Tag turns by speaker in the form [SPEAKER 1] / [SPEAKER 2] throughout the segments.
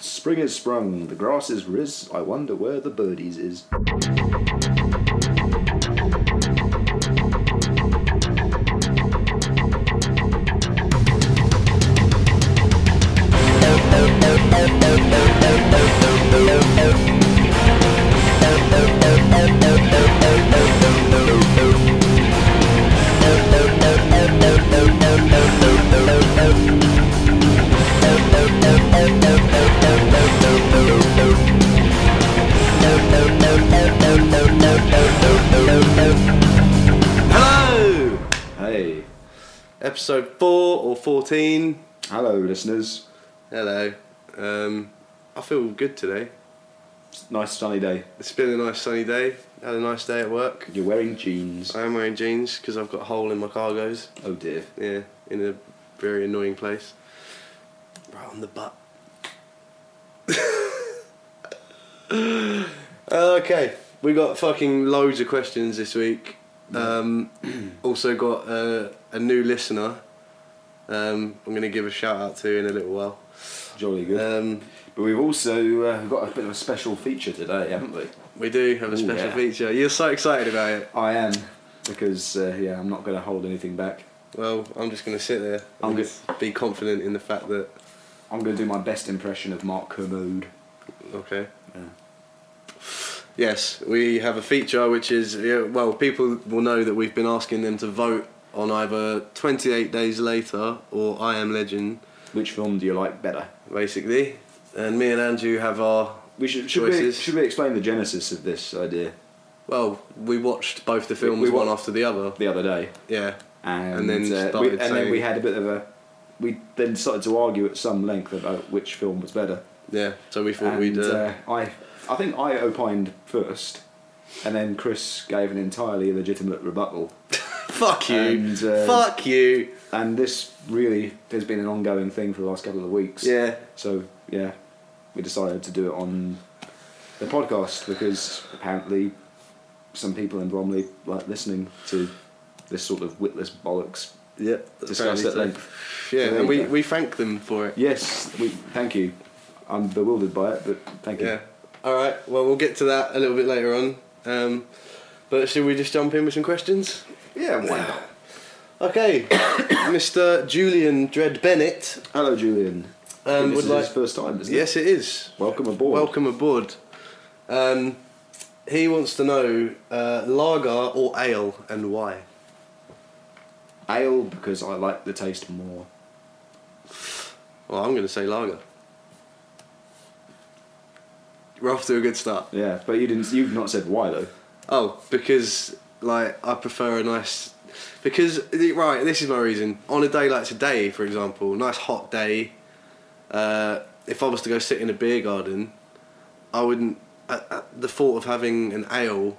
[SPEAKER 1] Spring is sprung, the grass is riz, I wonder where the birdies is.
[SPEAKER 2] Hello!
[SPEAKER 1] Hey,
[SPEAKER 2] Episode 4 or 14.
[SPEAKER 1] hello, listeners.
[SPEAKER 2] Hello. Um, I feel good today.
[SPEAKER 1] It's a nice sunny day.
[SPEAKER 2] It's been a nice sunny day. Had a nice day at work.
[SPEAKER 1] You're wearing jeans.
[SPEAKER 2] I am wearing jeans because I've got a hole in my cargoes.
[SPEAKER 1] Oh dear.
[SPEAKER 2] Yeah, eh, in a very annoying place. Right on the butt. okay, we got fucking loads of questions this week. Um, also got uh, a new listener. Um, I'm gonna give a shout out to in a little while.
[SPEAKER 1] Jolly good.
[SPEAKER 2] Um,
[SPEAKER 1] but we've also uh, got a bit of a special feature today, haven't we?
[SPEAKER 2] we do have a
[SPEAKER 1] Ooh,
[SPEAKER 2] special
[SPEAKER 1] yeah.
[SPEAKER 2] feature. You're so excited about it.
[SPEAKER 1] I am, because uh, yeah, I'm not going to hold anything back.
[SPEAKER 2] Well, I'm just gonna sit there.
[SPEAKER 1] I'm
[SPEAKER 2] and be confident in the fact that
[SPEAKER 1] I'm going to do my best impression of Mark Kermode.
[SPEAKER 2] Okay.
[SPEAKER 1] Yeah.
[SPEAKER 2] Yes, we have a feature which is yeah, well, people will know that we've been asking them to vote on either 28 days later or I Am Legend,
[SPEAKER 1] Which film do you like better?
[SPEAKER 2] basically. And me and Andrew have our
[SPEAKER 1] We should should we,
[SPEAKER 2] Choices.
[SPEAKER 1] should we explain the genesis of this idea
[SPEAKER 2] well, we watched both the
[SPEAKER 1] We-
[SPEAKER 2] films
[SPEAKER 1] we
[SPEAKER 2] one
[SPEAKER 1] wa-
[SPEAKER 2] after the other.
[SPEAKER 1] the other day?
[SPEAKER 2] Yeah,
[SPEAKER 1] and,
[SPEAKER 2] And then
[SPEAKER 1] uh, we,
[SPEAKER 2] started
[SPEAKER 1] and then we
[SPEAKER 2] saying-
[SPEAKER 1] had a bit of a we then started to argue at some length about which film was better
[SPEAKER 2] yeah. So we thought
[SPEAKER 1] and
[SPEAKER 2] we'd. Uh,
[SPEAKER 1] uh, I I think I opined first and then Chris gave an entirely legitimate rebuttal
[SPEAKER 2] fuck you!
[SPEAKER 1] uh, and, uh,
[SPEAKER 2] fuck you!
[SPEAKER 1] and this really has been an ongoing thing for the last couple of weeks
[SPEAKER 2] Yeah.
[SPEAKER 1] so yeah we decided to do it on the podcast because apparently some people in Bromley like listening to this sort of witless bollocks
[SPEAKER 2] Yeah.
[SPEAKER 1] discussed at length
[SPEAKER 2] Yeah,
[SPEAKER 1] So there
[SPEAKER 2] and
[SPEAKER 1] you
[SPEAKER 2] we,
[SPEAKER 1] go.
[SPEAKER 2] we thank them for it.
[SPEAKER 1] Yes, we, thank you. I'm bewildered by it, but thank you.
[SPEAKER 2] Yeah. All right. Well, we'll get to that a little bit later on. Um, but should we just jump in with some questions?
[SPEAKER 1] Yeah, why not?
[SPEAKER 2] Okay. Mr. Julian Dredd Bennett
[SPEAKER 1] Hello, Julian.
[SPEAKER 2] um,
[SPEAKER 1] this
[SPEAKER 2] would
[SPEAKER 1] is
[SPEAKER 2] like.
[SPEAKER 1] his first time, isn't
[SPEAKER 2] yes, it is.
[SPEAKER 1] it? Welcome aboard.
[SPEAKER 2] Welcome aboard. Um, he wants to know uh, lager or ale and why.
[SPEAKER 1] Ale, because I like the taste more.
[SPEAKER 2] Well, I'm going to say lager. We're off to a good start.
[SPEAKER 1] Yeah, but you didn't. You've not said why though.
[SPEAKER 2] Oh, because like I prefer a nice. Because right, this is my reason. On a day like today, for example, nice hot day. Uh, if I was to go sit in a beer garden, I wouldn't. At, at the thought of having an ale,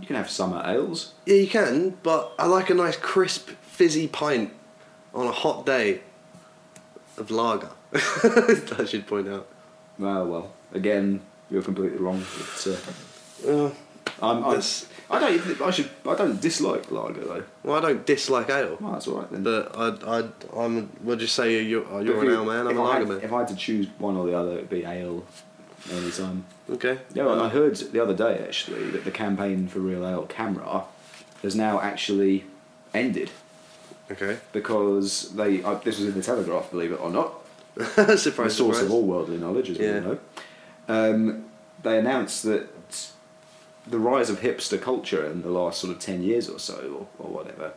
[SPEAKER 1] You can have summer ales.
[SPEAKER 2] yeah, you can, but I like a nice crisp, fizzy pint on a hot day of lager. I should point out.
[SPEAKER 1] Ah, well, again, you're completely wrong. But, uh,
[SPEAKER 2] Uh,
[SPEAKER 1] I'm, I'm,
[SPEAKER 2] That's-
[SPEAKER 1] I don't. even- I should. I don't dislike lager though.
[SPEAKER 2] well, I don't dislike ale,
[SPEAKER 1] Well, that's all right then.
[SPEAKER 2] but I, I, I'm. We'll just say you're, oh,
[SPEAKER 1] But
[SPEAKER 2] you're
[SPEAKER 1] if
[SPEAKER 2] an
[SPEAKER 1] you-
[SPEAKER 2] ale man. I'm
[SPEAKER 1] if
[SPEAKER 2] a
[SPEAKER 1] I
[SPEAKER 2] lager
[SPEAKER 1] had-
[SPEAKER 2] man.
[SPEAKER 1] If I had to choose one or the other, it'd be ale. Any time.
[SPEAKER 2] Okay.
[SPEAKER 1] Yeah, well, I heard the other day actually that the campaign for Real Ale Camera has now actually ended
[SPEAKER 2] Okay.
[SPEAKER 1] because they. Uh, this was in the Telegraph, believe it or not.
[SPEAKER 2] surprise,
[SPEAKER 1] the
[SPEAKER 2] surprise.
[SPEAKER 1] source of all worldly knowledge, as
[SPEAKER 2] Yeah.
[SPEAKER 1] we all know. Um, they announced that the rise of hipster culture in the last sort of ten years or so, or, or whatever,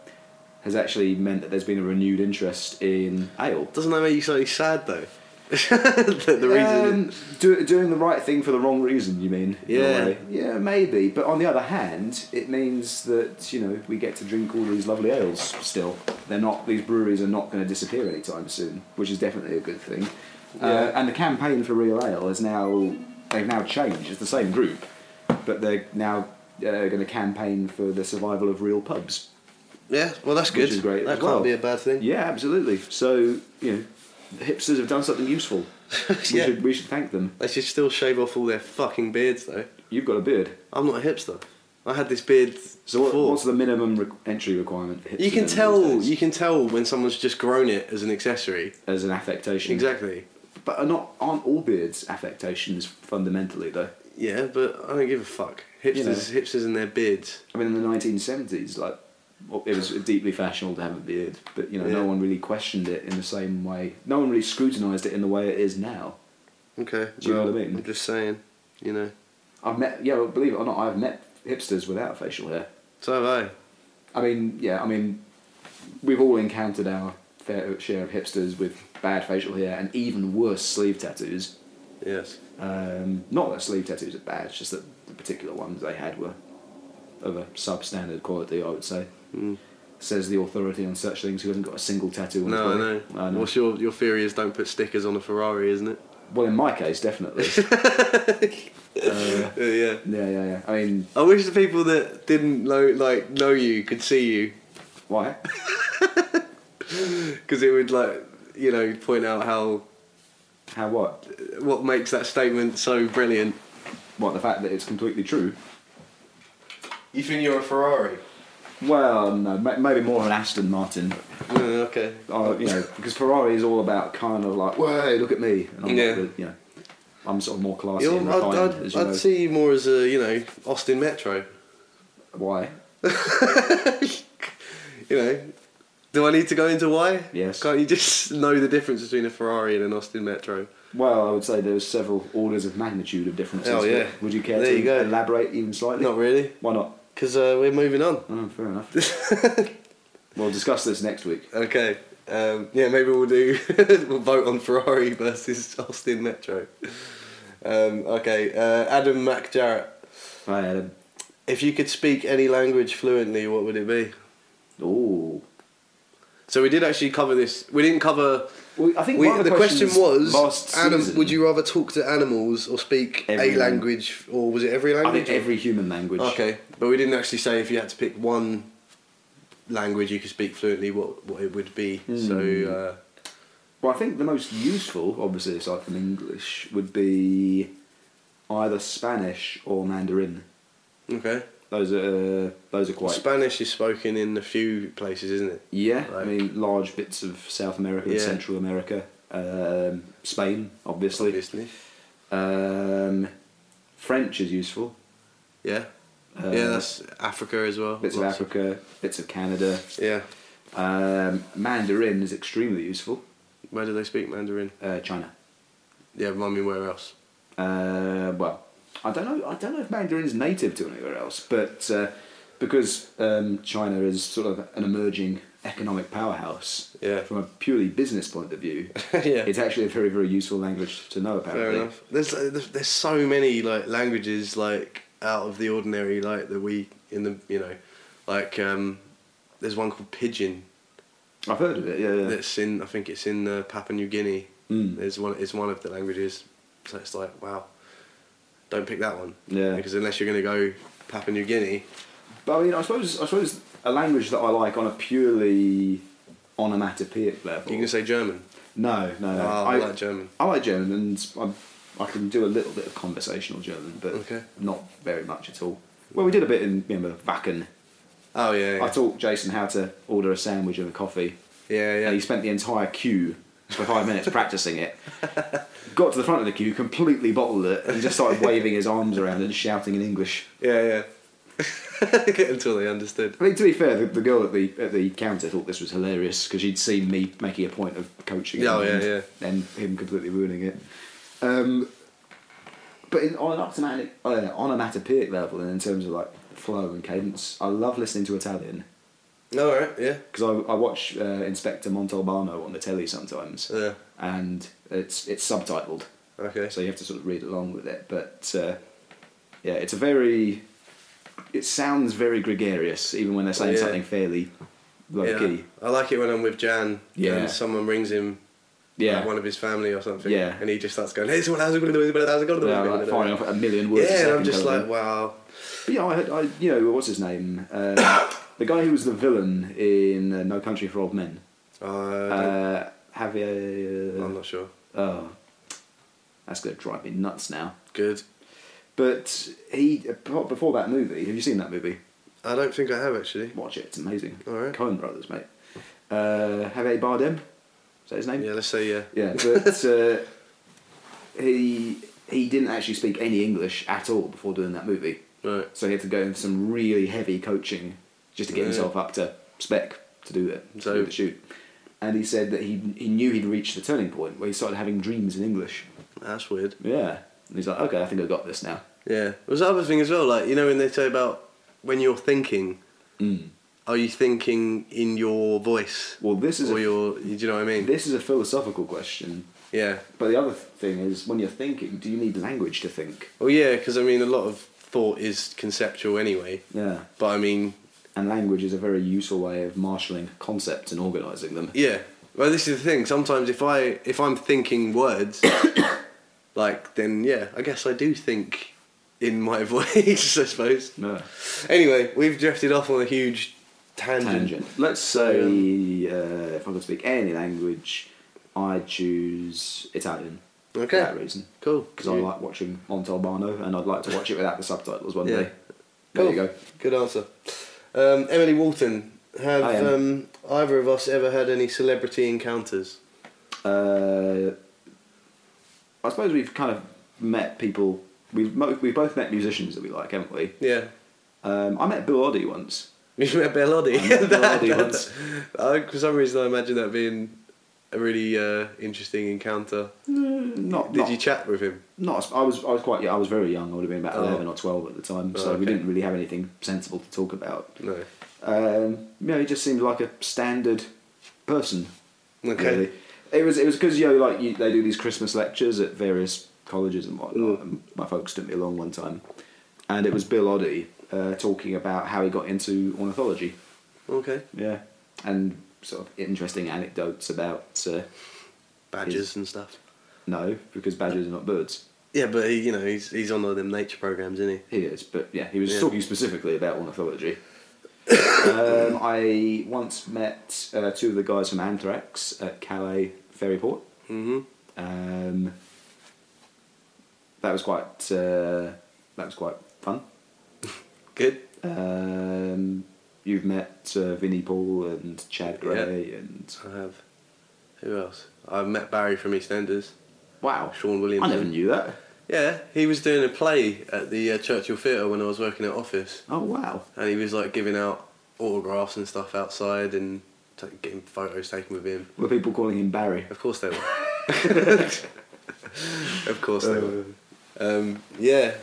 [SPEAKER 1] has actually meant that there's been a renewed interest in ale.
[SPEAKER 2] Doesn't that make you slightly sad though? the, the reason.
[SPEAKER 1] Um, do, doing the right thing for the wrong reason, you mean? in a
[SPEAKER 2] Yeah.
[SPEAKER 1] way? Yeah, maybe. But on the other hand, it means that, you know, we get to drink all these lovely ales still. They're not, these breweries are not going to disappear anytime soon, which is definitely a good thing. Uh,
[SPEAKER 2] Yeah.
[SPEAKER 1] and the campaign for Real Ale is now, they've now changed. It's the same group, but they're now uh, going to campaign for the survival of real pubs.
[SPEAKER 2] yeah, well that's
[SPEAKER 1] which
[SPEAKER 2] good.
[SPEAKER 1] is great
[SPEAKER 2] that
[SPEAKER 1] as
[SPEAKER 2] can't
[SPEAKER 1] well.
[SPEAKER 2] be a bad thing.
[SPEAKER 1] Yeah, absolutely. So, you know, the hipsters have done something useful. We,
[SPEAKER 2] Yeah.
[SPEAKER 1] should, we should thank them.
[SPEAKER 2] They should still shave off all their fucking beards though.
[SPEAKER 1] You've got a beard.
[SPEAKER 2] I'm not a hipster. I had this beard
[SPEAKER 1] So what,
[SPEAKER 2] before.
[SPEAKER 1] what's the minimum re- entry requirement? For hipster
[SPEAKER 2] you can
[SPEAKER 1] then
[SPEAKER 2] tell.
[SPEAKER 1] these days?
[SPEAKER 2] You can tell when someone's just grown it as an accessory.
[SPEAKER 1] as an affectation.
[SPEAKER 2] Exactly.
[SPEAKER 1] But are not aren't all beards affectations fundamentally though?
[SPEAKER 2] Yeah, but I don't give a fuck. Hipsters,
[SPEAKER 1] You know.
[SPEAKER 2] hipsters and their beards.
[SPEAKER 1] I mean, in the nineteen seventies, like well, it was deeply fashionable to have a beard, but you know,
[SPEAKER 2] Yeah.
[SPEAKER 1] no one really questioned it in the same way. No one really scrutinised it in the way it is now.
[SPEAKER 2] Okay.
[SPEAKER 1] Do you know
[SPEAKER 2] well,
[SPEAKER 1] what I mean?
[SPEAKER 2] I'm just saying. You know.
[SPEAKER 1] I've met, yeah, well, believe it or not, I've met hipsters without facial hair.
[SPEAKER 2] So have I.
[SPEAKER 1] I mean, yeah, I mean, we've all encountered our fair share of hipsters with bad facial hair and even worse sleeve tattoos.
[SPEAKER 2] Yes.
[SPEAKER 1] Um, not that sleeve tattoos are bad, it's just that the particular ones they had were of a substandard quality, I would say.
[SPEAKER 2] Mm.
[SPEAKER 1] Says the authority on such things who hasn't got a single tattoo on
[SPEAKER 2] No, I
[SPEAKER 1] his
[SPEAKER 2] know.
[SPEAKER 1] body. I know.
[SPEAKER 2] What's your your theory is don't put stickers on a Ferrari, isn't it?
[SPEAKER 1] Well, in my case, definitely. Uh,
[SPEAKER 2] Uh, yeah.
[SPEAKER 1] yeah, yeah, yeah. I mean,
[SPEAKER 2] I wish the people that didn't know like know you could see you
[SPEAKER 1] why?
[SPEAKER 2] because it would like you know point out how
[SPEAKER 1] How what?
[SPEAKER 2] what makes that statement so brilliant.
[SPEAKER 1] What, the fact that it's completely true?
[SPEAKER 2] You think you're a Ferrari?
[SPEAKER 1] Well, no, ma- maybe more an Aston Martin.
[SPEAKER 2] okay.
[SPEAKER 1] Oh, you know, because Ferrari is all about kind of like, "Way, look at me," and I'm
[SPEAKER 2] Yeah.
[SPEAKER 1] yeah. the, you know, I'm sort of more classy
[SPEAKER 2] You're-
[SPEAKER 1] and
[SPEAKER 2] I'd,
[SPEAKER 1] refined.
[SPEAKER 2] I'd,
[SPEAKER 1] as you know.
[SPEAKER 2] I'd see you more as a you know Austin Metro.
[SPEAKER 1] Why?
[SPEAKER 2] You know, do I need to go into why?
[SPEAKER 1] Yes.
[SPEAKER 2] Can't you just know the difference between a Ferrari and an Austin Metro?
[SPEAKER 1] Well, I would say there's several orders of magnitude of differences.
[SPEAKER 2] Oh,
[SPEAKER 1] but
[SPEAKER 2] yeah.
[SPEAKER 1] Would you care
[SPEAKER 2] There
[SPEAKER 1] to
[SPEAKER 2] you go.
[SPEAKER 1] elaborate even slightly?
[SPEAKER 2] Not really,
[SPEAKER 1] Why not?
[SPEAKER 2] because uh, we're moving on.
[SPEAKER 1] Oh, fair enough. we'll discuss this next week.
[SPEAKER 2] Okay. Um, yeah, maybe we'll do. we'll vote on Ferrari versus Austin Metro. Um, okay, uh, Adam Mac Jarrett.
[SPEAKER 1] Hi, Adam.
[SPEAKER 2] If you could speak any language fluently, what would it be?
[SPEAKER 1] Oh.
[SPEAKER 2] So we did actually cover this. We didn't cover.
[SPEAKER 1] Well, I think
[SPEAKER 2] We,
[SPEAKER 1] one of
[SPEAKER 2] the, question was:
[SPEAKER 1] last
[SPEAKER 2] anim-
[SPEAKER 1] season,
[SPEAKER 2] Would you rather talk to animals or speak
[SPEAKER 1] Every
[SPEAKER 2] a
[SPEAKER 1] lang-
[SPEAKER 2] language, or was it every
[SPEAKER 1] I
[SPEAKER 2] language?
[SPEAKER 1] think every human language.
[SPEAKER 2] Okay, but we didn't actually say if you had to pick one language you could speak fluently, what what it would be.
[SPEAKER 1] Hmm.
[SPEAKER 2] So. Uh,
[SPEAKER 1] Well, I think the most useful, obviously, aside from English, would be either Spanish or Mandarin.
[SPEAKER 2] uh, Okay.
[SPEAKER 1] Those are uh, those are quite.
[SPEAKER 2] Spanish is spoken in a few places, isn't it?
[SPEAKER 1] yeah, I
[SPEAKER 2] Right.
[SPEAKER 1] mean, large bits of South America, and
[SPEAKER 2] Yeah.
[SPEAKER 1] Central America, um, Spain, obviously.
[SPEAKER 2] Obviously.
[SPEAKER 1] Um, French is useful.
[SPEAKER 2] Yeah.
[SPEAKER 1] Uh,
[SPEAKER 2] yeah, that's Africa as well.
[SPEAKER 1] bits of
[SPEAKER 2] Lots
[SPEAKER 1] Africa, bits of Canada.
[SPEAKER 2] Yeah.
[SPEAKER 1] Um, Mandarin is extremely useful.
[SPEAKER 2] Where do they speak Mandarin?
[SPEAKER 1] Uh, China.
[SPEAKER 2] Yeah, remind me where else.
[SPEAKER 1] Uh, well, I don't know. I don't know if Mandarin is native to anywhere else, but uh, because um, China is sort of an emerging economic powerhouse
[SPEAKER 2] Yeah.
[SPEAKER 1] from a purely business point of view,
[SPEAKER 2] yeah.
[SPEAKER 1] it's actually a very very useful language to know.
[SPEAKER 2] Fair
[SPEAKER 1] Apparently,
[SPEAKER 2] enough. There's uh, there's there's so many like languages like out of the ordinary like that we in the you know like um there's one called pidgin
[SPEAKER 1] I've heard of it. Yeah, yeah.
[SPEAKER 2] that's in I think it's in uh, Papua New Guinea.
[SPEAKER 1] Mm.
[SPEAKER 2] There's one it's one of the languages so it's like wow don't pick that one
[SPEAKER 1] Yeah.
[SPEAKER 2] because unless you're going to go Papua New Guinea
[SPEAKER 1] But I mean, I suppose I suppose a language that I like on a purely onomatopoeic level.
[SPEAKER 2] You can say German.
[SPEAKER 1] no, no, no.
[SPEAKER 2] Oh, I, like German.
[SPEAKER 1] I like German, and I'm, I can do a little bit of conversational German, but
[SPEAKER 2] Okay.
[SPEAKER 1] not very much at all. Well, we did a bit in remember Wacken.
[SPEAKER 2] Oh yeah,
[SPEAKER 1] I
[SPEAKER 2] yeah,
[SPEAKER 1] taught Jason how to order a sandwich and a coffee,
[SPEAKER 2] yeah. yeah.
[SPEAKER 1] and he spent the entire queue for five minutes practicing it. Got to the front of the queue, completely bottled it, and just started waving his arms around and shouting in English.
[SPEAKER 2] yeah, yeah. Until they understood.
[SPEAKER 1] I mean, to be fair, the, the girl at the at the counter thought this was hilarious because she'd seen me making a point of coaching.
[SPEAKER 2] Oh,
[SPEAKER 1] him
[SPEAKER 2] yeah, yeah.
[SPEAKER 1] And him completely ruining it. Um, but in, on an automatic, uh, onomatopoeic level, and in terms of like flow and cadence, I love listening to Italian
[SPEAKER 2] All right, yeah,
[SPEAKER 1] because I, I watch uh, Inspector Montalbano on the telly sometimes,
[SPEAKER 2] yeah.
[SPEAKER 1] and it's it's subtitled,
[SPEAKER 2] Okay.
[SPEAKER 1] so you have to sort of read along with it. But uh, yeah, it's a very. It sounds very gregarious, even when they're saying
[SPEAKER 2] Yeah.
[SPEAKER 1] something fairly low
[SPEAKER 2] yeah.
[SPEAKER 1] key.
[SPEAKER 2] I like it when I'm with Jan.
[SPEAKER 1] Yeah.
[SPEAKER 2] And someone rings him.
[SPEAKER 1] Yeah.
[SPEAKER 2] like, one of his family or something.
[SPEAKER 1] Yeah.
[SPEAKER 2] And he just starts going, "Hey, someone how's it going to do? How's it going to do?"
[SPEAKER 1] yeah, like firing off a million words. a
[SPEAKER 2] Yeah, and
[SPEAKER 1] second
[SPEAKER 2] I'm just
[SPEAKER 1] kind of
[SPEAKER 2] like,
[SPEAKER 1] thing.
[SPEAKER 2] wow.
[SPEAKER 1] But yeah, I, had, I you know what's his name? Uh, the guy who was the villain in uh, No Country for Old Men.
[SPEAKER 2] Uh,
[SPEAKER 1] Uh, Javier.
[SPEAKER 2] I'm not sure.
[SPEAKER 1] oh, that's gonna drive me nuts now.
[SPEAKER 2] Good.
[SPEAKER 1] But he before that movie. Have you seen that movie?
[SPEAKER 2] I don't think I have actually.
[SPEAKER 1] Watch it. It's amazing.
[SPEAKER 2] All right.
[SPEAKER 1] Coen Brothers, mate. Uh, Javier Bardem. Is that his name?
[SPEAKER 2] Yeah, let's say yeah.
[SPEAKER 1] Yeah, but uh, he he didn't actually speak any English at all before doing that movie.
[SPEAKER 2] Right.
[SPEAKER 1] So he had to go into some really heavy coaching just to get
[SPEAKER 2] Yeah.
[SPEAKER 1] himself up to spec to do it, to
[SPEAKER 2] So-
[SPEAKER 1] do the shoot. And he said that he, he knew he'd reached the turning point where he started having dreams in English.
[SPEAKER 2] That's weird.
[SPEAKER 1] Yeah. And he's like, okay, I think I got this now.
[SPEAKER 2] Yeah. Was the other thing as well, like you know when they say about when you're thinking,
[SPEAKER 1] Mm.
[SPEAKER 2] are you thinking in your voice
[SPEAKER 1] Well, this is
[SPEAKER 2] or
[SPEAKER 1] a,
[SPEAKER 2] your? You, do you know what I mean?
[SPEAKER 1] this is a philosophical question.
[SPEAKER 2] yeah.
[SPEAKER 1] But the other thing is, when you're thinking, do you need language to think?
[SPEAKER 2] Well, yeah, because I mean a lot of thought is conceptual anyway.
[SPEAKER 1] Yeah.
[SPEAKER 2] But I mean,
[SPEAKER 1] And language is a very useful way of marshalling concepts and organising them.
[SPEAKER 2] yeah. Well, this is the thing. Sometimes if I if I'm thinking words, like then yeah, I guess I do think in my voice. I suppose.
[SPEAKER 1] Yeah.
[SPEAKER 2] Anyway, we've drifted off on a huge tangent. um,
[SPEAKER 1] Tangent. Let's say, uh, if I could speak any language, I choose Italian. For
[SPEAKER 2] Okay.
[SPEAKER 1] that reason.
[SPEAKER 2] Cool.
[SPEAKER 1] Because I like watching Montalbano and I'd like to watch it without the subtitles one
[SPEAKER 2] Yeah.
[SPEAKER 1] day. There you
[SPEAKER 2] Cool.
[SPEAKER 1] go.
[SPEAKER 2] Good answer. Um, Emily Walton, have
[SPEAKER 1] I am.
[SPEAKER 2] um, either of us ever had any celebrity encounters?
[SPEAKER 1] Uh, I suppose we've kind of met people. We've, mo- we've both met musicians that we like, haven't we?
[SPEAKER 2] Yeah.
[SPEAKER 1] Um, I met Bill Oddie once.
[SPEAKER 2] You met Bellotti.
[SPEAKER 1] I met Bellotti once.
[SPEAKER 2] I, for some reason, I imagine that being a really uh, interesting encounter.
[SPEAKER 1] Not,
[SPEAKER 2] Did
[SPEAKER 1] not,
[SPEAKER 2] you chat with him?
[SPEAKER 1] not as- I was I was quite yeah, I was very young. I would have been about
[SPEAKER 2] Oh.
[SPEAKER 1] eleven or twelve at the time,
[SPEAKER 2] Oh,
[SPEAKER 1] so we
[SPEAKER 2] okay.
[SPEAKER 1] didn't really have anything sensible to talk about.
[SPEAKER 2] No.
[SPEAKER 1] Um, you know, he just seemed like a standard person.
[SPEAKER 2] Okay.
[SPEAKER 1] really. It was it was because you know like you, they do these Christmas lectures at various colleges and whatnot.
[SPEAKER 2] Mm.
[SPEAKER 1] And my folks took me along one time, and it was Bill Oddie uh, talking about how he got into ornithology.
[SPEAKER 2] Okay.
[SPEAKER 1] Yeah, and sort of interesting anecdotes about uh,
[SPEAKER 2] Badgers and stuff.
[SPEAKER 1] no because badgers are not birds.
[SPEAKER 2] Yeah, but he, you know, he's he's on all them nature programs, isn't
[SPEAKER 1] He is, but yeah, he was
[SPEAKER 2] Yeah.
[SPEAKER 1] talking specifically about ornithology. um, I once met uh, two of the guys from Anthrax at Calais Ferryport.
[SPEAKER 2] he? Mm-hmm.
[SPEAKER 1] Um, that was quite uh, that was quite fun.
[SPEAKER 2] Good.
[SPEAKER 1] Um, you've met uh, Vinnie Paul and Chad Gray and
[SPEAKER 2] I have. Who else? I've met Barry from EastEnders.
[SPEAKER 1] wow,
[SPEAKER 2] Sean
[SPEAKER 1] I
[SPEAKER 2] Williamson.
[SPEAKER 1] never knew that.
[SPEAKER 2] Yeah, he was doing a play at the uh, Churchill Theatre when I was working at office,
[SPEAKER 1] Oh wow,
[SPEAKER 2] and he was like giving out autographs and stuff outside and t- getting photos taken with him.
[SPEAKER 1] were people calling him Barry?
[SPEAKER 2] Of course they were. of course they
[SPEAKER 1] Uh,
[SPEAKER 2] were. Um, yeah.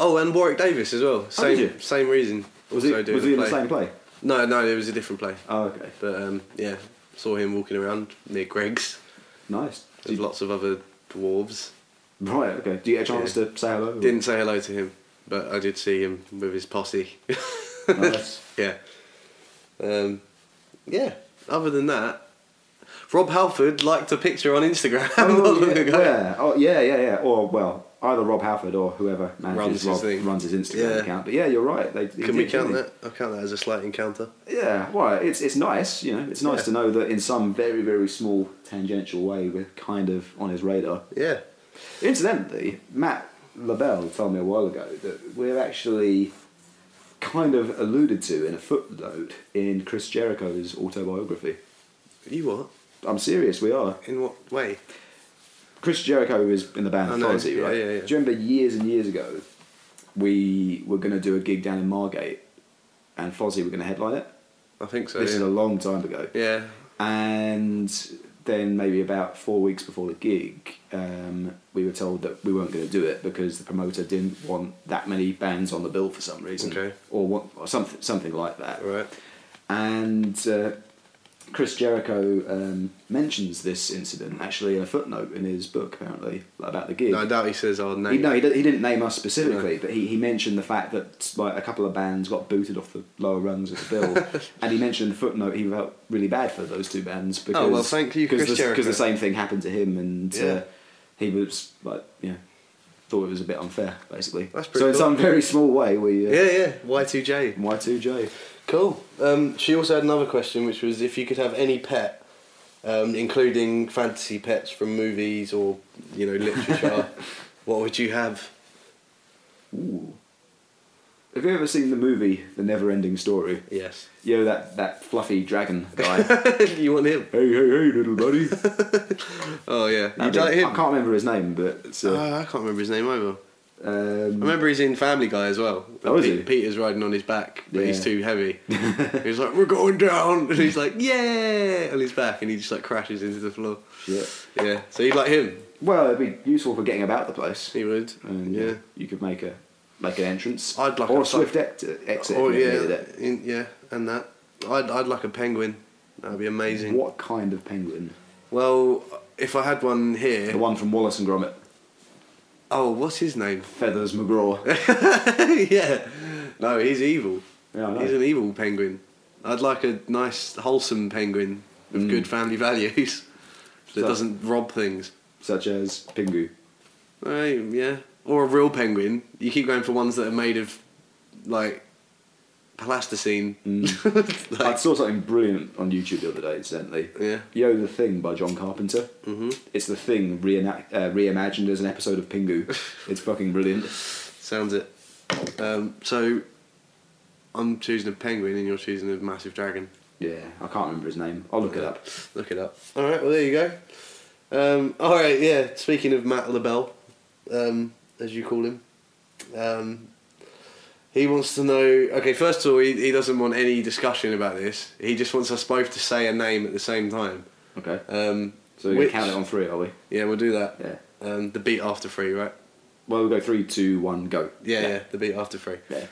[SPEAKER 2] Oh, and Warwick Davis as well. Same
[SPEAKER 1] Oh, did you?
[SPEAKER 2] same reason.
[SPEAKER 1] Was
[SPEAKER 2] Also
[SPEAKER 1] he
[SPEAKER 2] doing
[SPEAKER 1] was
[SPEAKER 2] a
[SPEAKER 1] he in
[SPEAKER 2] play.
[SPEAKER 1] the same play?
[SPEAKER 2] No, no, it was a different play.
[SPEAKER 1] Oh okay,
[SPEAKER 2] But um, yeah, saw him walking around near Greg's.
[SPEAKER 1] nice. Do
[SPEAKER 2] There's
[SPEAKER 1] you-
[SPEAKER 2] lots of other dwarves.
[SPEAKER 1] right, okay. Do you get a chance to say hello? or-
[SPEAKER 2] Didn't say hello to him, but I did see him with his posse.
[SPEAKER 1] Nice.
[SPEAKER 2] Yeah. Um, yeah. Other than that, Rob Halford liked a picture on Instagram not long
[SPEAKER 1] Oh, yeah,
[SPEAKER 2] ago.
[SPEAKER 1] yeah. Oh, yeah, yeah, yeah. Or well, either Rob Halford or whoever manages
[SPEAKER 2] Runs his
[SPEAKER 1] Rob
[SPEAKER 2] thing.
[SPEAKER 1] runs his Instagram
[SPEAKER 2] Yeah.
[SPEAKER 1] account. But yeah, you're right. They,
[SPEAKER 2] Can we count that? I'll count that as a slight encounter.
[SPEAKER 1] Yeah. Well, it's it's nice. You know, it's nice
[SPEAKER 2] Yeah.
[SPEAKER 1] to know that in some very very small tangential way we're kind of on his radar.
[SPEAKER 2] Yeah.
[SPEAKER 1] Incidentally, Matt Labelle told me a while ago that we're actually kind of alluded to in a footnote in Chris Jericho's autobiography.
[SPEAKER 2] You what?
[SPEAKER 1] I'm serious. We are.
[SPEAKER 2] In what way?
[SPEAKER 1] Chris Jericho was in the band
[SPEAKER 2] I know,
[SPEAKER 1] Authority,
[SPEAKER 2] yeah,
[SPEAKER 1] right?
[SPEAKER 2] yeah, yeah.
[SPEAKER 1] Do you remember years and years ago, we were going to do a gig down in Margate, and Fozzy were going to headline it.
[SPEAKER 2] I think so.
[SPEAKER 1] this
[SPEAKER 2] Oh, yeah.
[SPEAKER 1] is a long time ago.
[SPEAKER 2] yeah.
[SPEAKER 1] And then maybe about four weeks before the gig, um, we were told that we weren't going to do it because the promoter didn't want that many bands on the bill for some reason,
[SPEAKER 2] Okay.
[SPEAKER 1] or, want, or something, something like that.
[SPEAKER 2] All right.
[SPEAKER 1] And uh, Chris Jericho um, mentions this incident actually in a footnote in his book, apparently about the gig.
[SPEAKER 2] No, I doubt he says our name.
[SPEAKER 1] He, no, he, di- he didn't name us specifically, but he, he mentioned the fact that like a couple of bands got booted off the lower rungs of the bill, and he mentioned in the footnote he felt really bad for those two bands because
[SPEAKER 2] Oh, well, thank you,
[SPEAKER 1] because
[SPEAKER 2] Chris
[SPEAKER 1] the, 'cause the
[SPEAKER 2] Jericho.
[SPEAKER 1] same thing happened to him, and uh,
[SPEAKER 2] Yeah.
[SPEAKER 1] he was like you know, thought it was a bit unfair, basically.
[SPEAKER 2] That's
[SPEAKER 1] so
[SPEAKER 2] pretty
[SPEAKER 1] in
[SPEAKER 2] cool.
[SPEAKER 1] some very small way, we uh,
[SPEAKER 2] Yeah, yeah. Y2J.
[SPEAKER 1] Y two J.
[SPEAKER 2] Cool. Um, she also had another question, which was if you could have any pet, um, including fantasy pets from movies or you know literature, what would you have?
[SPEAKER 1] Ooh, Have you ever seen the movie The Never Ending Story?
[SPEAKER 2] Yes.
[SPEAKER 1] You know that, that fluffy dragon guy. hey,
[SPEAKER 2] you want him?
[SPEAKER 1] hey, hey, little buddy.
[SPEAKER 2] Oh yeah. You
[SPEAKER 1] That'd
[SPEAKER 2] don't like
[SPEAKER 1] be-
[SPEAKER 2] him?
[SPEAKER 1] I can't remember his name, but it's, uh,
[SPEAKER 2] Ah, I can't remember his name either. I
[SPEAKER 1] um,
[SPEAKER 2] remember he's in Family Guy as well.
[SPEAKER 1] Oh, is
[SPEAKER 2] Pete-
[SPEAKER 1] he?
[SPEAKER 2] Peter's riding on his back, but he's
[SPEAKER 1] Yeah.
[SPEAKER 2] too heavy. he's like, "We're going down," and he's like, "Yeah!" on his back, and he just like crashes into the floor.
[SPEAKER 1] yeah.
[SPEAKER 2] Yeah. So you'd like him?
[SPEAKER 1] Well, it'd be useful for getting about the place.
[SPEAKER 2] He would.
[SPEAKER 1] And
[SPEAKER 2] Mm, yeah.
[SPEAKER 1] Uh, yeah, you could make a make an entrance.
[SPEAKER 2] I'd like
[SPEAKER 1] or
[SPEAKER 2] a
[SPEAKER 1] a swift exit. exit
[SPEAKER 2] Oh
[SPEAKER 1] if you needed
[SPEAKER 2] yeah,
[SPEAKER 1] it.
[SPEAKER 2] in, yeah, and that. I'd I'd like a penguin. That'd be amazing.
[SPEAKER 1] What kind of penguin?
[SPEAKER 2] Well, if I had one
[SPEAKER 1] The
[SPEAKER 2] here.
[SPEAKER 1] one from Wallace and Gromit,
[SPEAKER 2] Oh, what's his name?
[SPEAKER 1] Feathers McGraw.
[SPEAKER 2] yeah. No, he's evil.
[SPEAKER 1] Yeah, I know.
[SPEAKER 2] He's an evil penguin. I'd like a nice, wholesome penguin with
[SPEAKER 1] Mm.
[SPEAKER 2] good family values that
[SPEAKER 1] So-
[SPEAKER 2] doesn't rob things.
[SPEAKER 1] Such as Pingu.
[SPEAKER 2] Right, yeah. Or a real penguin. You keep going for ones that are made of, like, plasticine.
[SPEAKER 1] Mm. I saw something brilliant on YouTube the other day, incidentally.
[SPEAKER 2] Yeah.
[SPEAKER 1] Yo, The Thing by John Carpenter.
[SPEAKER 2] hmm
[SPEAKER 1] It's The Thing reenact, uh, reimagined as an episode of Pingu. it's fucking brilliant.
[SPEAKER 2] Sounds it. Um, so, I'm choosing a penguin and you're choosing a massive dragon.
[SPEAKER 1] Yeah, I can't remember his name. I'll look it up.
[SPEAKER 2] Look it up. All right. Well, there you go. Um, all right. Yeah. Speaking of Matt Labelle, um, as you call him, um, he wants to know. Okay. First of all, he, he doesn't want any discussion about this. He just wants us both to say a name at the same time.
[SPEAKER 1] Okay.
[SPEAKER 2] Um,
[SPEAKER 1] So we're going
[SPEAKER 2] which-
[SPEAKER 1] to count it on three, are we?
[SPEAKER 2] Yeah, we'll do that.
[SPEAKER 1] Yeah.
[SPEAKER 2] Um, the beat after three, right?
[SPEAKER 1] Well, we'll go three, two, one, go.
[SPEAKER 2] Yeah. Yeah. the beat after three.
[SPEAKER 1] Yeah.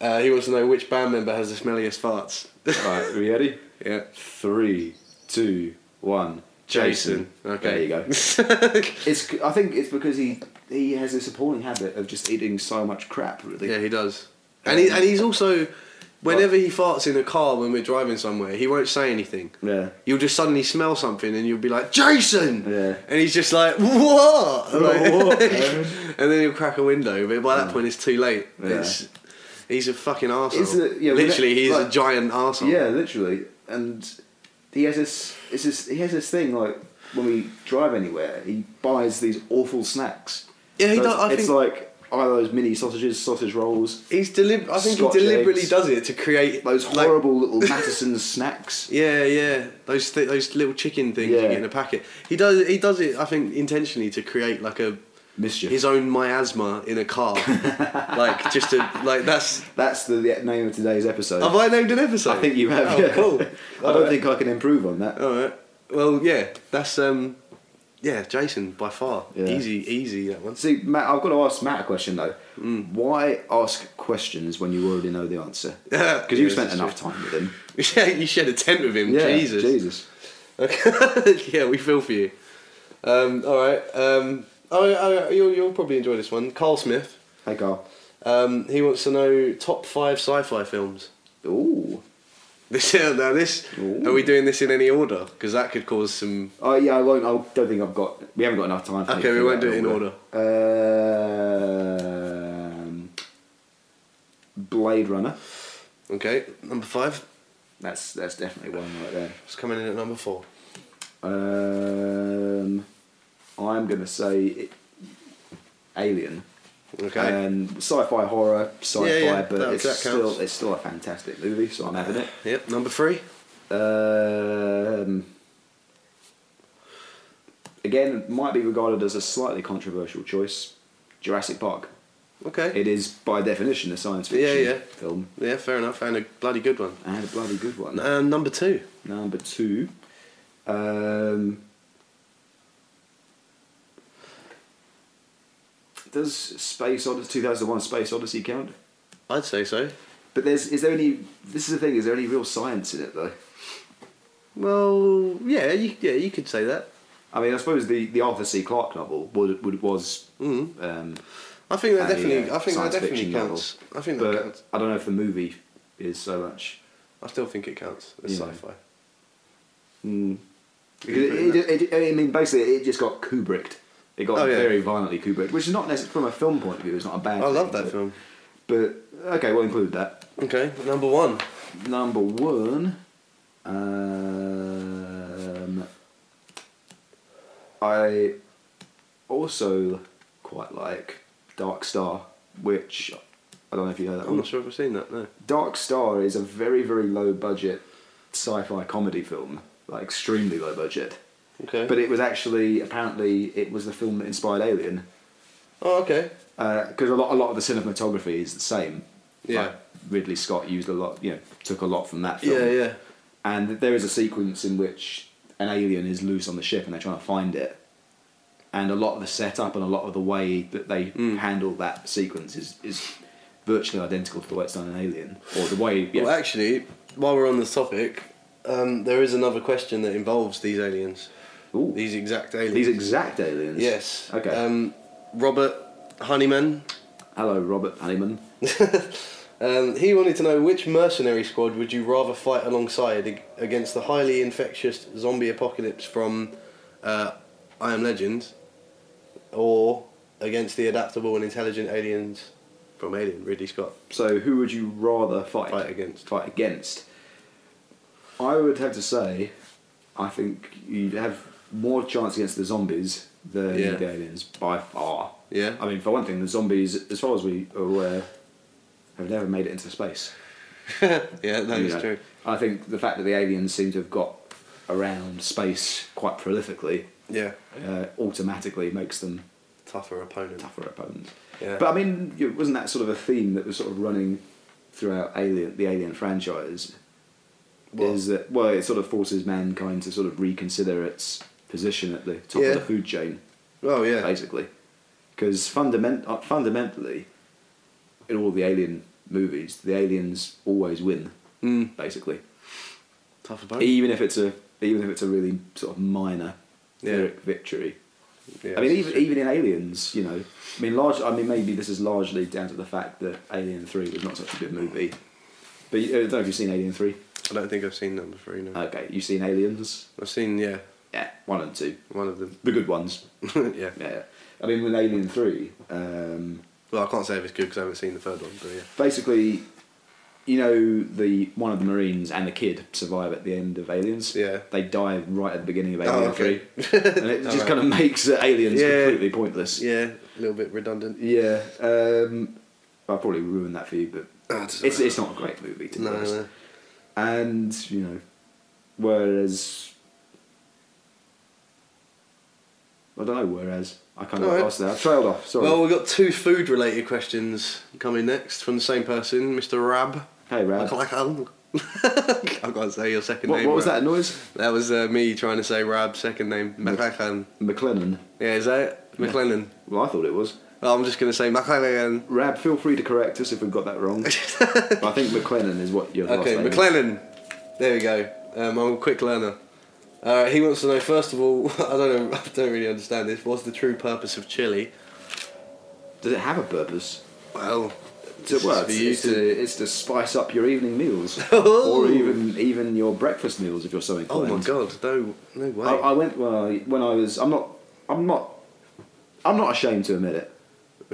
[SPEAKER 2] Uh, he wants to know which band member has the smelliest farts.
[SPEAKER 1] Alright, are we ready?
[SPEAKER 2] yeah.
[SPEAKER 1] Three, two, one.
[SPEAKER 2] Jason. Okay.
[SPEAKER 1] There you go. It's. I think it's because he he has this appalling habit of just eating so much crap. Really.
[SPEAKER 2] Yeah, he does. And he, and he's also, whenever he farts in a car when we're driving somewhere, he won't say anything.
[SPEAKER 1] Yeah.
[SPEAKER 2] You'll just suddenly smell something and you'll be like, Jason!
[SPEAKER 1] Yeah. Oh,
[SPEAKER 2] And he's just like, what? Like-
[SPEAKER 1] What? Mm.
[SPEAKER 2] and then he'll crack a window, but by that point it's too late.
[SPEAKER 1] Yeah.
[SPEAKER 2] It's, he's a fucking arsehole.
[SPEAKER 1] It's a- yeah,
[SPEAKER 2] Literally, he's a
[SPEAKER 1] like-
[SPEAKER 2] giant arsehole.
[SPEAKER 1] Yeah, literally. And he has this. It's this. He has this thing like when we drive anywhere, he buys these awful snacks.
[SPEAKER 2] Yeah, he
[SPEAKER 1] So
[SPEAKER 2] does.
[SPEAKER 1] It's,
[SPEAKER 2] I
[SPEAKER 1] it's
[SPEAKER 2] think
[SPEAKER 1] like either those mini sausages, sausage rolls,
[SPEAKER 2] he's delib- I think
[SPEAKER 1] Scotch
[SPEAKER 2] he deliberately
[SPEAKER 1] eggs.
[SPEAKER 2] does it to create
[SPEAKER 1] those
[SPEAKER 2] like-
[SPEAKER 1] horrible little Matteson snacks.
[SPEAKER 2] Yeah, yeah, those th- those little chicken things you
[SPEAKER 1] Yeah.
[SPEAKER 2] get in a packet. He does he does it, I think, intentionally to create like a
[SPEAKER 1] Mischief.
[SPEAKER 2] his own miasma in a car. like just to like that's
[SPEAKER 1] That's the, the name of today's episode.
[SPEAKER 2] have I named an episode?
[SPEAKER 1] I think you have.
[SPEAKER 2] Oh,
[SPEAKER 1] yeah.
[SPEAKER 2] cool.
[SPEAKER 1] I don't
[SPEAKER 2] Alright.
[SPEAKER 1] think I can improve on that.
[SPEAKER 2] All right. Well, yeah, that's um, yeah, Jason by far
[SPEAKER 1] Yeah.
[SPEAKER 2] easy, easy that one.
[SPEAKER 1] See, Matt, I've got to ask Matt a question though.
[SPEAKER 2] Mm.
[SPEAKER 1] Why ask questions when you already know the answer?
[SPEAKER 2] Yeah,
[SPEAKER 1] Because you've
[SPEAKER 2] this
[SPEAKER 1] spent
[SPEAKER 2] is
[SPEAKER 1] enough time with him.
[SPEAKER 2] Yeah, you shared a tent with him.
[SPEAKER 1] Yeah,
[SPEAKER 2] Jesus.
[SPEAKER 1] Jesus.
[SPEAKER 2] Okay. yeah, we feel for you. Um, all right. Um, oh, oh, you'll you'll probably enjoy this one. Carl Smith.
[SPEAKER 1] Hey, Carl.
[SPEAKER 2] Um, he wants to know top five sci-fi films.
[SPEAKER 1] Ooh.
[SPEAKER 2] This now this
[SPEAKER 1] Ooh.
[SPEAKER 2] are we doing this in any order? Because that could cause some.
[SPEAKER 1] Oh yeah, I won't. I don't think I've got. We haven't got enough time. For me
[SPEAKER 2] Okay,
[SPEAKER 1] to
[SPEAKER 2] we
[SPEAKER 1] do
[SPEAKER 2] won't
[SPEAKER 1] that
[SPEAKER 2] do it in
[SPEAKER 1] Um, Blade Runner.
[SPEAKER 2] Okay, number five.
[SPEAKER 1] That's that's definitely one right there.
[SPEAKER 2] It's coming in at number four.
[SPEAKER 1] Um, I'm gonna say it, Alien.
[SPEAKER 2] Okay.
[SPEAKER 1] Um, sci-fi horror, sci-fi,
[SPEAKER 2] Yeah, yeah,
[SPEAKER 1] but
[SPEAKER 2] that-
[SPEAKER 1] it's
[SPEAKER 2] that counts.
[SPEAKER 1] still it's still a fantastic movie, so I'm having it.
[SPEAKER 2] yep. Number three. Uh-huh.
[SPEAKER 1] Um, again, might be regarded as a slightly controversial choice. Jurassic Park.
[SPEAKER 2] Okay.
[SPEAKER 1] It is by definition a science fiction
[SPEAKER 2] Yeah, yeah.
[SPEAKER 1] film,
[SPEAKER 2] Yeah, fair enough. And a bloody good one.
[SPEAKER 1] and a bloody good one.
[SPEAKER 2] And number two.
[SPEAKER 1] Number two. Um, does Space Odyssey 2001 Space Odyssey count?
[SPEAKER 2] I'd say so.
[SPEAKER 1] But there's is there any this is the thing, is there any real science in it though?
[SPEAKER 2] Well, yeah, you, yeah, you could say that.
[SPEAKER 1] I mean I suppose the, the Arthur C. Clarke novel would, would was
[SPEAKER 2] Mm.
[SPEAKER 1] um,
[SPEAKER 2] I think
[SPEAKER 1] and
[SPEAKER 2] that
[SPEAKER 1] the,
[SPEAKER 2] definitely.
[SPEAKER 1] uh,
[SPEAKER 2] I think that
[SPEAKER 1] science
[SPEAKER 2] definitely
[SPEAKER 1] fiction novel.
[SPEAKER 2] counts. I think that
[SPEAKER 1] but
[SPEAKER 2] counts.
[SPEAKER 1] I don't know if the movie is so much.
[SPEAKER 2] I still think it counts as
[SPEAKER 1] Yeah.
[SPEAKER 2] sci-fi.
[SPEAKER 1] Mm.
[SPEAKER 2] You
[SPEAKER 1] Because
[SPEAKER 2] agree with
[SPEAKER 1] it, it, it, I mean, basically, it just got Kubricked. It got
[SPEAKER 2] Oh, yeah.
[SPEAKER 1] very violently Kubricked, which is not necessarily from a film point of view. It's not a bad.
[SPEAKER 2] I
[SPEAKER 1] thing,
[SPEAKER 2] love that
[SPEAKER 1] but-
[SPEAKER 2] film.
[SPEAKER 1] But okay, we'll include that.
[SPEAKER 2] Okay, number one.
[SPEAKER 1] Number one, um, I also quite like Dark Star, which I don't know if you know that
[SPEAKER 2] I'm
[SPEAKER 1] one.
[SPEAKER 2] not sure if I've seen that. No.
[SPEAKER 1] Dark Star is a very, very low budget sci fi comedy film, like extremely low budget.
[SPEAKER 2] Okay.
[SPEAKER 1] But it was actually, apparently, it was the film that inspired Alien.
[SPEAKER 2] oh, okay.
[SPEAKER 1] Because a, lot, a lot of the cinematography is the same.
[SPEAKER 2] Yeah.
[SPEAKER 1] Like, Ridley Scott used a lot, you know, took a lot from that film.
[SPEAKER 2] Yeah, yeah.
[SPEAKER 1] And there is a sequence in which an alien is loose on the ship and they're trying to find it. And a lot of the setup and a lot of the way that they
[SPEAKER 2] Hmm.
[SPEAKER 1] handle that sequence is, is virtually identical to the way it's done in Alien. Or the way. Yeah,
[SPEAKER 2] Well, actually, while we're on this topic, um, there is another question that involves these aliens,
[SPEAKER 1] Ooh, these,
[SPEAKER 2] these exact aliens.
[SPEAKER 1] exact aliens.
[SPEAKER 2] Yes.
[SPEAKER 1] Okay.
[SPEAKER 2] Um, Robert Honeyman.
[SPEAKER 1] Hello, Robert Honeyman.
[SPEAKER 2] Um, he wanted to know which mercenary squad would you rather fight alongside ag- against the highly infectious zombie apocalypse from uh, I Am Legend, or against the adaptable and intelligent aliens from Alien, Ridley Scott.
[SPEAKER 1] So, who would you rather fight?
[SPEAKER 2] Fight against.
[SPEAKER 1] Fight against. I would have to say, I think you'd have more chance against the zombies than
[SPEAKER 2] Yeah.
[SPEAKER 1] the aliens by far.
[SPEAKER 2] Yeah.
[SPEAKER 1] I mean, for one thing, the zombies, as far as we are aware, have never made it into space.
[SPEAKER 2] yeah, that
[SPEAKER 1] You
[SPEAKER 2] is
[SPEAKER 1] know,
[SPEAKER 2] true.
[SPEAKER 1] I think the fact that the aliens seem to have got around space quite prolifically
[SPEAKER 2] Yeah,
[SPEAKER 1] uh, automatically makes them
[SPEAKER 2] tougher opponent.
[SPEAKER 1] tougher opponents.
[SPEAKER 2] Yeah.
[SPEAKER 1] But I mean, you- wasn't that sort of a theme that was sort of running throughout Alien, the Alien franchise?
[SPEAKER 2] What?
[SPEAKER 1] Is that well, it sort of forces mankind to sort of reconsider its position at the top
[SPEAKER 2] Yeah.
[SPEAKER 1] of the food chain,
[SPEAKER 2] Oh yeah,
[SPEAKER 1] basically, because fundament, uh, fundamentally, in all the Alien movies, the aliens always win,
[SPEAKER 2] Mm.
[SPEAKER 1] basically,
[SPEAKER 2] tough opponent.
[SPEAKER 1] even if it's a even if it's a really sort of minor
[SPEAKER 2] Yeah.
[SPEAKER 1] lyric victory.
[SPEAKER 2] Yeah,
[SPEAKER 1] I mean,
[SPEAKER 2] this is
[SPEAKER 1] even,
[SPEAKER 2] true.
[SPEAKER 1] even in Aliens, you know, I mean, large. I mean, maybe this is largely down to the fact that Alien Three was not such a good movie. But you, I don't know if you've seen Alien Three.
[SPEAKER 2] I don't think I've seen number three. No,
[SPEAKER 1] Okay, you've seen Aliens.
[SPEAKER 2] I've seen yeah
[SPEAKER 1] Yeah, one and two,
[SPEAKER 2] one of them.
[SPEAKER 1] the good ones.
[SPEAKER 2] yeah.
[SPEAKER 1] Yeah, I mean, with Alien Three, um,
[SPEAKER 2] Well, I can't say if it's good because I haven't seen the third one. But yeah.
[SPEAKER 1] basically, you know, the one of the Marines and the kid survive at the end of Aliens.
[SPEAKER 2] Yeah.
[SPEAKER 1] they die right at the beginning of
[SPEAKER 2] Oh,
[SPEAKER 1] Alien
[SPEAKER 2] okay.
[SPEAKER 1] Three, and it just
[SPEAKER 2] Alright.
[SPEAKER 1] kind of makes uh, Aliens
[SPEAKER 2] Yeah.
[SPEAKER 1] completely pointless.
[SPEAKER 2] Yeah, a little bit redundant.
[SPEAKER 1] Yeah, um, I'll probably ruin that for you, but
[SPEAKER 2] Ah, it's
[SPEAKER 1] it's,
[SPEAKER 2] alright.
[SPEAKER 1] it's not a great movie to be
[SPEAKER 2] No,
[SPEAKER 1] honest.
[SPEAKER 2] no.
[SPEAKER 1] And you know, whereas I don't know. Whereas I kind of got
[SPEAKER 2] Alright.
[SPEAKER 1] lost there. I trailed off. Sorry.
[SPEAKER 2] Well, we've got two food related questions coming next from the same person, Mr. Rab.
[SPEAKER 1] hey, Rab. What,
[SPEAKER 2] Aklakal. I can't say your second name.
[SPEAKER 1] what was
[SPEAKER 2] Rab.
[SPEAKER 1] that noise?
[SPEAKER 2] That was uh, me trying to say Rab's second name. McLachlan.
[SPEAKER 1] McLennan.
[SPEAKER 2] Yeah, is that it? McLennan.
[SPEAKER 1] Well, I thought it was.
[SPEAKER 2] Oh, I'm just going to say McLennan.
[SPEAKER 1] Rab, feel free to correct us if we've got that wrong. but I think McLennan is what your last
[SPEAKER 2] Okay,
[SPEAKER 1] name is.
[SPEAKER 2] McLennan. There we go. Um, I'm a quick learner. All right, he wants to know first of all. I don't know. I don't really understand this. What's the true purpose of chili?
[SPEAKER 1] Does it have a purpose?
[SPEAKER 2] Well,
[SPEAKER 1] To
[SPEAKER 2] this is
[SPEAKER 1] work,
[SPEAKER 2] for you
[SPEAKER 1] it's,
[SPEAKER 2] to
[SPEAKER 1] to, it's to spice up your evening meals,
[SPEAKER 2] Oh.
[SPEAKER 1] or even even your breakfast meals if you're so
[SPEAKER 2] Oh
[SPEAKER 1] inclined.
[SPEAKER 2] my god, no, no way.
[SPEAKER 1] I, I went well I- when I was. I'm not. I'm not. I'm not ashamed to admit it.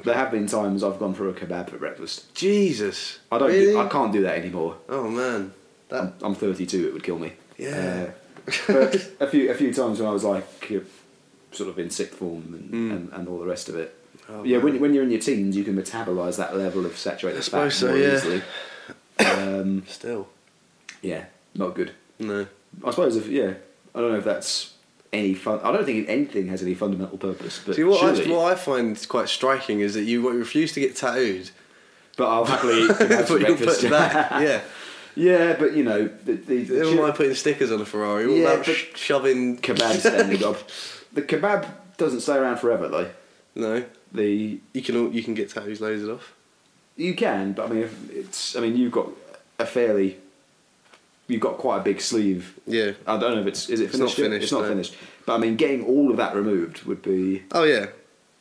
[SPEAKER 1] There have been times I've gone for a kebab for breakfast.
[SPEAKER 2] Jesus.
[SPEAKER 1] I don't.
[SPEAKER 2] Really?
[SPEAKER 1] Do, I can't do that anymore.
[SPEAKER 2] Oh man,
[SPEAKER 1] I'm,
[SPEAKER 2] that.
[SPEAKER 1] I'm 32. It would kill me.
[SPEAKER 2] Yeah.
[SPEAKER 1] Uh, but a few a few times when I was like, you know, sort of in sick form and, and, and all the rest of it.
[SPEAKER 2] Mm. Oh,
[SPEAKER 1] yeah. When
[SPEAKER 2] man.
[SPEAKER 1] when you're in your teens, you can metabolise that level of saturated
[SPEAKER 2] I
[SPEAKER 1] fat
[SPEAKER 2] suppose so,
[SPEAKER 1] more
[SPEAKER 2] yeah.
[SPEAKER 1] easily. Um,
[SPEAKER 2] Still.
[SPEAKER 1] yeah. Not good.
[SPEAKER 2] No.
[SPEAKER 1] I suppose if yeah. I don't know if that's any fun. I don't think anything has any fundamental purpose. But
[SPEAKER 2] See what I,
[SPEAKER 1] surely-
[SPEAKER 2] what I find quite striking is that you refuse to get tattooed,
[SPEAKER 1] But I'll happily eat
[SPEAKER 2] but
[SPEAKER 1] kebabs for
[SPEAKER 2] you'll put
[SPEAKER 1] breakfast.
[SPEAKER 2] it back. Yeah.
[SPEAKER 1] yeah, but you know, the, the, the
[SPEAKER 2] Never
[SPEAKER 1] chi-
[SPEAKER 2] mind putting stickers on a Ferrari. What
[SPEAKER 1] Yeah,
[SPEAKER 2] about
[SPEAKER 1] but-
[SPEAKER 2] sh- shoving?
[SPEAKER 1] kebab standing up. The kebab doesn't stay around forever though.
[SPEAKER 2] No.
[SPEAKER 1] The
[SPEAKER 2] You can all, you can get tattoos loaded off.
[SPEAKER 1] you can, but I mean, if it's I mean, you've got a fairly, you've got quite a big sleeve.
[SPEAKER 2] Yeah.
[SPEAKER 1] I don't know if it's is it
[SPEAKER 2] It's not
[SPEAKER 1] finished. yet?
[SPEAKER 2] finished,
[SPEAKER 1] It's not
[SPEAKER 2] no.
[SPEAKER 1] finished. But I mean, getting all of that removed would be
[SPEAKER 2] Oh yeah.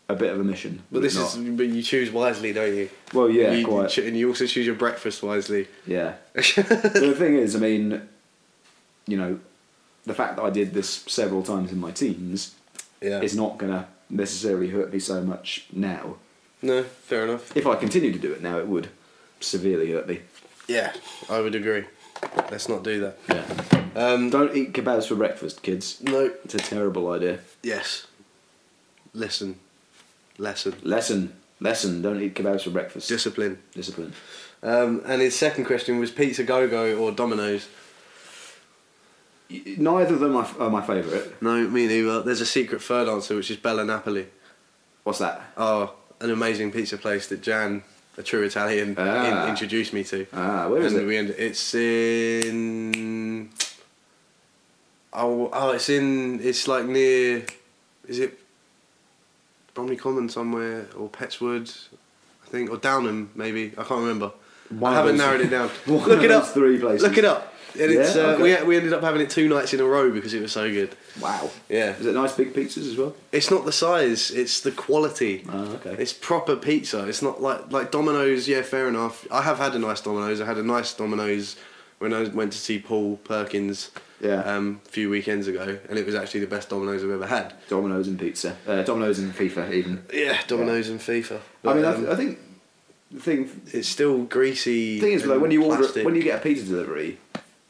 [SPEAKER 1] a bit of a mission.
[SPEAKER 2] But
[SPEAKER 1] would
[SPEAKER 2] this
[SPEAKER 1] it
[SPEAKER 2] is
[SPEAKER 1] not?
[SPEAKER 2] but you choose wisely, don't you?
[SPEAKER 1] well, yeah,
[SPEAKER 2] You- you,
[SPEAKER 1] quite.
[SPEAKER 2] cho- and you also choose your breakfast wisely.
[SPEAKER 1] Yeah. the thing is, I mean, you know, the fact that I did this several times in my teens
[SPEAKER 2] Yeah.
[SPEAKER 1] it's not going to necessarily hurt me so much now.
[SPEAKER 2] no, fair enough.
[SPEAKER 1] If I continue to do it now, it would severely hurt me.
[SPEAKER 2] Yeah, I would agree. Let's not do that.
[SPEAKER 1] Yeah.
[SPEAKER 2] Um,
[SPEAKER 1] Don't eat kebabs for breakfast, kids.
[SPEAKER 2] no.
[SPEAKER 1] It's a terrible idea.
[SPEAKER 2] Yes. Listen. Lesson.
[SPEAKER 1] Lesson. Lesson: Don't eat kebabs for breakfast.
[SPEAKER 2] Discipline.
[SPEAKER 1] Discipline.
[SPEAKER 2] Um, and his second question was Pizza Go Go or Domino's.
[SPEAKER 1] Y- Neither of them are, are my favourite.
[SPEAKER 2] No, me neither. There's a secret third answer, which is Bella Napoli.
[SPEAKER 1] What's that?
[SPEAKER 2] Oh, an amazing pizza place that Jan, a true Italian,
[SPEAKER 1] Ah.
[SPEAKER 2] in- introduced me to.
[SPEAKER 1] Ah, where is
[SPEAKER 2] and
[SPEAKER 1] it?
[SPEAKER 2] We end, it's in. Oh, oh, it's in. It's like near. Is it Bromley Common somewhere or Petswood? I think or Downham maybe. I can't remember.
[SPEAKER 1] One
[SPEAKER 2] I
[SPEAKER 1] of
[SPEAKER 2] haven't
[SPEAKER 1] those-
[SPEAKER 2] narrowed it down.
[SPEAKER 1] One of
[SPEAKER 2] Look it
[SPEAKER 1] those
[SPEAKER 2] up.
[SPEAKER 1] Three places.
[SPEAKER 2] Look it up. And it's,
[SPEAKER 1] Yeah,
[SPEAKER 2] uh,
[SPEAKER 1] okay.
[SPEAKER 2] we, we ended up having it two nights in a row because it was so good.
[SPEAKER 1] Wow.
[SPEAKER 2] Yeah.
[SPEAKER 1] Is it nice big pizzas as well?
[SPEAKER 2] It's not the size, it's the quality.
[SPEAKER 1] Ah, okay.
[SPEAKER 2] It's proper pizza. It's not like like Domino's. Yeah, fair enough. I have had a nice Domino's. I had a nice Domino's when I went to see Paul Perkins.
[SPEAKER 1] Yeah.
[SPEAKER 2] Um, a few weekends ago, and it was actually the best Domino's I've ever had.
[SPEAKER 1] Domino's and pizza. Uh, Domino's and FIFA even.
[SPEAKER 2] Yeah, Domino's and FIFA.
[SPEAKER 1] I mean, I,
[SPEAKER 2] um,
[SPEAKER 1] th- I think the thing
[SPEAKER 2] it's still greasy.
[SPEAKER 1] The thing is, though,
[SPEAKER 2] and
[SPEAKER 1] when you order,
[SPEAKER 2] plastic.
[SPEAKER 1] when you get a pizza delivery,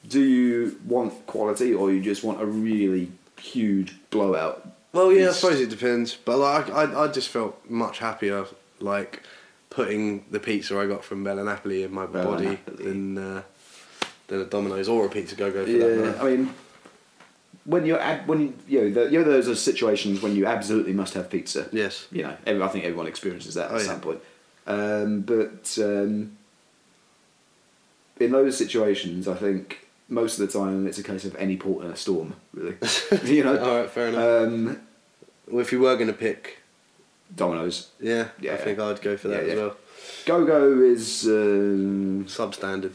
[SPEAKER 1] do you want quality or you just want a really huge blowout?
[SPEAKER 2] Well, yeah, I
[SPEAKER 1] It's-
[SPEAKER 2] suppose it depends. But like, I, I just felt much happier, like putting the pizza I got from Bella Napoli in my
[SPEAKER 1] Bella
[SPEAKER 2] body
[SPEAKER 1] Napoli.
[SPEAKER 2] than uh, than a Domino's or a Pizza Go Go for that
[SPEAKER 1] Yeah,
[SPEAKER 2] matter.
[SPEAKER 1] I mean, when you're ab- when you, you know, the, you know those are situations when you absolutely must have pizza.
[SPEAKER 2] Yes.
[SPEAKER 1] You know, every, I think everyone experiences that at
[SPEAKER 2] Oh, yeah.
[SPEAKER 1] some point. Um, but um, in those situations, I think most of the time it's a case of any port in a storm, really. you know,
[SPEAKER 2] All right, fair enough.
[SPEAKER 1] um,
[SPEAKER 2] Well, if you were going to pick,
[SPEAKER 1] Domino's.
[SPEAKER 2] yeah, I
[SPEAKER 1] Yeah.
[SPEAKER 2] think I'd go for that
[SPEAKER 1] Yeah,
[SPEAKER 2] as
[SPEAKER 1] yeah.
[SPEAKER 2] well.
[SPEAKER 1] Go Go is. Um,
[SPEAKER 2] Substandard.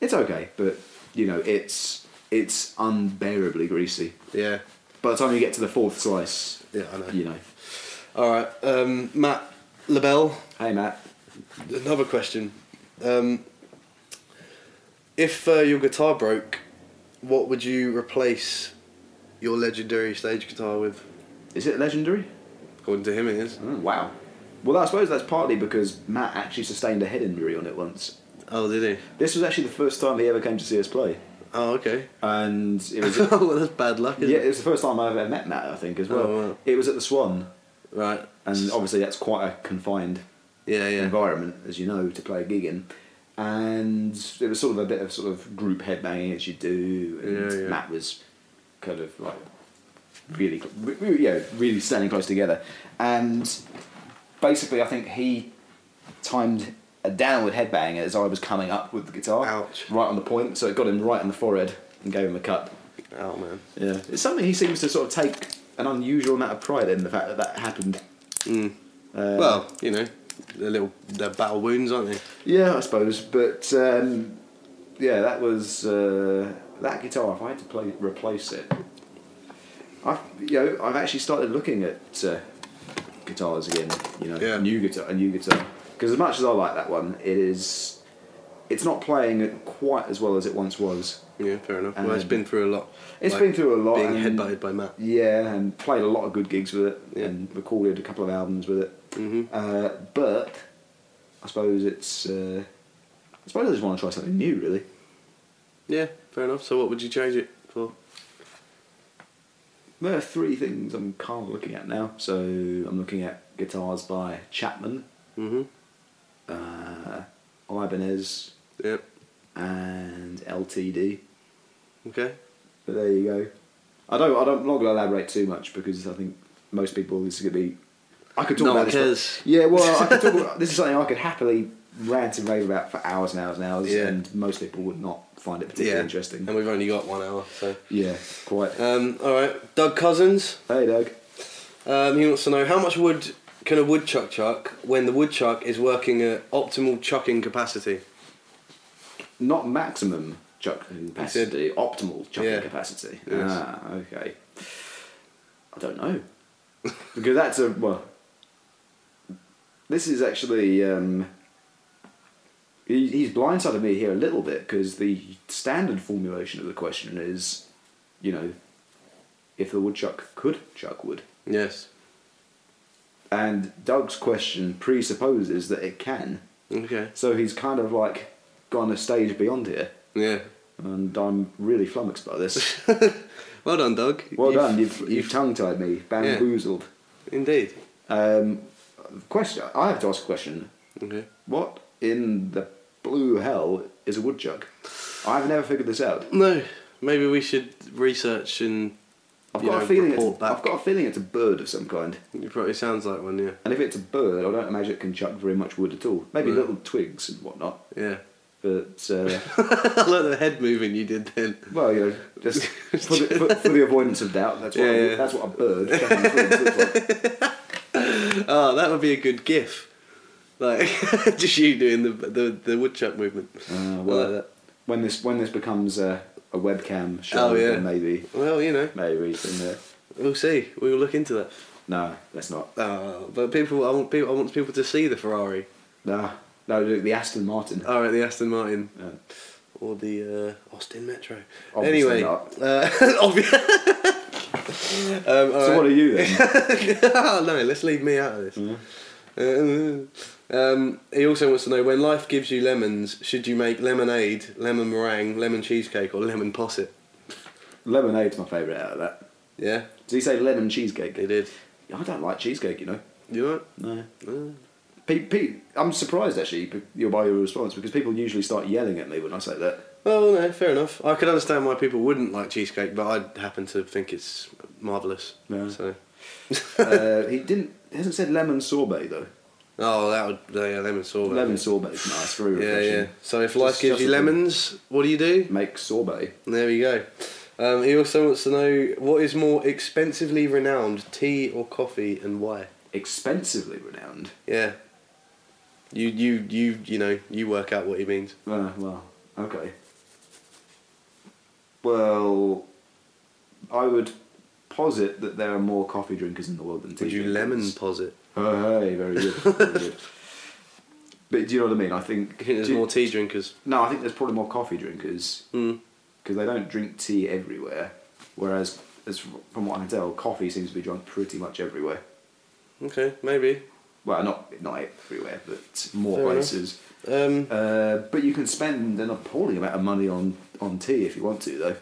[SPEAKER 1] It's okay, but you know, it's it's unbearably greasy.
[SPEAKER 2] Yeah,
[SPEAKER 1] By the time you get to the fourth slice,
[SPEAKER 2] yeah, I know.
[SPEAKER 1] you know.
[SPEAKER 2] All right, um, Matt Labelle.
[SPEAKER 1] Hey Matt.
[SPEAKER 2] Another question: um, If uh, your guitar broke, what would you replace your legendary stage guitar with?
[SPEAKER 1] Is it legendary?
[SPEAKER 2] According to him, it is.
[SPEAKER 1] Oh, wow. Well I suppose that's partly because Matt actually sustained a head injury on it once.
[SPEAKER 2] Oh, did he?
[SPEAKER 1] This was actually the first time he ever came to see us play.
[SPEAKER 2] Oh, okay.
[SPEAKER 1] And it was
[SPEAKER 2] well, that's bad luck. Isn't
[SPEAKER 1] Yeah, it
[SPEAKER 2] It?
[SPEAKER 1] was the first time I ever met Matt, I think, as well.
[SPEAKER 2] Oh, wow.
[SPEAKER 1] It was at the Swan.
[SPEAKER 2] Right.
[SPEAKER 1] And obviously that's quite a confined
[SPEAKER 2] yeah, yeah.
[SPEAKER 1] environment, as you know, to play a gig in. And it was sort of a bit of sort of group headbanging as you do, and
[SPEAKER 2] Yeah, yeah.
[SPEAKER 1] Matt was kind of like really, cl- re- re- yeah, really standing close together. And basically, I think he timed a downward headbang as I was coming up with the guitar,
[SPEAKER 2] Ouch.
[SPEAKER 1] right on the point, so it got him right on the forehead and gave him a cut.
[SPEAKER 2] Oh man.
[SPEAKER 1] Yeah, it's something he seems to sort of take an unusual amount of pride in the fact that that happened.
[SPEAKER 2] Mm.
[SPEAKER 1] Uh,
[SPEAKER 2] well, you know, they're little they're battle wounds, aren't they?
[SPEAKER 1] Yeah, I suppose, but um, yeah, that was uh, that guitar. If I had to play replace it, I've you know I've actually started looking at uh, guitars again. You know,
[SPEAKER 2] Yeah.
[SPEAKER 1] new guitar, a new guitar. Because as much as I like that one, it is, it's not playing it quite as well as it once was.
[SPEAKER 2] Yeah, fair enough.
[SPEAKER 1] And
[SPEAKER 2] well, it's
[SPEAKER 1] then-
[SPEAKER 2] been through a lot.
[SPEAKER 1] It's
[SPEAKER 2] It's
[SPEAKER 1] been through a lot.
[SPEAKER 2] Being
[SPEAKER 1] and-
[SPEAKER 2] headbutted by Matt.
[SPEAKER 1] Yeah, and played a lot of good gigs with it,
[SPEAKER 2] Yeah.
[SPEAKER 1] and recorded a couple of albums with it.
[SPEAKER 2] hmm
[SPEAKER 1] Uh, but I suppose it's. Uh, I suppose I just want to try something new, really.
[SPEAKER 2] Yeah, fair enough. So, what would you change it for?
[SPEAKER 1] There are three things I'm kind of looking at now. So I'm looking at guitars by Chapman,
[SPEAKER 2] hmm
[SPEAKER 1] uh, Ibanez,
[SPEAKER 2] Yep.
[SPEAKER 1] and LTD.
[SPEAKER 2] Okay.
[SPEAKER 1] But there you go. I don't. I don't. I'm not going to elaborate too much because I think most people this is going to be. I could talk
[SPEAKER 2] No
[SPEAKER 1] about
[SPEAKER 2] one
[SPEAKER 1] this.
[SPEAKER 2] cares.
[SPEAKER 1] Yeah, well, I could talk about, this is something I could happily rant and rave about for hours and hours and hours,
[SPEAKER 2] Yeah.
[SPEAKER 1] and most people would not find it particularly interesting.
[SPEAKER 2] And we've only got one hour, so.
[SPEAKER 1] Yeah, quite.
[SPEAKER 2] Um, all right, Doug Cousins.
[SPEAKER 1] Hey, Doug.
[SPEAKER 2] Um, he wants to know how much wood can a woodchuck chuck when the woodchuck is working at optimal chucking capacity?
[SPEAKER 1] Not maximum chucking capacity, optimal chucking
[SPEAKER 2] Yeah.
[SPEAKER 1] capacity.
[SPEAKER 2] Yes.
[SPEAKER 1] Ah, okay. I don't know. because that's a. Well. This is actually. Um, he, he's blindsided me here a little bit because the standard formulation of the question is, you know, if the woodchuck could chuck wood.
[SPEAKER 2] Yes.
[SPEAKER 1] And Doug's question presupposes that it can.
[SPEAKER 2] Okay.
[SPEAKER 1] So he's kind of like gone a stage beyond here,
[SPEAKER 2] Yeah.
[SPEAKER 1] and I'm really flummoxed by this.
[SPEAKER 2] Well done, Doug.
[SPEAKER 1] Well done, you've, you've tongue tied me, bamboozled.
[SPEAKER 2] Indeed.
[SPEAKER 1] Um, Question. I have to ask a question.
[SPEAKER 2] Okay.
[SPEAKER 1] What in the blue hell is a woodchuck? I've never figured this out.
[SPEAKER 2] No, maybe we should research and
[SPEAKER 1] I've
[SPEAKER 2] you
[SPEAKER 1] got
[SPEAKER 2] know,
[SPEAKER 1] a feeling.
[SPEAKER 2] report
[SPEAKER 1] It's,
[SPEAKER 2] back.
[SPEAKER 1] I've got a feeling it's a bird of some kind.
[SPEAKER 2] It probably sounds like one, yeah.
[SPEAKER 1] And if it's a bird, I don't imagine it can chuck very much wood at all. Maybe
[SPEAKER 2] Right.
[SPEAKER 1] little twigs and whatnot.
[SPEAKER 2] Yeah.
[SPEAKER 1] But uh,
[SPEAKER 2] I like the head moving you did then.
[SPEAKER 1] well, you know, just for the, for, for the avoidance of doubt, that's what
[SPEAKER 2] Yeah,
[SPEAKER 1] a,
[SPEAKER 2] yeah.
[SPEAKER 1] that's what a bird chucking twigs looks like.
[SPEAKER 2] Oh, that would be a good gif. Like just you doing the the, the woodchuck movement.
[SPEAKER 1] Uh,
[SPEAKER 2] I like
[SPEAKER 1] well,
[SPEAKER 2] that.
[SPEAKER 1] when this when this becomes a, a webcam show,
[SPEAKER 2] Oh, yeah.
[SPEAKER 1] then maybe
[SPEAKER 2] Well, you know,
[SPEAKER 1] maybe then, uh,
[SPEAKER 2] we'll see. We will look into that.
[SPEAKER 1] no, that's not.
[SPEAKER 2] Oh, but people, I want people, I want people to see the Ferrari
[SPEAKER 1] No, no, look, the Aston Martin.
[SPEAKER 2] or the Aston Martin
[SPEAKER 1] Yeah.
[SPEAKER 2] or the uh, Austin Metro.
[SPEAKER 1] Obviously
[SPEAKER 2] anyway,
[SPEAKER 1] not.
[SPEAKER 2] Uh, obvious. um, all
[SPEAKER 1] So
[SPEAKER 2] right.
[SPEAKER 1] what are you then?
[SPEAKER 2] oh, no, let's leave me out of this.
[SPEAKER 1] Mm.
[SPEAKER 2] Uh, um, he also wants to know when life gives you lemons, should you make lemonade, lemon meringue, lemon cheesecake, or lemon posset?
[SPEAKER 1] Lemonade's my favourite out of that.
[SPEAKER 2] Yeah,
[SPEAKER 1] Did he say lemon cheesecake?
[SPEAKER 2] they did.
[SPEAKER 1] I don't like cheesecake, you know.
[SPEAKER 2] You Uh,
[SPEAKER 1] No.
[SPEAKER 2] know?
[SPEAKER 1] Pete, Pete, I'm surprised actually b- you're by your response because people usually start yelling at me when I say that.
[SPEAKER 2] Well, no, fair enough. I could understand why people wouldn't like cheesecake, but I happen to think it's marvelous.
[SPEAKER 1] Yeah.
[SPEAKER 2] So,
[SPEAKER 1] uh, he didn't. He hasn't said lemon sorbet though.
[SPEAKER 2] oh, that would yeah, lemon sorbet.
[SPEAKER 1] Lemon sorbet's nice, very
[SPEAKER 2] Yeah,
[SPEAKER 1] refreshing.
[SPEAKER 2] yeah. So if life
[SPEAKER 1] Just-
[SPEAKER 2] gives
[SPEAKER 1] just
[SPEAKER 2] you
[SPEAKER 1] a thing.
[SPEAKER 2] lemons, what do you do?
[SPEAKER 1] Make sorbet.
[SPEAKER 2] There we go. Um, he also wants to know what is more expensively renowned, tea or coffee, and why.
[SPEAKER 1] Expensively renowned.
[SPEAKER 2] Yeah. You you you you know you work out what he means.
[SPEAKER 1] Uh, well, okay. Well, I would posit that there are more coffee drinkers in the world than tea
[SPEAKER 2] Would you lemon
[SPEAKER 1] drinkers.
[SPEAKER 2] posit?
[SPEAKER 1] Oh, hey, very good. Very good. But do you know what I mean? I think.
[SPEAKER 2] I think there's
[SPEAKER 1] do you-
[SPEAKER 2] more tea drinkers.
[SPEAKER 1] No, I think there's probably more coffee drinkers
[SPEAKER 2] Mm.
[SPEAKER 1] because they don't drink tea everywhere. Whereas, as f- from what I can tell, coffee seems to be drunk pretty much everywhere.
[SPEAKER 2] Okay, maybe.
[SPEAKER 1] Well, not not everywhere, but more
[SPEAKER 2] Fair enough.
[SPEAKER 1] places.
[SPEAKER 2] Um,
[SPEAKER 1] Uh, but you can spend an appalling amount of money on, on tea if you want to, though.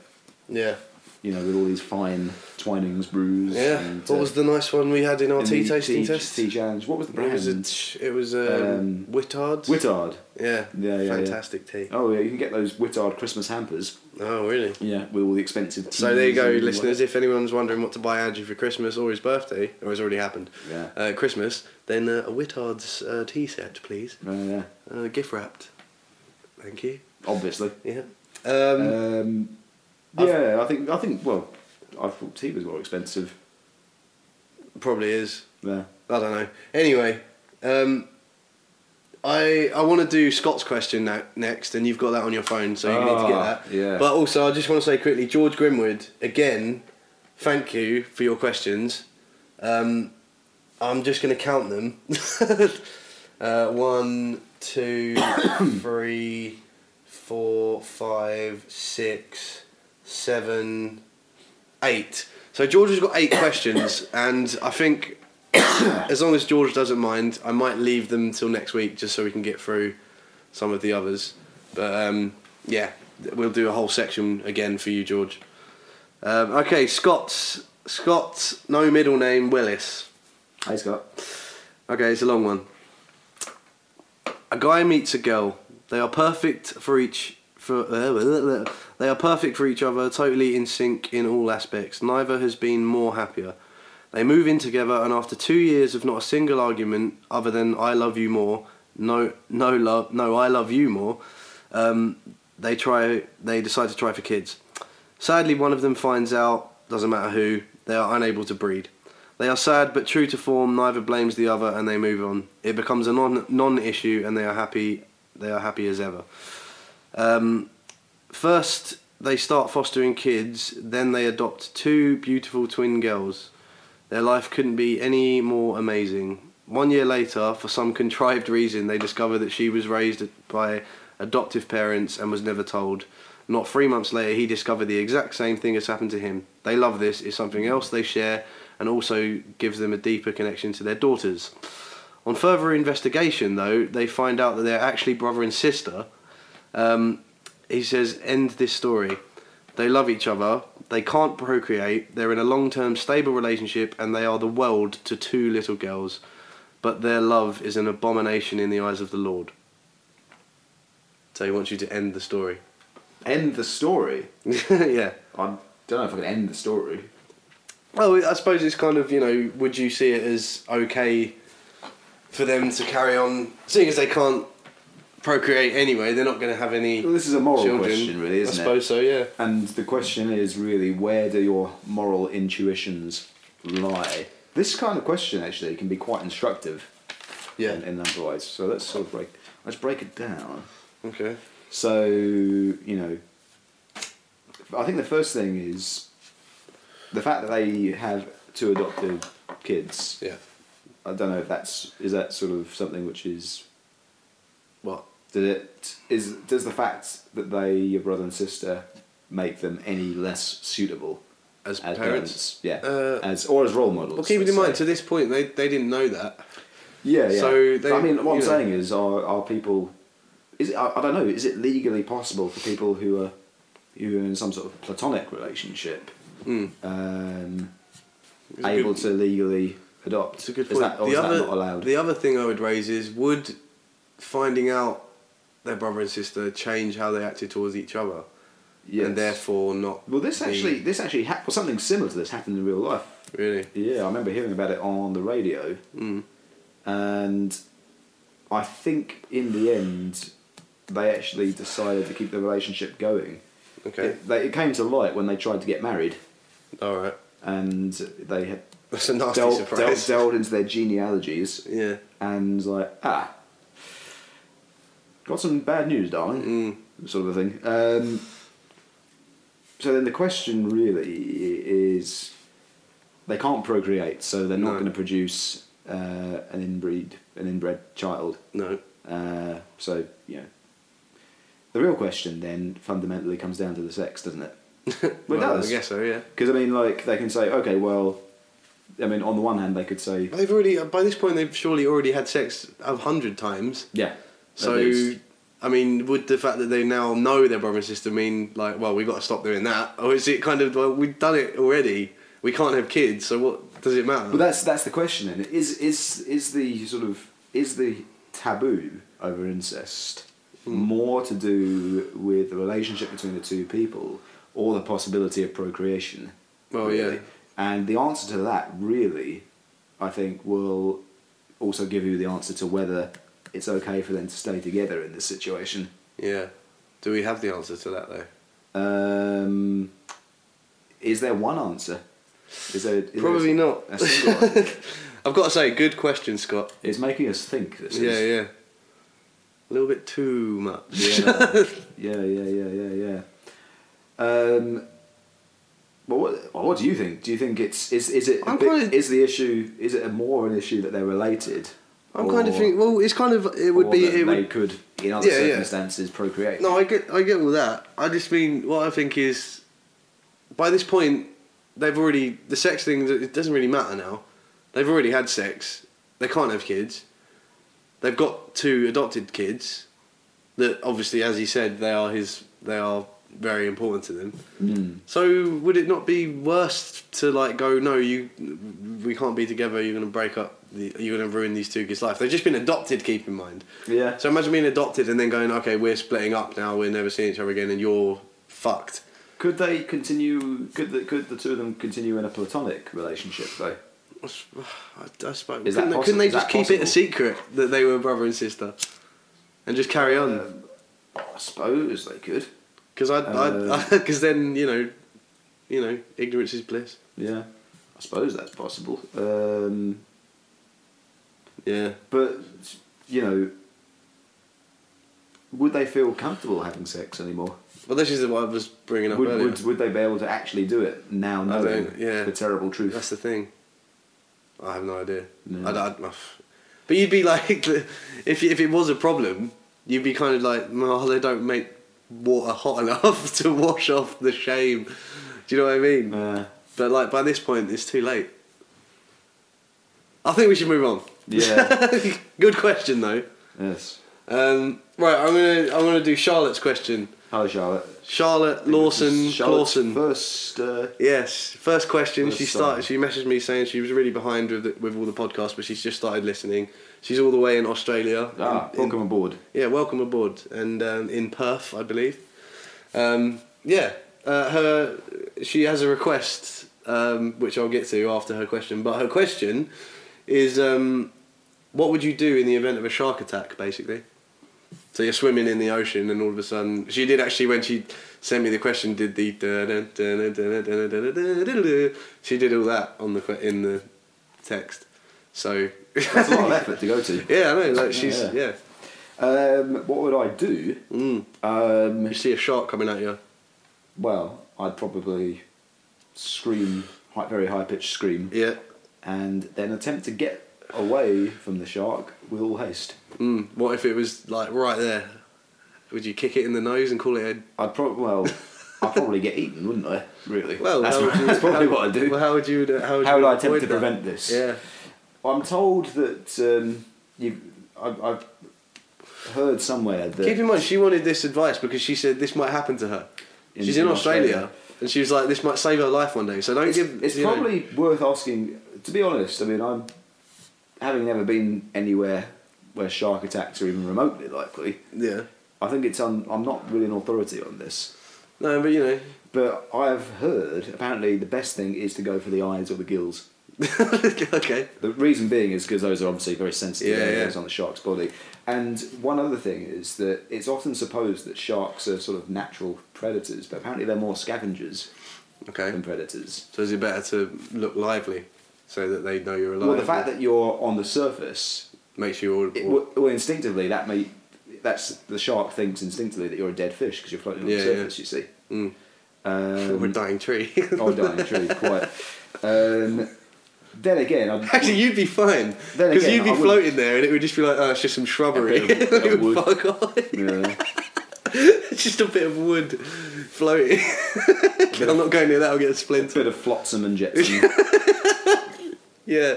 [SPEAKER 2] yeah.
[SPEAKER 1] You know, with all these fine twinings brews.
[SPEAKER 2] Yeah.
[SPEAKER 1] And,
[SPEAKER 2] what
[SPEAKER 1] uh,
[SPEAKER 2] was the nice one we had in our
[SPEAKER 1] and
[SPEAKER 2] tea
[SPEAKER 1] the
[SPEAKER 2] tasting
[SPEAKER 1] tea,
[SPEAKER 2] test?
[SPEAKER 1] Tea challenge. What was the
[SPEAKER 2] It
[SPEAKER 1] brand?
[SPEAKER 2] was a, it was um,
[SPEAKER 1] Um,
[SPEAKER 2] Wittard's.
[SPEAKER 1] Wittard.
[SPEAKER 2] yeah.
[SPEAKER 1] Yeah, yeah, yeah.
[SPEAKER 2] Fantastic tea.
[SPEAKER 1] Oh yeah, you can get those Wittard Christmas hampers.
[SPEAKER 2] Oh really?
[SPEAKER 1] Yeah, with all the expensive.
[SPEAKER 2] So there you
[SPEAKER 1] teas
[SPEAKER 2] go,
[SPEAKER 1] and what-
[SPEAKER 2] listeners. If anyone's wondering what to buy Andrew for Christmas or his birthday, or it's already happened,
[SPEAKER 1] Yeah.
[SPEAKER 2] uh, Christmas, then uh, a Wittard's uh, tea set, please,
[SPEAKER 1] Yeah, yeah,
[SPEAKER 2] uh, gift wrapped. Thank you.
[SPEAKER 1] obviously.
[SPEAKER 2] Yeah. Um,
[SPEAKER 1] Um,
[SPEAKER 2] I've-
[SPEAKER 1] yeah, I think I think well, I thought tea was more expensive.
[SPEAKER 2] probably is.
[SPEAKER 1] Yeah.
[SPEAKER 2] I don't know. Anyway, um, I I want to do Scott's question now, next, and you've got that on your phone, so you need to get
[SPEAKER 1] Ah,
[SPEAKER 2] that.
[SPEAKER 1] yeah.
[SPEAKER 2] But also, I just want to say quickly, George Grimwood, again, thank you for your questions. Um, I'm just going to count them. uh, one, two, three, four, five, six, seven, eight. So George has got eight questions, and I think as long as George doesn't mind, I might leave them till next week just so we can get through some of the others. But um, yeah, we'll do a whole section again for you, George. Um, okay, Scott's Scott's no middle name Willis.
[SPEAKER 1] Hey Scott.
[SPEAKER 2] Okay, it's a long one. A guy meets a girl. They are perfect for each for they are perfect for each other, totally in sync in all aspects. Neither has been more happier. They move in together and after 2 years of not a single argument other than I love you more, no no love, no I love you more, um, they try they decide to try for kids. Sadly, one of them finds out, doesn't matter who, they are unable to breed. They are sad but true to form, neither blames the other and they move on. It becomes a non non issue and they are happy they are happy as ever. Um, first they start fostering kids, then they adopt two beautiful twin girls. Their life couldn't be any more amazing. One year later, for some contrived reason, they discover that she was raised by adoptive parents and was never told. Not three months later, he discovered the exact same thing has happened to him. They love this, it's something else they share, and also gives them a deeper connection to their daughters. On further investigation, though, they find out that they're actually brother and sister. Um, he says, end this story. They love each other. They can't procreate. They're in a long term stable relationship and they are the world to two little girls. but their love is an abomination in the eyes of the Lord. So he wants you to end the story.
[SPEAKER 1] End the story.
[SPEAKER 2] yeah.
[SPEAKER 1] I don't know if I can end the story.
[SPEAKER 2] Well, I suppose it's kind of you know, would you see it as okay for them to carry on, seeing as they can't procreate anyway? They're not going to have any
[SPEAKER 1] Well, this is a moral
[SPEAKER 2] children.
[SPEAKER 1] question, really, isn't
[SPEAKER 2] I
[SPEAKER 1] it?
[SPEAKER 2] suppose so. Yeah.
[SPEAKER 1] And the question is really, where do your moral intuitions lie? This kind of question actually can be quite instructive
[SPEAKER 2] Yeah.
[SPEAKER 1] in, in number wise. So let's sort of break. Let's break it down.
[SPEAKER 2] Okay.
[SPEAKER 1] So you know, I think the first thing is the fact that they have two adopted kids.
[SPEAKER 2] Yeah.
[SPEAKER 1] I don't know if that's is that sort of something which is
[SPEAKER 2] What?
[SPEAKER 1] did it is does the fact that they are brother and sister make them any less suitable
[SPEAKER 2] As,
[SPEAKER 1] as
[SPEAKER 2] parents.
[SPEAKER 1] parents? Yeah,
[SPEAKER 2] Uh,
[SPEAKER 1] as or as role models.
[SPEAKER 2] Well, keeping
[SPEAKER 1] let's
[SPEAKER 2] in mind,
[SPEAKER 1] say.
[SPEAKER 2] to this point, they they didn't know that.
[SPEAKER 1] Yeah, yeah.
[SPEAKER 2] So they-
[SPEAKER 1] I mean, what I'm
[SPEAKER 2] you know.
[SPEAKER 1] saying is, are are people? Is it, I, I don't know. Is it legally possible for people who are who are in some sort of platonic relationship
[SPEAKER 2] Mm.
[SPEAKER 1] um,
[SPEAKER 2] It's a
[SPEAKER 1] able
[SPEAKER 2] good-
[SPEAKER 1] to legally adopt?
[SPEAKER 2] It's a good
[SPEAKER 1] Is
[SPEAKER 2] point.
[SPEAKER 1] that, or
[SPEAKER 2] the
[SPEAKER 1] is
[SPEAKER 2] other
[SPEAKER 1] that not allowed?
[SPEAKER 2] the other thing I would raise is would finding out their brother and sister change how they acted towards each other,
[SPEAKER 1] Yes.
[SPEAKER 2] and therefore not.
[SPEAKER 1] well, this
[SPEAKER 2] be-
[SPEAKER 1] actually this actually hap- well, something similar to this happened in real life.
[SPEAKER 2] really.
[SPEAKER 1] Yeah, I remember hearing about it on the radio.
[SPEAKER 2] Mm.
[SPEAKER 1] and I think in the end they actually decided to keep the relationship going.
[SPEAKER 2] Okay.
[SPEAKER 1] It, they, it came to light when they tried to get married,
[SPEAKER 2] All right.
[SPEAKER 1] and they had
[SPEAKER 2] That's a nasty
[SPEAKER 1] delved, delved,
[SPEAKER 2] surprise.
[SPEAKER 1] delved into their genealogies,
[SPEAKER 2] Yeah.
[SPEAKER 1] and like ah, got some bad news, darling,
[SPEAKER 2] Mm.
[SPEAKER 1] sort of a thing. Um, so then the question really is, they can't procreate, so they're not
[SPEAKER 2] No.
[SPEAKER 1] going to produce uh, an inbreed, an inbred child.
[SPEAKER 2] No.
[SPEAKER 1] Uh, so you know, the real question then fundamentally comes down to the sex, doesn't it? Well, it does.
[SPEAKER 2] I guess so. Yeah.
[SPEAKER 1] Because I mean, like they can say, okay, well, I mean, on the one hand, they could say,
[SPEAKER 2] They've already by this point they've surely already had sex a hundred times.
[SPEAKER 1] yeah, at
[SPEAKER 2] So,
[SPEAKER 1] least.
[SPEAKER 2] I mean, would the fact that they now know their brother and sister mean like, well, we got to stop doing that, or is it kind of well, we've done it already? We can't have kids, so what does it matter?
[SPEAKER 1] but that's that's the question. Then is is is the sort of is the taboo over incest
[SPEAKER 2] Hmm.
[SPEAKER 1] more to do with the relationship between the two people or the possibility of procreation?
[SPEAKER 2] well,
[SPEAKER 1] really.
[SPEAKER 2] yeah,
[SPEAKER 1] And the answer to that, really, I think, will also give you the answer to whether it's okay for them to stay together in this situation.
[SPEAKER 2] yeah. Do we have the answer to that though?
[SPEAKER 1] Um, is there one answer? Is there is there
[SPEAKER 2] Probably
[SPEAKER 1] a-
[SPEAKER 2] not.
[SPEAKER 1] A single one?
[SPEAKER 2] I've got to say, good question, Scott.
[SPEAKER 1] it's making us think. This
[SPEAKER 2] yeah,
[SPEAKER 1] is.
[SPEAKER 2] yeah. A little bit too much.
[SPEAKER 1] Yeah, yeah, yeah, yeah, yeah, yeah. Um, but what, what do you think? Do you think it's is is it a
[SPEAKER 2] I'm
[SPEAKER 1] bit-
[SPEAKER 2] kinda-
[SPEAKER 1] is the issue is it a more an issue that they're related?
[SPEAKER 2] I'm kind of
[SPEAKER 1] or-
[SPEAKER 2] thinking. Well, it's kind of. It would
[SPEAKER 1] or
[SPEAKER 2] be.
[SPEAKER 1] that
[SPEAKER 2] It
[SPEAKER 1] they
[SPEAKER 2] would,
[SPEAKER 1] could, in other
[SPEAKER 2] Yeah, yeah.
[SPEAKER 1] circumstances, procreate.
[SPEAKER 2] No, I get I get all that. I just mean what I think is by this point they've already the sex thing it doesn't really matter now. They've already had sex. They can't have kids. They've got two adopted kids that obviously as he said they are his they are very important to them.
[SPEAKER 1] Mm.
[SPEAKER 2] So would it not be worse to like go no you we can't be together you're going to break up the, you're going to ruin these two kids life. They've just been adopted keep in mind.
[SPEAKER 1] Yeah.
[SPEAKER 2] So imagine being adopted and then going, okay, we're splitting up now, we're never seeing each other again, and you're fucked.
[SPEAKER 1] Could they continue? Could the, could the two of them continue in a platonic relationship though?
[SPEAKER 2] I s- I suppose.
[SPEAKER 1] Is that
[SPEAKER 2] couldn't, they-
[SPEAKER 1] possi-
[SPEAKER 2] couldn't they
[SPEAKER 1] is
[SPEAKER 2] just
[SPEAKER 1] that
[SPEAKER 2] keep it
[SPEAKER 1] possible?
[SPEAKER 2] a secret that they were brother and sister and just carry on?
[SPEAKER 1] Um, I suppose they could.
[SPEAKER 2] Because I,
[SPEAKER 1] uh,
[SPEAKER 2] because then you know, you know, ignorance is bliss.
[SPEAKER 1] Yeah, I suppose that's possible. Um,
[SPEAKER 2] Yeah.
[SPEAKER 1] but you know, would they feel comfortable having sex anymore?
[SPEAKER 2] Well, this is what I was bringing up
[SPEAKER 1] Would,
[SPEAKER 2] earlier.
[SPEAKER 1] would would they be able to actually do it now,
[SPEAKER 2] I
[SPEAKER 1] knowing
[SPEAKER 2] don't- yeah.
[SPEAKER 1] the terrible truth?
[SPEAKER 2] That's the thing. I have no idea.
[SPEAKER 1] No.
[SPEAKER 2] I'd, I'd, but you'd be like, if if it was a problem, you'd be kind of like, well, they don't make water hot enough to wash off the shame. Do you know what I mean?
[SPEAKER 1] Uh,
[SPEAKER 2] But like by this point, it's too late. I think we should move on.
[SPEAKER 1] yeah.
[SPEAKER 2] Good question though.
[SPEAKER 1] yes.
[SPEAKER 2] Um, right, I'm gonna I'm gonna do Charlotte's question.
[SPEAKER 1] Hello, Charlotte.
[SPEAKER 2] Charlotte Lawson
[SPEAKER 1] Charlotte's
[SPEAKER 2] Lawson.
[SPEAKER 1] First. Uh,
[SPEAKER 2] Yes, first question.
[SPEAKER 1] First
[SPEAKER 2] she started.
[SPEAKER 1] song.
[SPEAKER 2] She messaged me saying she was really behind with the, with all the podcasts, but she's just started listening. She's all the way in Australia.
[SPEAKER 1] ah,
[SPEAKER 2] in- in-
[SPEAKER 1] welcome aboard.
[SPEAKER 2] yeah, welcome aboard, and um, in Perth, I believe. Um, yeah, uh, her she has a request, um, which I'll get to after her question. But her question is, um, what would you do in the event of a shark attack, basically? So you're swimming in the ocean, and all of a sudden, she did actually when she sent me the question, did the dun- dun- dun- dun- dun- dun- dun- dun- dun- dun- she did all that on the que- in the text. So
[SPEAKER 1] That's a lot of effort to go to.
[SPEAKER 2] yeah, I know, like she's
[SPEAKER 1] Yeah.
[SPEAKER 2] yeah.
[SPEAKER 1] Um, what would I do?
[SPEAKER 2] Mm.
[SPEAKER 1] Um,
[SPEAKER 2] You see a shark coming at you.
[SPEAKER 1] well, I'd probably scream, hi- very high pitched scream,
[SPEAKER 2] Yeah.
[SPEAKER 1] and then attempt to get away from the shark with all haste.
[SPEAKER 2] Mm. What if it was like right there? Would you kick it in the nose and call it
[SPEAKER 1] I'd probably well, I'd probably get eaten, wouldn't I? Really?
[SPEAKER 2] a? Well,
[SPEAKER 1] that's,
[SPEAKER 2] how would you-
[SPEAKER 1] that's probably
[SPEAKER 2] how-
[SPEAKER 1] what I'd do.
[SPEAKER 2] Well, how would you? uh, How would,
[SPEAKER 1] How
[SPEAKER 2] you
[SPEAKER 1] would I attempt
[SPEAKER 2] avoid
[SPEAKER 1] to
[SPEAKER 2] that?
[SPEAKER 1] prevent this?
[SPEAKER 2] Yeah.
[SPEAKER 1] I'm told that um, you. I've, I've heard somewhere that
[SPEAKER 2] Keep in mind, she wanted this advice because she said this might happen to her.
[SPEAKER 1] In-
[SPEAKER 2] She's in,
[SPEAKER 1] in
[SPEAKER 2] Australia,
[SPEAKER 1] Australia.
[SPEAKER 2] and she was like, "This might save her life one day." So don't
[SPEAKER 1] it's,
[SPEAKER 2] give.
[SPEAKER 1] it's
[SPEAKER 2] you know-
[SPEAKER 1] probably worth asking. To be honest, I mean, I'm having never been anywhere where shark attacks are even remotely likely.
[SPEAKER 2] yeah.
[SPEAKER 1] I think it's un, I'm not really an authority on this,
[SPEAKER 2] No, but you know,
[SPEAKER 1] but I've heard apparently the best thing is to go for the eyes or the gills.
[SPEAKER 2] okay.
[SPEAKER 1] The reason being is because those are obviously very sensitive
[SPEAKER 2] Yeah,
[SPEAKER 1] areas
[SPEAKER 2] yeah.
[SPEAKER 1] on the shark's body. And one other thing is that it's often supposed that sharks are sort of natural predators, but apparently they're more scavengers
[SPEAKER 2] Okay.
[SPEAKER 1] than predators.
[SPEAKER 2] So is it better to look lively, so that they know you're alive?
[SPEAKER 1] Well, the fact that you're on the surface,
[SPEAKER 2] makes you all.
[SPEAKER 1] it, well, well, instinctively that may that's the shark thinks instinctively that you're a dead fish because you're floating on
[SPEAKER 2] Yeah,
[SPEAKER 1] the
[SPEAKER 2] yeah.
[SPEAKER 1] surface. You see,
[SPEAKER 2] Mm.
[SPEAKER 1] um,
[SPEAKER 2] or a dying tree.
[SPEAKER 1] oh, dying tree, quite. Um, then again, I'd,
[SPEAKER 2] Actually, you'd be fine
[SPEAKER 1] Then
[SPEAKER 2] because
[SPEAKER 1] again,
[SPEAKER 2] you'd be
[SPEAKER 1] I wouldn't-
[SPEAKER 2] floating there, and it would just be like, "Oh, it's just some shrubbery."
[SPEAKER 1] A bit of- a bit of wood.
[SPEAKER 2] Fuck off!
[SPEAKER 1] yeah.
[SPEAKER 2] It's just a bit of wood floating. I'm not going near that. I'll get a splinter.
[SPEAKER 1] bit of flotsam and jetsam.
[SPEAKER 2] Yeah,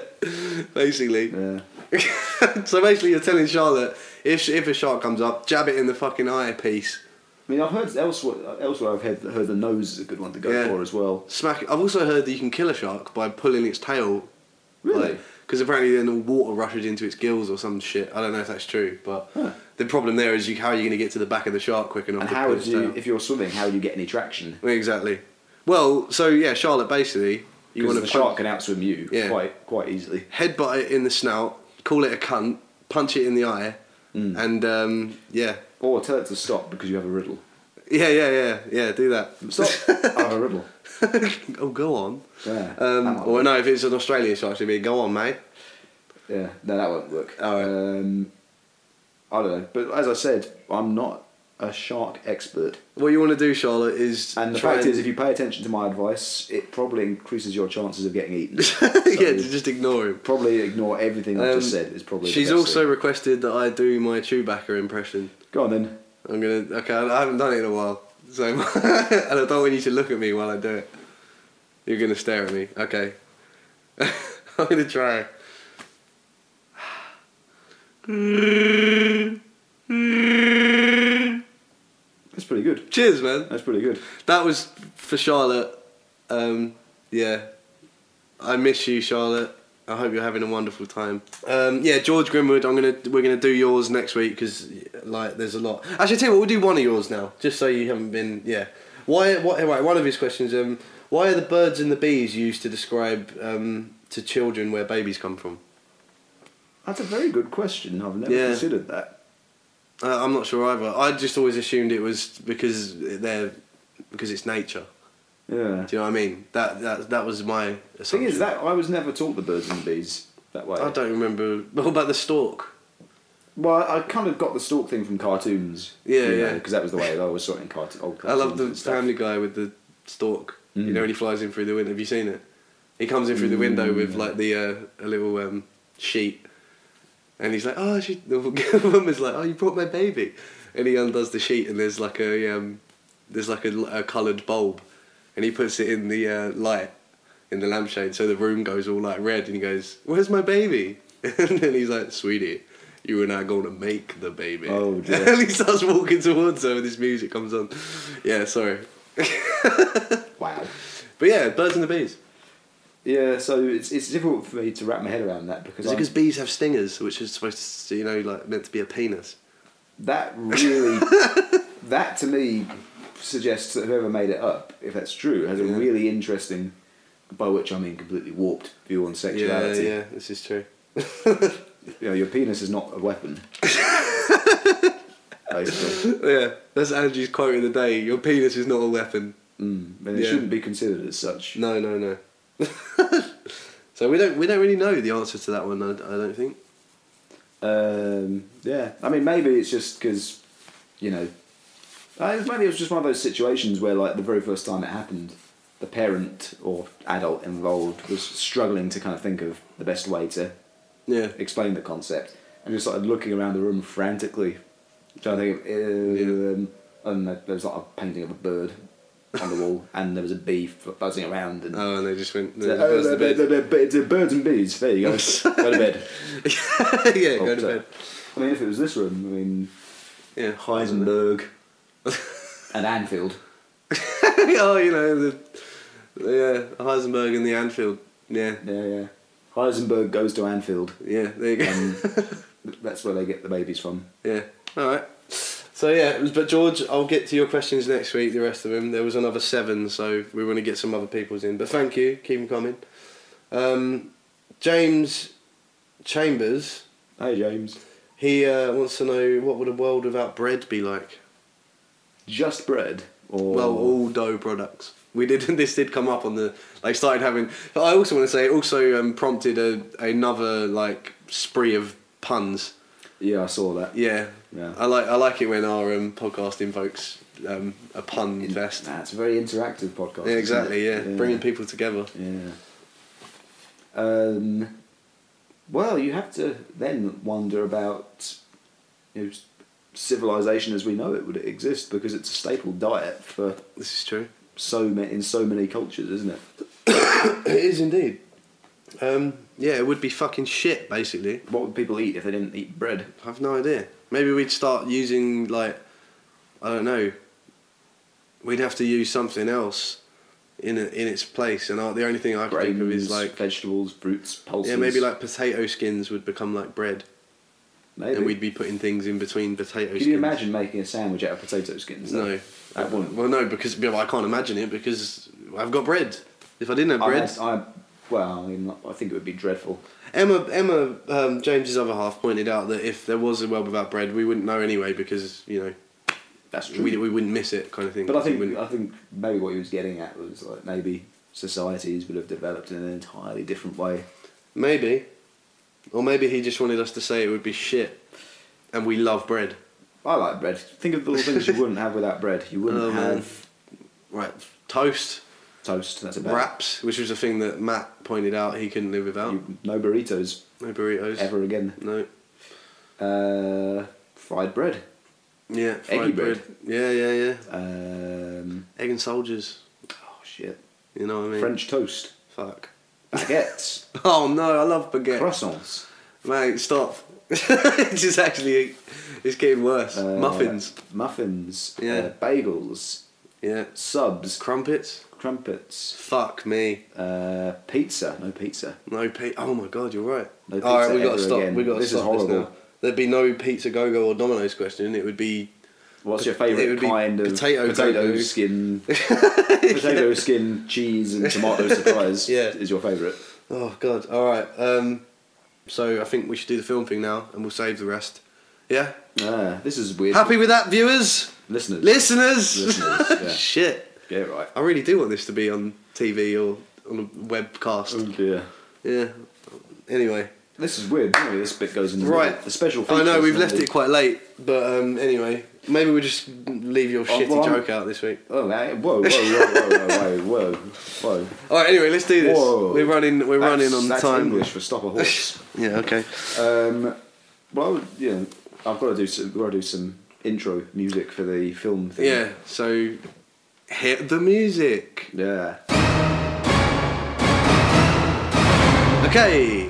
[SPEAKER 2] basically.
[SPEAKER 1] yeah.
[SPEAKER 2] so basically, you're telling Charlotte if if a shark comes up, jab it in the fucking eye piece.
[SPEAKER 1] I mean, I've heard elsewhere. Elsewhere, I've heard, heard the nose is a good one to go
[SPEAKER 2] Yeah.
[SPEAKER 1] for as well.
[SPEAKER 2] Smack. I've also heard that you can kill a shark by pulling its tail.
[SPEAKER 1] Really?
[SPEAKER 2] Because apparently, then the water rushes into its gills or some shit. I don't know if that's true, but
[SPEAKER 1] Huh.
[SPEAKER 2] the problem there is you, how are you going to get to the back of the shark quick enough?
[SPEAKER 1] and
[SPEAKER 2] to
[SPEAKER 1] how
[SPEAKER 2] pull
[SPEAKER 1] would
[SPEAKER 2] its
[SPEAKER 1] you,
[SPEAKER 2] tail?
[SPEAKER 1] if you're swimming, how would you get any traction?
[SPEAKER 2] Well, Exactly. Well, so yeah, Charlotte basically you
[SPEAKER 1] Because
[SPEAKER 2] want
[SPEAKER 1] the
[SPEAKER 2] to
[SPEAKER 1] shark can outswim you
[SPEAKER 2] Yeah.
[SPEAKER 1] quite quite easily.
[SPEAKER 2] headbutt it in the snout, call it a cunt, punch it in the eye,
[SPEAKER 1] Mm.
[SPEAKER 2] and um, yeah,
[SPEAKER 1] Or tell it to stop because you have a riddle.
[SPEAKER 2] yeah, yeah, yeah, yeah. Do that.
[SPEAKER 1] Stop! I have a riddle.
[SPEAKER 2] oh, go on.
[SPEAKER 1] Yeah. that
[SPEAKER 2] Um,
[SPEAKER 1] might
[SPEAKER 2] or no, if it's an Australian shark, it'd be go on, mate.
[SPEAKER 1] Yeah, no, that won't work.
[SPEAKER 2] All right.
[SPEAKER 1] Um, I don't know, but as I said, I'm not a shark expert.
[SPEAKER 2] What you want to do, Charlotte, is
[SPEAKER 1] And the
[SPEAKER 2] try
[SPEAKER 1] fact
[SPEAKER 2] and-
[SPEAKER 1] is, if you pay attention to my advice, it probably increases your chances of getting eaten.
[SPEAKER 2] yeah,
[SPEAKER 1] So
[SPEAKER 2] just ignore him.
[SPEAKER 1] probably ignore everything I've just
[SPEAKER 2] Um,
[SPEAKER 1] said. Is probably the
[SPEAKER 2] She's
[SPEAKER 1] best
[SPEAKER 2] also
[SPEAKER 1] thing.
[SPEAKER 2] requested that I do my Chewbacca impression.
[SPEAKER 1] go on then.
[SPEAKER 2] I'm gonna. Okay, I I haven't done it in a while, so and I don't want you to look at me while I do it. You're gonna stare at me. Okay, I'm gonna try.
[SPEAKER 1] That's pretty good.
[SPEAKER 2] Cheers, man.
[SPEAKER 1] That's pretty good.
[SPEAKER 2] That was for Charlotte. Um, yeah, I miss you, Charlotte. I hope you're having a wonderful time. Um, yeah, George Grimwood. I'm gonna we're gonna do yours next week because like there's a lot. Actually, I tell you what, we'll do one of yours now, just so you haven't been yeah. Why? What? Right, one of his questions. Um, why are the birds and the bees used to describe um, to children where babies come from?
[SPEAKER 1] That's a very good question. I've never
[SPEAKER 2] Yeah.
[SPEAKER 1] considered that.
[SPEAKER 2] Uh, I'm not sure either. I just always assumed it was because they're because it's nature.
[SPEAKER 1] Yeah.
[SPEAKER 2] Do you know what I mean? That that that was my
[SPEAKER 1] Thing
[SPEAKER 2] assumption.
[SPEAKER 1] is, that I was never taught the birds and bees that way.
[SPEAKER 2] I don't remember. What about the stork?
[SPEAKER 1] Well, I kind of got the stalk thing from cartoons.
[SPEAKER 2] Yeah,
[SPEAKER 1] you know,
[SPEAKER 2] yeah.
[SPEAKER 1] Because that was the way I always saw it in cartoon, old
[SPEAKER 2] I
[SPEAKER 1] cartoons.
[SPEAKER 2] love the
[SPEAKER 1] and stuff.
[SPEAKER 2] Family Guy with the stork. You
[SPEAKER 1] Mm.
[SPEAKER 2] know when he flies in through the window. Have you seen it? He comes in through the window with
[SPEAKER 1] Mm.
[SPEAKER 2] like the uh, a little um, sheet, and he's like, "Oh, she." The woman's like, "Oh, you brought my baby," and he undoes the sheet, and there's like a um, there's like a, a coloured bulb, and he puts it in the uh, light in the lampshade, so the room goes all like red, and he goes, "Where's my baby?" and then he's like, "Sweetie." You and I are going to make the baby.
[SPEAKER 1] Oh, dear.
[SPEAKER 2] and he starts walking towards her, and this music comes on. Yeah, sorry.
[SPEAKER 1] Wow.
[SPEAKER 2] But yeah, birds and the bees.
[SPEAKER 1] Yeah, so it's it's difficult for me to wrap my head around that because
[SPEAKER 2] Is it
[SPEAKER 1] I'm-
[SPEAKER 2] because bees have stingers, which is supposed to, you know, like meant to be a penis?
[SPEAKER 1] that really that to me suggests that whoever made it up, if that's true, has a
[SPEAKER 2] Yeah.
[SPEAKER 1] really interesting, by which I mean completely warped view on sexuality.
[SPEAKER 2] Yeah, yeah, this is true.
[SPEAKER 1] You know, your penis is not a weapon. Basically,
[SPEAKER 2] yeah, that's Andrew's quote of the day. Your penis is not a weapon.
[SPEAKER 1] mm. and it
[SPEAKER 2] Yeah.
[SPEAKER 1] shouldn't be considered as such.
[SPEAKER 2] No, no, no. so we don't we don't really know the answer to that one. I, I don't think.
[SPEAKER 1] Um, yeah, I mean, maybe it's just because, you know, I, maybe it was just one of those situations where, like, the very first time it happened, the parent or adult involved was struggling to kind of think of the best way to
[SPEAKER 2] Yeah.
[SPEAKER 1] explain the concept and just started looking around the room frantically, trying to think of. Um, And there was like a painting of a bird on the wall, and there was a bee f- buzzing around, and
[SPEAKER 2] Oh, and they just went.
[SPEAKER 1] So,
[SPEAKER 2] they
[SPEAKER 1] oh,
[SPEAKER 2] buzzed the
[SPEAKER 1] they're-
[SPEAKER 2] bed.
[SPEAKER 1] they're- they're- they're birds and bees. There you go. go to bed.
[SPEAKER 2] yeah,
[SPEAKER 1] Oh,
[SPEAKER 2] go to
[SPEAKER 1] so-
[SPEAKER 2] bed.
[SPEAKER 1] I mean, if it was this room, I mean,
[SPEAKER 2] Yeah,
[SPEAKER 1] Heisenberg and Anfield.
[SPEAKER 2] oh, you know the yeah Heisenberg and the Anfield. Yeah,
[SPEAKER 1] Yeah, yeah. Heisenberg goes to Anfield.
[SPEAKER 2] yeah. There you go.
[SPEAKER 1] Um, that's where they get the babies from.
[SPEAKER 2] Yeah. All right. So yeah, but George, I'll get to your questions next week. The rest of them. There was another seven, so we want to get some other people's in. But thank you. Keep them coming. Um, James Chambers.
[SPEAKER 1] Hey, James.
[SPEAKER 2] He uh, wants to know what would a world without bread be like.
[SPEAKER 1] Just bread or
[SPEAKER 2] Well, all dough products. We did. This did come up on the. They started having. But I also want to say it also um, prompted a, another like spree of puns.
[SPEAKER 1] yeah, I saw that.
[SPEAKER 2] Yeah.
[SPEAKER 1] Yeah.
[SPEAKER 2] I like I like it when our um, podcast invokes um, a pun fest.
[SPEAKER 1] Nah, it's a very interactive podcast. isn't
[SPEAKER 2] Yeah, exactly.
[SPEAKER 1] it?
[SPEAKER 2] Yeah. bringing people together.
[SPEAKER 1] Yeah. Um, well, you have to then wonder about you know, civilization as we know it would it exist because it's a staple diet for
[SPEAKER 2] This is true.
[SPEAKER 1] so many in so many cultures, isn't it?
[SPEAKER 2] it is indeed. Um, yeah, it would be fucking shit. Basically,
[SPEAKER 1] What would people eat if they didn't eat bread?
[SPEAKER 2] I have no idea. Maybe we'd start using like, I don't know. We'd have to use something else in it in its place, and I, the only thing I can think of is
[SPEAKER 1] Grains,
[SPEAKER 2] like,
[SPEAKER 1] vegetables, fruits, pulses.
[SPEAKER 2] yeah, maybe like potato skins would become like bread,
[SPEAKER 1] maybe.
[SPEAKER 2] and we'd be putting things in between potato skins.
[SPEAKER 1] Could you imagine making a sandwich out of potato skins? though?
[SPEAKER 2] No,
[SPEAKER 1] that wouldn't.
[SPEAKER 2] Well, no, because well, I can't imagine it because I've got bread. If I didn't have
[SPEAKER 1] I-
[SPEAKER 2] bread,
[SPEAKER 1] I, well, I mean, I think it would be dreadful.
[SPEAKER 2] Emma Emma um, James's other half pointed out that if there was a world without bread, we wouldn't know anyway because you know
[SPEAKER 1] That's
[SPEAKER 2] we, we wouldn't miss it kind of thing.
[SPEAKER 1] But I
[SPEAKER 2] We
[SPEAKER 1] think uh,
[SPEAKER 2] wouldn't-
[SPEAKER 1] I think maybe what he was getting at was like maybe societies would have developed in an entirely different way.
[SPEAKER 2] maybe, or maybe he just wanted us to say it would be shit, and we love bread.
[SPEAKER 1] I like bread. Think of the little things you wouldn't have without bread. You wouldn't
[SPEAKER 2] Oh, man.
[SPEAKER 1] have
[SPEAKER 2] Right, toast,
[SPEAKER 1] toast. That's about
[SPEAKER 2] wraps, which was a thing that Matt pointed out he couldn't live
[SPEAKER 1] it.
[SPEAKER 2] without.
[SPEAKER 1] You- no burritos
[SPEAKER 2] no burritos.
[SPEAKER 1] ever again.
[SPEAKER 2] No.
[SPEAKER 1] Uh, fried bread.
[SPEAKER 2] Yeah. fried
[SPEAKER 1] Eggy bread.
[SPEAKER 2] Yeah, yeah, yeah.
[SPEAKER 1] Um,
[SPEAKER 2] Egg and soldiers.
[SPEAKER 1] oh shit!
[SPEAKER 2] You know what I mean?
[SPEAKER 1] French toast.
[SPEAKER 2] Fuck.
[SPEAKER 1] Baguettes.
[SPEAKER 2] Oh no, I love baguette.
[SPEAKER 1] Croissants.
[SPEAKER 2] Mate, stop. it's just actually, it's getting worse.
[SPEAKER 1] Uh,
[SPEAKER 2] Muffins.
[SPEAKER 1] Muffins.
[SPEAKER 2] Yeah.
[SPEAKER 1] uh, bagels.
[SPEAKER 2] Yeah.
[SPEAKER 1] Subs.
[SPEAKER 2] Crumpets.
[SPEAKER 1] Crumpets.
[SPEAKER 2] Fuck me.
[SPEAKER 1] Uh, pizza. No pizza.
[SPEAKER 2] No pizza. Oh my god, you're right.
[SPEAKER 1] No
[SPEAKER 2] All right,
[SPEAKER 1] pizza
[SPEAKER 2] we got
[SPEAKER 1] ever
[SPEAKER 2] to stop.
[SPEAKER 1] again.
[SPEAKER 2] We got to
[SPEAKER 1] This is
[SPEAKER 2] stop
[SPEAKER 1] horrible.
[SPEAKER 2] now. There'd be no pizza go go or Domino's question. It would be
[SPEAKER 1] What's your
[SPEAKER 2] It would
[SPEAKER 1] favourite
[SPEAKER 2] be
[SPEAKER 1] kind of
[SPEAKER 2] potato dough.
[SPEAKER 1] skin? potato skin, cheese, and tomato surprise
[SPEAKER 2] Yeah.
[SPEAKER 1] is your favourite.
[SPEAKER 2] oh god. All right. Um, so I think we should do the film thing now, and we'll save the rest. Yeah.
[SPEAKER 1] Ah, this is weird.
[SPEAKER 2] Happy with that, viewers,
[SPEAKER 1] listeners.
[SPEAKER 2] listeners.
[SPEAKER 1] Listeners, yeah.
[SPEAKER 2] Shit.
[SPEAKER 1] yeah, right.
[SPEAKER 2] I really do want this to be on TV or on a webcast.
[SPEAKER 1] Oh dear.
[SPEAKER 2] Yeah. Anyway.
[SPEAKER 1] This is weird. Anyway, this bit goes in the
[SPEAKER 2] Right.
[SPEAKER 1] middle. The special.
[SPEAKER 2] I know
[SPEAKER 1] features
[SPEAKER 2] we've
[SPEAKER 1] and
[SPEAKER 2] left
[SPEAKER 1] the-
[SPEAKER 2] it quite late, but um, anyway, maybe we just leave your
[SPEAKER 1] Oh,
[SPEAKER 2] shitty
[SPEAKER 1] well, I'm-
[SPEAKER 2] joke out this week.
[SPEAKER 1] Oh, hey, whoa, whoa, whoa, whoa, whoa, whoa, whoa.
[SPEAKER 2] All right, anyway, let's do this.
[SPEAKER 1] Whoa.
[SPEAKER 2] We're running. We're
[SPEAKER 1] That's-
[SPEAKER 2] running on
[SPEAKER 1] that's
[SPEAKER 2] time.
[SPEAKER 1] English for stop a horse.
[SPEAKER 2] Yeah. Okay.
[SPEAKER 1] um, well, you know, I've got to do. Some, got to do some intro music for the film thing.
[SPEAKER 2] Yeah. So, hit the music.
[SPEAKER 1] Yeah.
[SPEAKER 2] Okay.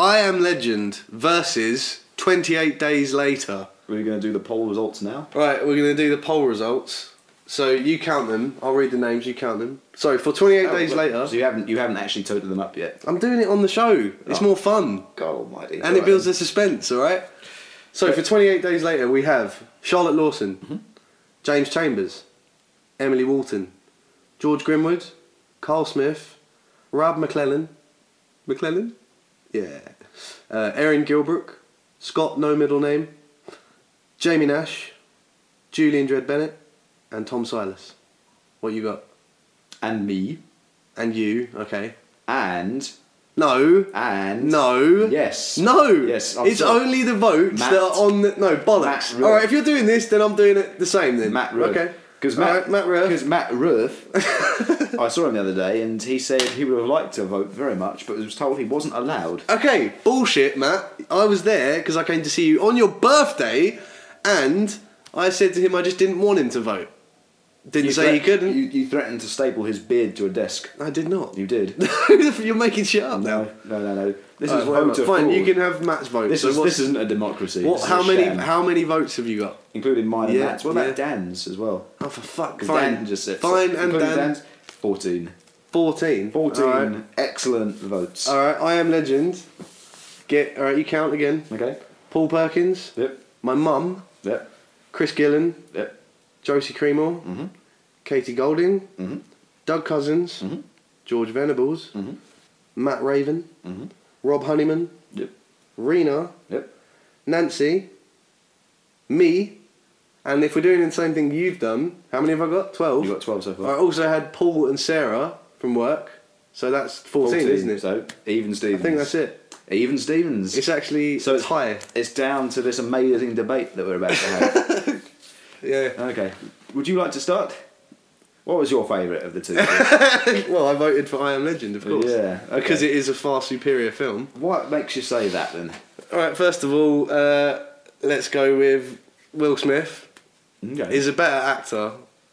[SPEAKER 2] I am Legend versus 28 days later.
[SPEAKER 1] We're going to do the poll results now.
[SPEAKER 2] Right, we're going to do the poll results. So you count them. I'll read the names. You count them. So for 28 days later,
[SPEAKER 1] So you haven't you haven't actually totaled them up yet.
[SPEAKER 2] I'm doing it on the show. It's
[SPEAKER 1] Oh.
[SPEAKER 2] more fun.
[SPEAKER 1] God Almighty.
[SPEAKER 2] And it builds the suspense, all right? So for 28 days later, we have Charlotte Lawson, James Chambers, Emily Walton, George Grimwood, Carl Smith, Rob McClellan, McClellan? Yeah. Uh, Erin Gilbrook, Scott No Middle Name, Jamie Nash, Julian Dredd Bennett, and Tom Silas. What you got?
[SPEAKER 1] and me
[SPEAKER 2] And you, okay.
[SPEAKER 1] and
[SPEAKER 2] No.
[SPEAKER 1] and
[SPEAKER 2] No.
[SPEAKER 1] Yes.
[SPEAKER 2] No.
[SPEAKER 1] Yes, I'm
[SPEAKER 2] it's
[SPEAKER 1] sorry.
[SPEAKER 2] only the votes
[SPEAKER 1] Matt-
[SPEAKER 2] that are on the no
[SPEAKER 1] Matt
[SPEAKER 2] bollocks.
[SPEAKER 1] Ruth.
[SPEAKER 2] All right, if you're doing this, then I'm doing it the same then.
[SPEAKER 1] Matt Ruth.
[SPEAKER 2] Okay.
[SPEAKER 1] Because
[SPEAKER 2] All
[SPEAKER 1] Matt,
[SPEAKER 2] right, Matt Ruth.
[SPEAKER 1] Because Matt Ruth, I saw him the other day, and he said he would have liked to vote very much, but was told he wasn't allowed.
[SPEAKER 2] Okay, bullshit, Matt. I was there because I came to see you on your birthday, and I said to him I just didn't want him to vote. Didn't say
[SPEAKER 1] threat-
[SPEAKER 2] he couldn't.
[SPEAKER 1] You, you threatened to staple his beard to a desk.
[SPEAKER 2] I did not.
[SPEAKER 1] You did.
[SPEAKER 2] you're making shit up now.
[SPEAKER 1] no, no, no, no. This
[SPEAKER 2] All
[SPEAKER 1] is
[SPEAKER 2] right, whatever.
[SPEAKER 1] voter
[SPEAKER 2] Fine,
[SPEAKER 1] fraud.
[SPEAKER 2] you can have Matt's vote.
[SPEAKER 1] This
[SPEAKER 2] So
[SPEAKER 1] is
[SPEAKER 2] what's-
[SPEAKER 1] this isn't a democracy.
[SPEAKER 2] what,
[SPEAKER 1] This is
[SPEAKER 2] how
[SPEAKER 1] a
[SPEAKER 2] many
[SPEAKER 1] sham,
[SPEAKER 2] how many votes have you got?
[SPEAKER 1] including mine and
[SPEAKER 2] Yeah,
[SPEAKER 1] Matt's? What about
[SPEAKER 2] yeah.
[SPEAKER 1] Dan's as well?
[SPEAKER 2] Oh for fuck!
[SPEAKER 1] 'Cause
[SPEAKER 2] Fine,
[SPEAKER 1] Dan just sits.
[SPEAKER 2] fine, and
[SPEAKER 1] including
[SPEAKER 2] Dan.
[SPEAKER 1] Dan's, fourteen.
[SPEAKER 2] Fourteen.
[SPEAKER 1] Fourteen
[SPEAKER 2] All right.
[SPEAKER 1] excellent votes.
[SPEAKER 2] All right, I am legend. Get all right, you count again.
[SPEAKER 1] Okay.
[SPEAKER 2] Paul Perkins,
[SPEAKER 1] Yep.
[SPEAKER 2] my mum,
[SPEAKER 1] Yep.
[SPEAKER 2] Chris Gillen,
[SPEAKER 1] Yep.
[SPEAKER 2] Josie Creemore,
[SPEAKER 1] Mhm.
[SPEAKER 2] Katie Golding,
[SPEAKER 1] Mhm.
[SPEAKER 2] Doug Cousins,
[SPEAKER 1] Mhm.
[SPEAKER 2] George Venables,
[SPEAKER 1] Mhm.
[SPEAKER 2] Matt Raven,
[SPEAKER 1] Mhm.
[SPEAKER 2] Rob Honeyman,
[SPEAKER 1] Yep.
[SPEAKER 2] Rena,
[SPEAKER 1] Yep.
[SPEAKER 2] Nancy, me, and if we're doing the same thing you've done, how many have I got? Twelve.
[SPEAKER 1] You got twelve so far.
[SPEAKER 2] I also had Paul and Sarah from work, so that's 14, isn't it?
[SPEAKER 1] So even
[SPEAKER 2] I
[SPEAKER 1] Stevens.
[SPEAKER 2] think that's it.
[SPEAKER 1] Even Stevens.
[SPEAKER 2] It's actually
[SPEAKER 1] So
[SPEAKER 2] so
[SPEAKER 1] it's-
[SPEAKER 2] it's high.
[SPEAKER 1] It's down to this amazing debate that we're about to have.
[SPEAKER 2] Yeah.
[SPEAKER 1] okay. Would you like to start? What was your favourite of the two?
[SPEAKER 2] well, I voted for I Am Legend, of course.
[SPEAKER 1] Yeah, okay.
[SPEAKER 2] Because it is a far superior film.
[SPEAKER 1] what makes you say that then?
[SPEAKER 2] All right, first of all, uh, let's go with Will Smith.
[SPEAKER 1] Okay.
[SPEAKER 2] He's a better actor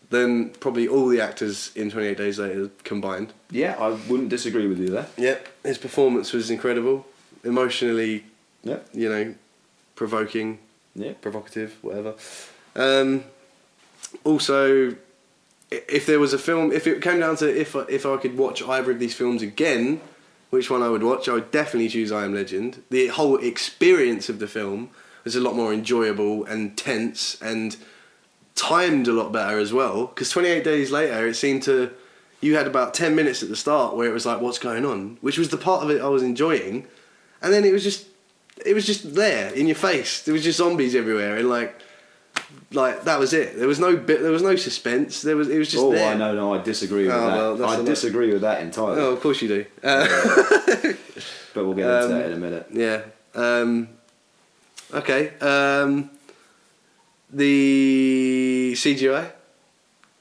[SPEAKER 2] than probably all the actors in 28 Days Later combined.
[SPEAKER 1] yeah, I wouldn't disagree with you there.
[SPEAKER 2] Yep. His performance was incredible. Emotionally,
[SPEAKER 1] Yep.
[SPEAKER 2] you know, provoking,
[SPEAKER 1] Yep.
[SPEAKER 2] provocative, whatever. Um, also, i- if there was a film, if it came down to if I, if I could watch either of these films again, which one I would watch, I would definitely choose I Am Legend. The whole experience of the film was a lot more enjoyable and tense and timed a lot better as well. Because 28 Days Later, it seemed to. You had about 10 minutes at the start where it was like, what's going on? Which was the part of it I was enjoying. And then it was just. It was just there in your face. There was just zombies everywhere, and like, like that was it. There was no bit. There was no suspense. There was. It was just
[SPEAKER 1] oh,
[SPEAKER 2] there.
[SPEAKER 1] I know, no, I disagree with
[SPEAKER 2] Oh,
[SPEAKER 1] that.
[SPEAKER 2] well, that's
[SPEAKER 1] I
[SPEAKER 2] a lot.
[SPEAKER 1] disagree with that entirely.
[SPEAKER 2] Oh, of course you do. Uh,
[SPEAKER 1] But we'll get into
[SPEAKER 2] Um,
[SPEAKER 1] that in a minute.
[SPEAKER 2] yeah. Um, okay. Um, the CGI.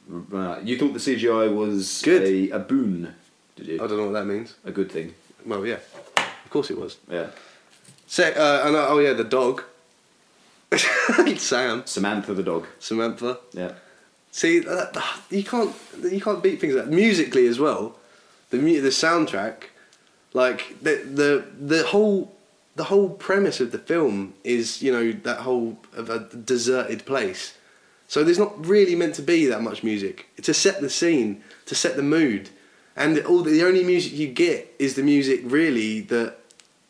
[SPEAKER 1] Right. You thought the CGI was
[SPEAKER 2] Good.
[SPEAKER 1] A, a boon, did
[SPEAKER 2] I
[SPEAKER 1] you?
[SPEAKER 2] don't know what that means.
[SPEAKER 1] A good thing.
[SPEAKER 2] Well, yeah. Of course it was.
[SPEAKER 1] Yeah.
[SPEAKER 2] Sec- uh, and, uh, oh yeah, the dog. Sam.
[SPEAKER 1] Samantha the dog.
[SPEAKER 2] Samantha.
[SPEAKER 1] Yeah.
[SPEAKER 2] See, that, you can't you can't beat things like musically as well. The mu- the soundtrack, like the the the whole the whole premise of the film is you know that whole of a deserted place. So there's not really meant to be that much music to set the scene, to set the mood, and all the, the only music you get is the music really that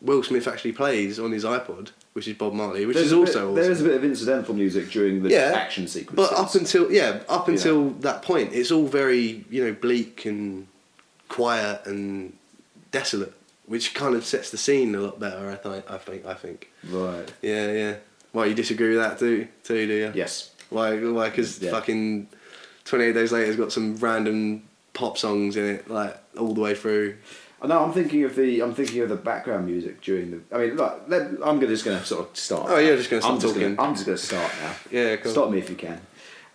[SPEAKER 2] Will Smith actually plays on his iPod, which is Bob Marley, which
[SPEAKER 1] There's
[SPEAKER 2] is
[SPEAKER 1] a bit-
[SPEAKER 2] also awesome.
[SPEAKER 1] there is a bit of incidental music during the action sequences.
[SPEAKER 2] But up until yeah, up
[SPEAKER 1] Yeah.
[SPEAKER 2] until that point, it's all very you know bleak and quiet and desolate, which kind of sets the scene a lot better. I think. I think. I think.
[SPEAKER 1] right.
[SPEAKER 2] Yeah, yeah. Why you disagree with that too? Too do you?
[SPEAKER 1] Yes.
[SPEAKER 2] Why? Why? Because
[SPEAKER 1] Yeah.
[SPEAKER 2] fucking twenty eight days later has got some random pop songs in it, like all the way through.
[SPEAKER 1] Oh, No, I'm thinking of the I'm thinking of the background music during the. I mean, look, let, I'm gonna, just going to sort of start.
[SPEAKER 2] Oh, you're just gonna
[SPEAKER 1] I'm
[SPEAKER 2] start
[SPEAKER 1] Just
[SPEAKER 2] talking.
[SPEAKER 1] gonna, I'm just going to start now.
[SPEAKER 2] Yeah, cool.
[SPEAKER 1] Stop me if you can.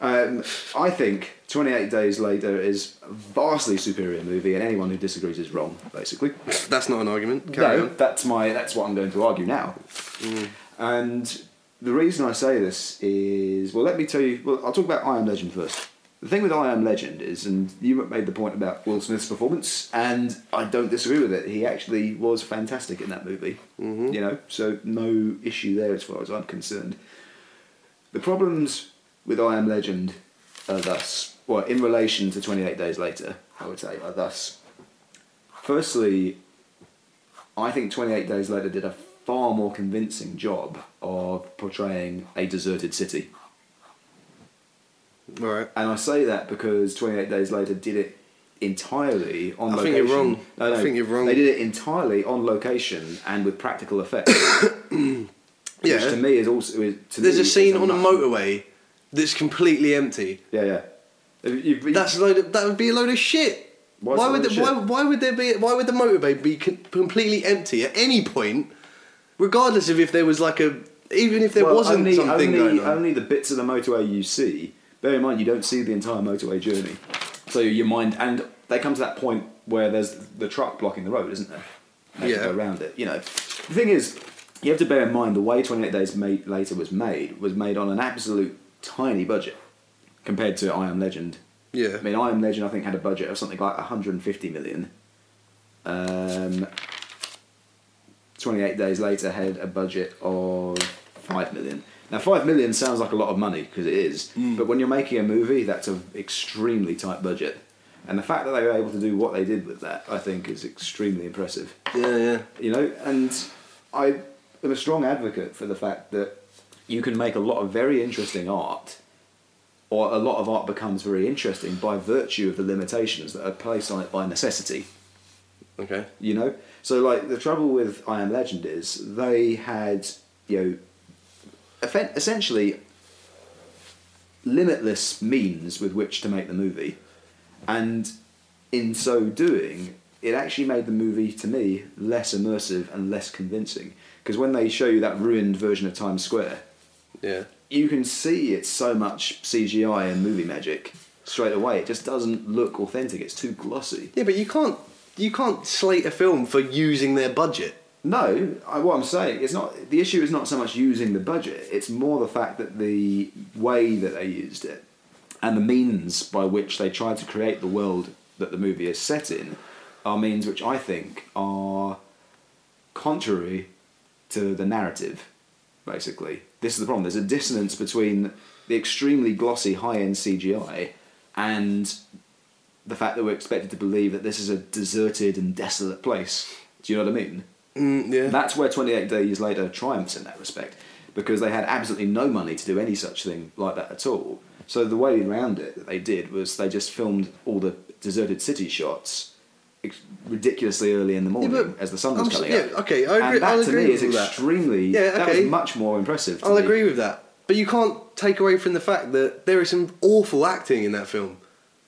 [SPEAKER 1] Um, I think 28 Days Later is a vastly superior movie, and anyone who disagrees is wrong, basically.
[SPEAKER 2] That's not an argument. Carry
[SPEAKER 1] No,
[SPEAKER 2] on.
[SPEAKER 1] that's my that's what I'm going to argue now. And the reason I say this is well, let me tell you. Well, I'll talk about I Am Legend first. The thing with I Am Legend is, and you made the point about Will Smith's performance, and I don't disagree with it. He actually was fantastic in that movie.
[SPEAKER 2] Mhm.
[SPEAKER 1] You know, so no issue there as far as I'm concerned. The problems with I Am Legend are thus, well, in relation to 28 Days Later, I would say, are thus. Firstly, I think 28 Days Later did a far more convincing job of portraying a deserted city.
[SPEAKER 2] All right.
[SPEAKER 1] And I say that because 28 Days Later did it entirely on
[SPEAKER 2] I
[SPEAKER 1] location.
[SPEAKER 2] think you're wrong.
[SPEAKER 1] No,
[SPEAKER 2] I
[SPEAKER 1] no,
[SPEAKER 2] think you're wrong.
[SPEAKER 1] They did it entirely on location and with practical effects.
[SPEAKER 2] Yeah.
[SPEAKER 1] Which to me is also. is- To
[SPEAKER 2] There's
[SPEAKER 1] me
[SPEAKER 2] a scene
[SPEAKER 1] is
[SPEAKER 2] on a
[SPEAKER 1] much-
[SPEAKER 2] motorway that's completely empty.
[SPEAKER 1] Yeah, yeah. If you- if you-
[SPEAKER 2] That's a load of, that would be a load of shit.
[SPEAKER 1] Why
[SPEAKER 2] Why,
[SPEAKER 1] is it a load
[SPEAKER 2] would
[SPEAKER 1] of
[SPEAKER 2] the, why,
[SPEAKER 1] shit?
[SPEAKER 2] why would there be why would the motorway be con- completely empty at any point, regardless of if there was like a even if there
[SPEAKER 1] well,
[SPEAKER 2] wasn't
[SPEAKER 1] only,
[SPEAKER 2] something
[SPEAKER 1] only,
[SPEAKER 2] going on.
[SPEAKER 1] Only the bits of the motorway you see. Bear in mind, you don't see the entire motorway journey. So your mind, and they come to that point where there's the truck blocking the road, isn't there? And They have to
[SPEAKER 2] Yeah.
[SPEAKER 1] go around it. You know, the thing is, you have to bear in mind the way 28 Days made, Later was made was made on an absolute tiny budget compared to I Am Legend.
[SPEAKER 2] Yeah.
[SPEAKER 1] I mean, I Am Legend I think had a budget of something like 150 million. Um, 28 days later had a budget of 5 million. Now, 5 million sounds like a lot of money because it is, but when you're making a movie, that's an extremely tight budget. And the fact that they were able to do what they did with that, I think, is extremely impressive.
[SPEAKER 2] Yeah, yeah.
[SPEAKER 1] You know, and I am a strong advocate for the fact that you can make a lot of very interesting art, or a lot of art becomes very interesting by virtue of the limitations that are placed on it by necessity
[SPEAKER 2] Okay.
[SPEAKER 1] you know so like the trouble with i am legend is they had you know effen- essentially limitless means with which to make the movie and in so doing it actually made the movie to me less immersive and less convincing because when they show you that ruined version of times square
[SPEAKER 2] Yeah.
[SPEAKER 1] you can see it's so much cgi and movie magic straight away it just doesn't look authentic it's too glossy
[SPEAKER 2] Yeah, but you can't you can't slate a film for using their budget.
[SPEAKER 1] No, I, what I'm saying it's not the issue is not so much using the budget. It's more the fact that the way that they used it and the means by which they tried to create the world that the movie is set in are means which I think are contrary to the narrative. Basically, this is the problem. There's a dissonance between the extremely glossy high-end CGI and the fact that we're expected to believe that this is a deserted and desolate place. Do you know what I mean?
[SPEAKER 2] Mm, yeah.
[SPEAKER 1] That's where 28 Days Later triumphs in that respect, because they had absolutely no money to do any such thing like that at all. So the way around it that they did was they just filmed all the deserted city shots ex- ridiculously early in the morning
[SPEAKER 2] but
[SPEAKER 1] as the sun was
[SPEAKER 2] I'm s-
[SPEAKER 1] coming
[SPEAKER 2] yeah,
[SPEAKER 1] up.
[SPEAKER 2] okay, I agree-
[SPEAKER 1] and that
[SPEAKER 2] I'll
[SPEAKER 1] to
[SPEAKER 2] agree
[SPEAKER 1] me is
[SPEAKER 2] with all that.
[SPEAKER 1] extremely.
[SPEAKER 2] Yeah,
[SPEAKER 1] That was
[SPEAKER 2] okay.
[SPEAKER 1] much more impressive. To
[SPEAKER 2] I'll
[SPEAKER 1] me.
[SPEAKER 2] agree with that. But you can't take away from the fact that there is some awful acting in that film.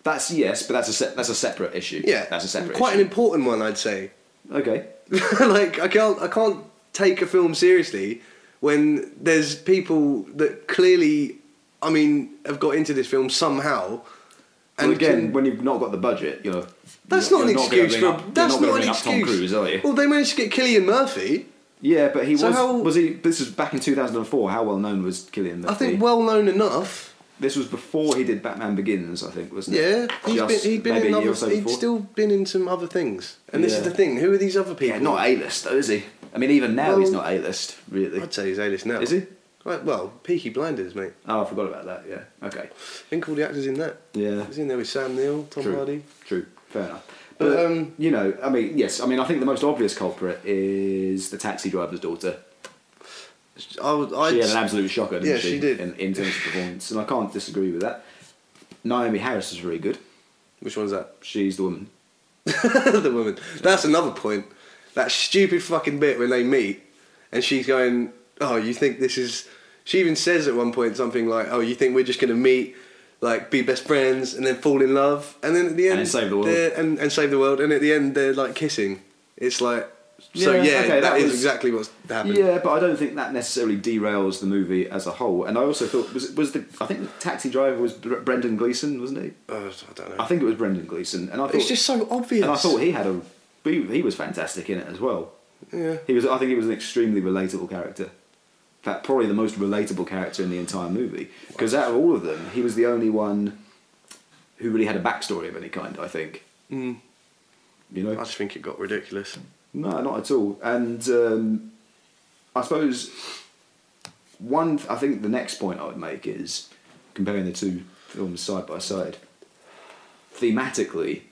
[SPEAKER 1] That's yes, but that's a se- that's a separate issue.
[SPEAKER 2] Yeah,
[SPEAKER 1] that's a separate.
[SPEAKER 2] Quite an
[SPEAKER 1] issue.
[SPEAKER 2] important one, I'd say.
[SPEAKER 1] okay.
[SPEAKER 2] like I can't I can't take a film seriously when there's people that clearly I mean have got into this film somehow
[SPEAKER 1] And again,
[SPEAKER 2] can-
[SPEAKER 1] when you've not got the budget, you're.
[SPEAKER 2] that's
[SPEAKER 1] you're-
[SPEAKER 2] not an
[SPEAKER 1] you're gonna
[SPEAKER 2] excuse
[SPEAKER 1] bring
[SPEAKER 2] for
[SPEAKER 1] up- you're
[SPEAKER 2] that's
[SPEAKER 1] not, gonna
[SPEAKER 2] not an
[SPEAKER 1] bring up
[SPEAKER 2] excuse.
[SPEAKER 1] Tom Cruise, are you?
[SPEAKER 2] Well, they managed to get Killian Murphy.
[SPEAKER 1] Yeah, but he
[SPEAKER 2] So
[SPEAKER 1] was.
[SPEAKER 2] how-
[SPEAKER 1] was he? This was back in two thousand and four. How well known was Killian Murphy?
[SPEAKER 2] I think well known enough.
[SPEAKER 1] this was before he did Batman Begins. I think wasn't
[SPEAKER 2] Yeah,
[SPEAKER 1] it?
[SPEAKER 2] he's
[SPEAKER 1] Just
[SPEAKER 2] been he'd been
[SPEAKER 1] maybe
[SPEAKER 2] in
[SPEAKER 1] a year
[SPEAKER 2] other,
[SPEAKER 1] or so
[SPEAKER 2] he'd
[SPEAKER 1] before.
[SPEAKER 2] still been in some other things. And this is
[SPEAKER 1] Yeah.
[SPEAKER 2] the thing: who are these other people?
[SPEAKER 1] yeah, not A list though, is he? I mean, even now he's
[SPEAKER 2] Well-
[SPEAKER 1] not A list really.
[SPEAKER 2] I'd say he's A-list now.
[SPEAKER 1] Is he?
[SPEAKER 2] Right, well, Peaky Blinders, mate.
[SPEAKER 1] Oh, I forgot about that. Yeah. Okay.
[SPEAKER 2] Think all the actors in that.
[SPEAKER 1] Yeah.
[SPEAKER 2] He's in there with Sam Neill, Tom
[SPEAKER 1] True.
[SPEAKER 2] Hardy.
[SPEAKER 1] True. Fair enough.
[SPEAKER 2] But,
[SPEAKER 1] But
[SPEAKER 2] um,
[SPEAKER 1] you know, I mean, yes. I mean, I think the most obvious culprit is the taxi driver's daughter.
[SPEAKER 2] I would, I'd
[SPEAKER 1] She had an absolute shocker, didn't
[SPEAKER 2] Yeah,
[SPEAKER 1] she?
[SPEAKER 2] she did.
[SPEAKER 1] In, in terms of performance, and I can't disagree with that. Naomi Harris was very good.
[SPEAKER 2] Which one's that?
[SPEAKER 1] She's the woman.
[SPEAKER 2] the woman. That's another point. That stupid fucking bit when they meet and she's going, Oh, you think this is. She even says at one point something like, Oh, you think we're just going to meet, like, be best friends and then fall in love? And then at the end.
[SPEAKER 1] then save the world.
[SPEAKER 2] they're- And, and save the world. And at the end, they're like kissing. It's like. So
[SPEAKER 1] Yeah,
[SPEAKER 2] yeah,
[SPEAKER 1] okay, that
[SPEAKER 2] that is
[SPEAKER 1] was-
[SPEAKER 2] exactly what's happened.
[SPEAKER 1] Yeah, but I don't think that necessarily derails the movie as a whole. And I also thought was was the I think the taxi driver was Br- Brendan Gleeson, wasn't he?
[SPEAKER 2] Uh, I don't know.
[SPEAKER 1] I think it was Brendan Gleeson, and I thought
[SPEAKER 2] it's just so obvious.
[SPEAKER 1] and I thought he had a he, he was fantastic in it as well.
[SPEAKER 2] yeah.
[SPEAKER 1] He was I think he was an extremely relatable character. In fact, probably the most relatable character in the entire movie because out of all of them, he was the only one who really had a backstory of any kind. I think
[SPEAKER 2] Mm,
[SPEAKER 1] you know.
[SPEAKER 2] I just think it got ridiculous.
[SPEAKER 1] No, not at all. And um, I suppose one, I think the next point I would make is comparing the two films side by side. Thematically,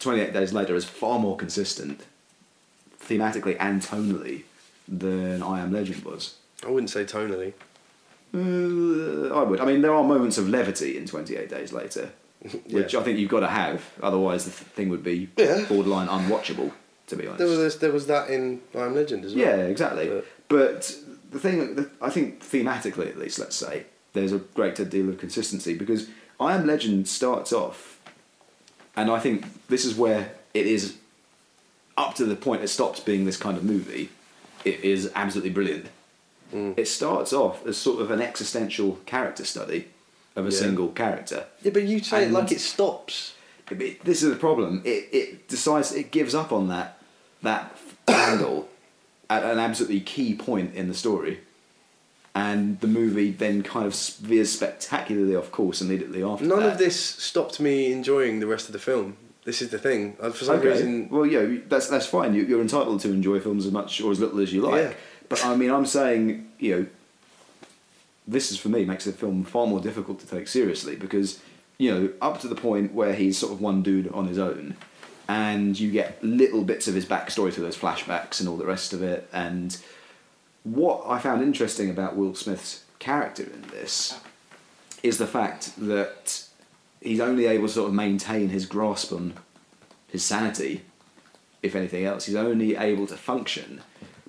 [SPEAKER 1] 28 Days Later is far more consistent, thematically and tonally, than I Am Legend was.
[SPEAKER 2] I wouldn't say tonally.
[SPEAKER 1] Uh, I would. I mean, there are moments of levity in 28 Days Later, which I think you've got to have, otherwise, the th- thing would be
[SPEAKER 2] Yeah.
[SPEAKER 1] borderline unwatchable, to be honest.
[SPEAKER 2] There was this, there was that in I Am Legend as well.
[SPEAKER 1] Yeah, exactly.
[SPEAKER 2] But-
[SPEAKER 1] But, the thing, the, I think thematically at least, let's say, there's a great deal of consistency because I Am Legend starts off, and I think this is where it is up to the point it stops being this kind of movie. It is absolutely brilliant.
[SPEAKER 2] Mm.
[SPEAKER 1] It starts off as sort of an existential character study of a
[SPEAKER 2] Yeah.
[SPEAKER 1] single character.
[SPEAKER 2] Yeah, but you say it
[SPEAKER 1] And-
[SPEAKER 2] like it stops.
[SPEAKER 1] It- it- this is the problem. It, it decides it gives up on that that angle at an absolutely key point in the story, and the movie then kind of veers spectacularly off course immediately after.
[SPEAKER 2] None
[SPEAKER 1] that.
[SPEAKER 2] of this stopped me enjoying the rest of the film. This is the thing. Uh, For some
[SPEAKER 1] okay.
[SPEAKER 2] reason,
[SPEAKER 1] Well, yeah, that's that's fine. You, you're entitled to enjoy films as much or as little as you like.
[SPEAKER 2] Yeah.
[SPEAKER 1] But I mean, I'm saying, you know, this is for me makes the film far more difficult to take seriously because, you know, up to the point where he's sort of one dude on his own, and you get little bits of his backstory through those flashbacks and all the rest of it. And what I found interesting about Will Smith's character in this is the fact that he's only able to sort of maintain his grasp on his sanity, if anything else. He's only able to function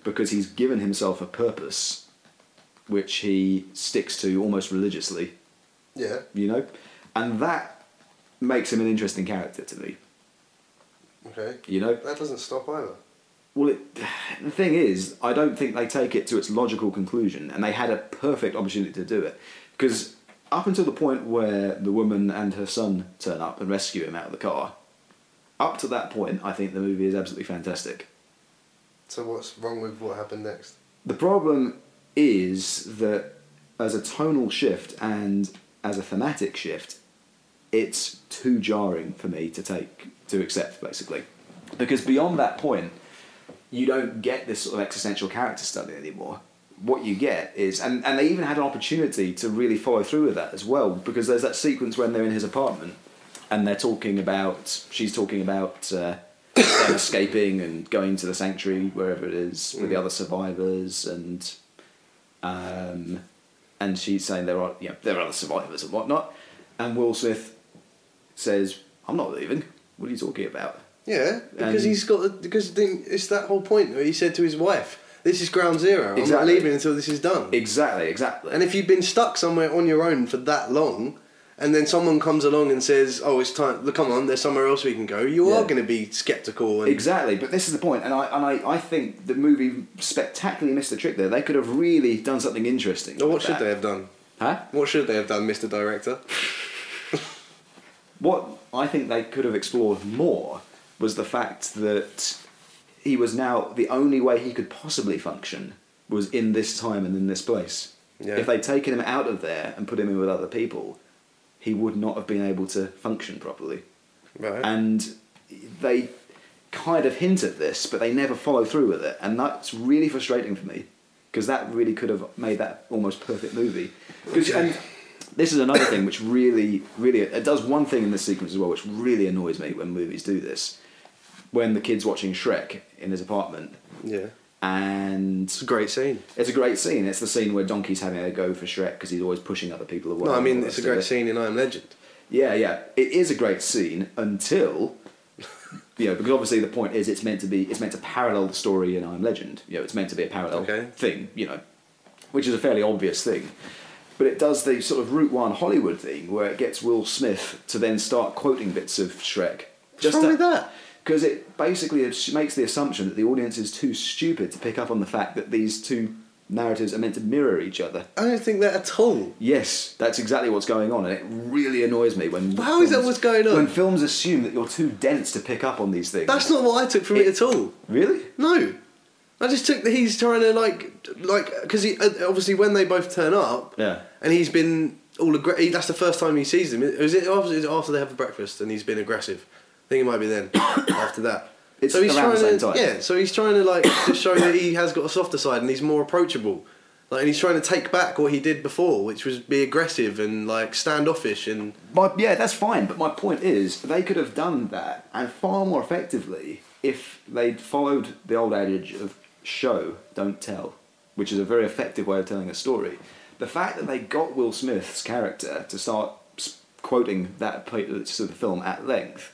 [SPEAKER 1] because he's given himself a purpose which he sticks to almost religiously,
[SPEAKER 2] yeah.
[SPEAKER 1] you know? And that makes him an interesting character to me,
[SPEAKER 2] Okay.
[SPEAKER 1] you know?
[SPEAKER 2] That doesn't stop either.
[SPEAKER 1] Well, it, the thing is, I don't think they take it to its logical conclusion, and they had a perfect opportunity to do it. Because up until the point where the woman and her son turn up and rescue him out of the car, up to that point, I think the movie is absolutely fantastic.
[SPEAKER 2] So what's wrong with what happened next?
[SPEAKER 1] The problem is that as a tonal shift and as a thematic shift, it's too jarring for me to take to accept basically. Because beyond that point, you don't get this sort of existential character study anymore. What you get is, and, and they even had an opportunity to really follow through with that as well, because there's that sequence when they're in his apartment and they're talking about, she's talking about uh, them escaping and going to the sanctuary, wherever it is, with the other survivors, and um, and she's saying there are, you know, there are other survivors and whatnot. And Will Smith says, I'm not leaving. What are you talking about?
[SPEAKER 2] Yeah, because
[SPEAKER 1] And-
[SPEAKER 2] he's got the- because the- it's that whole point where he said to his wife, "This is ground zero. I'm not
[SPEAKER 1] Exactly.
[SPEAKER 2] leaving until this is done."
[SPEAKER 1] Exactly, exactly.
[SPEAKER 2] And if you've been stuck somewhere on your own for that long, and then someone comes along and says, "Oh, it's time. Look, come on, there's somewhere else we can go," you are
[SPEAKER 1] Yeah.
[SPEAKER 2] going to be skeptical. And
[SPEAKER 1] Exactly, but this is the point, and I and I, I think the movie spectacularly missed the trick there. They could have really done something interesting.
[SPEAKER 2] Now, what
[SPEAKER 1] with
[SPEAKER 2] should
[SPEAKER 1] that.
[SPEAKER 2] they have done?
[SPEAKER 1] Huh?
[SPEAKER 2] What should they have done, Mr. Director?
[SPEAKER 1] What I think they could have explored more was the fact that he was now the only way he could possibly function was in this time and in this place.
[SPEAKER 2] Yeah.
[SPEAKER 1] If they'd taken him out of there and put him in with other people, he would not have been able to function properly.
[SPEAKER 2] Right.
[SPEAKER 1] and they kind of hint at this, but they never follow through with it, and that's really frustrating for me because that really could have made that almost perfect movie. 'Cause- and this is another thing which really, really it does one thing in this sequence as well, which really annoys me when movies do this. When the kid's watching Shrek in his apartment,
[SPEAKER 2] yeah,
[SPEAKER 1] and
[SPEAKER 2] it's a great scene.
[SPEAKER 1] it's a great scene. It's the scene where Donkey's having a go for Shrek because he's always pushing other people away.
[SPEAKER 2] No,
[SPEAKER 1] and
[SPEAKER 2] I
[SPEAKER 1] all
[SPEAKER 2] mean
[SPEAKER 1] the
[SPEAKER 2] it's a
[SPEAKER 1] rest of
[SPEAKER 2] great
[SPEAKER 1] it.
[SPEAKER 2] scene in I Am Legend.
[SPEAKER 1] Yeah, yeah. It is a great scene until you know, because obviously the point is it's meant to be it's meant to parallel the story in I Am Legend. You know, it's meant to be a parallel
[SPEAKER 2] Okay.
[SPEAKER 1] thing, you know. Which is a fairly obvious thing. But it does the sort of Route One Hollywood thing where it gets Will Smith to then start quoting bits of Shrek.
[SPEAKER 2] wrong with that?
[SPEAKER 1] Because it basically abs- makes the assumption that the audience is too stupid to pick up on the fact that these two narratives are meant to mirror each other.
[SPEAKER 2] I don't think that at all.
[SPEAKER 1] Yes, that's exactly what's going on, and it really annoys me when.
[SPEAKER 2] How is that what's going on?
[SPEAKER 1] When films assume that you're too dense to pick up on these things.
[SPEAKER 2] That's not what I took from it,
[SPEAKER 1] It-
[SPEAKER 2] at all.
[SPEAKER 1] Really?
[SPEAKER 2] No. I just took that he's trying to like like because he uh, obviously when they both turn up
[SPEAKER 1] Yeah.
[SPEAKER 2] and he's been all aggressive. That's the first time he sees them. Is it after, is it after they have a breakfast and he's been aggressive? I think it might be then after that.
[SPEAKER 1] It's
[SPEAKER 2] so he's
[SPEAKER 1] around the
[SPEAKER 2] trying
[SPEAKER 1] same
[SPEAKER 2] to
[SPEAKER 1] time.
[SPEAKER 2] yeah. So he's trying to like just show that he has got a softer side and he's more approachable. Like and he's trying to take back what he did before, which was be aggressive and like standoffish and
[SPEAKER 1] My, yeah, that's fine. But my point is, they could have done that and far more effectively if they'd followed the old adage of show, don't tell, which is a very effective way of telling a story. The fact that they got Will Smith's character to start s- quoting that piece of the film at length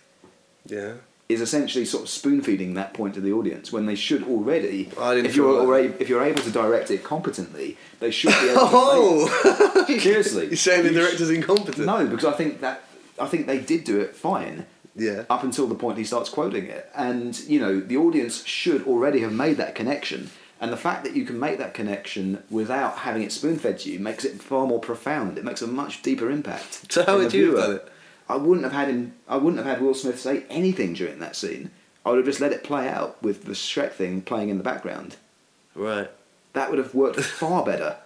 [SPEAKER 2] yeah.
[SPEAKER 1] is essentially sort of spoon feeding that point to the audience when they should already,
[SPEAKER 2] I didn't
[SPEAKER 1] if you're
[SPEAKER 2] feel that.
[SPEAKER 1] already, if you're able to direct it competently, they should be able to.
[SPEAKER 2] Oh,
[SPEAKER 1] play- Seriously,
[SPEAKER 2] you're saying the
[SPEAKER 1] You sh-
[SPEAKER 2] director's incompetent?
[SPEAKER 1] no, because I think that I think they did do it fine.
[SPEAKER 2] Yeah.
[SPEAKER 1] Up until the point he starts quoting it, and you know the audience should already have made that connection. And the fact that you can make that connection without having it spoon fed to you makes it far more profound. It makes a much deeper impact.
[SPEAKER 2] So how
[SPEAKER 1] in the
[SPEAKER 2] would you have
[SPEAKER 1] viewer.
[SPEAKER 2] done it?
[SPEAKER 1] I wouldn't have had him. I wouldn't have had Will Smith say anything during that scene. I would have just let it play out with the Shrek thing playing in the background.
[SPEAKER 2] Right.
[SPEAKER 1] That would have worked far better.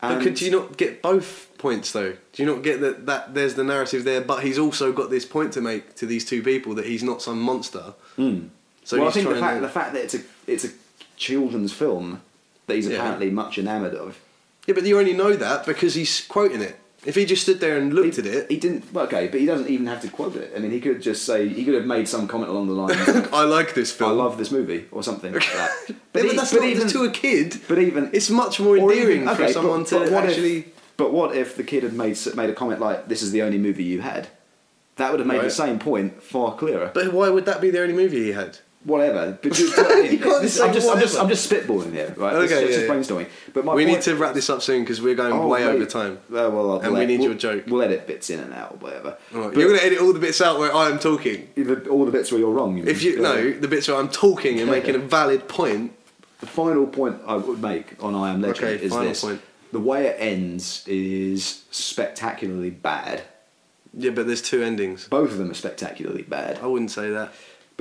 [SPEAKER 2] but could you not get both points though? Do you not get that, that there's the narrative there, but he's also got this point to make to these two people that he's not some monster. So
[SPEAKER 1] Hmm. well, I think
[SPEAKER 2] he's
[SPEAKER 1] the
[SPEAKER 2] trying
[SPEAKER 1] fact,
[SPEAKER 2] to-
[SPEAKER 1] the fact that it's a it's a children's film that he's
[SPEAKER 2] Yeah.
[SPEAKER 1] apparently much enamoured of.
[SPEAKER 2] yeah, but you only know that because he's quoting it. If he just stood there and looked at it,
[SPEAKER 1] He didn't. Well, okay, but he doesn't even have to quote it. I mean, he could just say he could have made some comment along the lines, like,
[SPEAKER 2] I like this
[SPEAKER 1] "I
[SPEAKER 2] film.
[SPEAKER 1] love this movie" or something like that. But,
[SPEAKER 2] yeah,
[SPEAKER 1] he-
[SPEAKER 2] but that's
[SPEAKER 1] but
[SPEAKER 2] not
[SPEAKER 1] even-
[SPEAKER 2] to a kid.
[SPEAKER 1] but even
[SPEAKER 2] it's much more
[SPEAKER 1] or
[SPEAKER 2] endearing
[SPEAKER 1] even- okay,
[SPEAKER 2] for
[SPEAKER 1] but-
[SPEAKER 2] someone
[SPEAKER 1] but
[SPEAKER 2] to
[SPEAKER 1] what if-
[SPEAKER 2] actually.
[SPEAKER 1] but what if the kid had made s- made a comment like, "This is the only movie you had"? That would have made the
[SPEAKER 2] Right.
[SPEAKER 1] same point far clearer.
[SPEAKER 2] But why would that be the only movie he had?
[SPEAKER 1] whatever. But you, you
[SPEAKER 2] can't
[SPEAKER 1] this,
[SPEAKER 2] say
[SPEAKER 1] I'm, just, I'm just
[SPEAKER 2] whatever.
[SPEAKER 1] I'm just spitballing here, right? This is
[SPEAKER 2] Okay, yeah,
[SPEAKER 1] just brainstorming. But my
[SPEAKER 2] we
[SPEAKER 1] point,
[SPEAKER 2] need to wrap this up soon because we're going
[SPEAKER 1] Oh,
[SPEAKER 2] way
[SPEAKER 1] mate.
[SPEAKER 2] over time.
[SPEAKER 1] Oh, well, I'll
[SPEAKER 2] And we
[SPEAKER 1] let-
[SPEAKER 2] need
[SPEAKER 1] we'll-
[SPEAKER 2] your joke.
[SPEAKER 1] We'll edit bits in and out, whatever.
[SPEAKER 2] All right,
[SPEAKER 1] But
[SPEAKER 2] You're going to edit all the bits out where I am talking.
[SPEAKER 1] the- all the bits where you're wrong. mean?
[SPEAKER 2] If you
[SPEAKER 1] Yeah.
[SPEAKER 2] no, the bits where I'm talking and making a valid point.
[SPEAKER 1] The final point I would make on I Am Legend
[SPEAKER 2] Okay,
[SPEAKER 1] is
[SPEAKER 2] final
[SPEAKER 1] this:
[SPEAKER 2] point.
[SPEAKER 1] the way it ends is spectacularly bad.
[SPEAKER 2] Yeah, but there's two endings.
[SPEAKER 1] Both of them are spectacularly bad.
[SPEAKER 2] I wouldn't say that.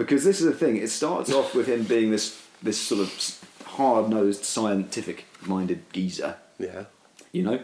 [SPEAKER 1] because this is the thing. It starts off with him being this this sort of s- hard-nosed, scientific-minded geezer,
[SPEAKER 2] Yeah.
[SPEAKER 1] you know,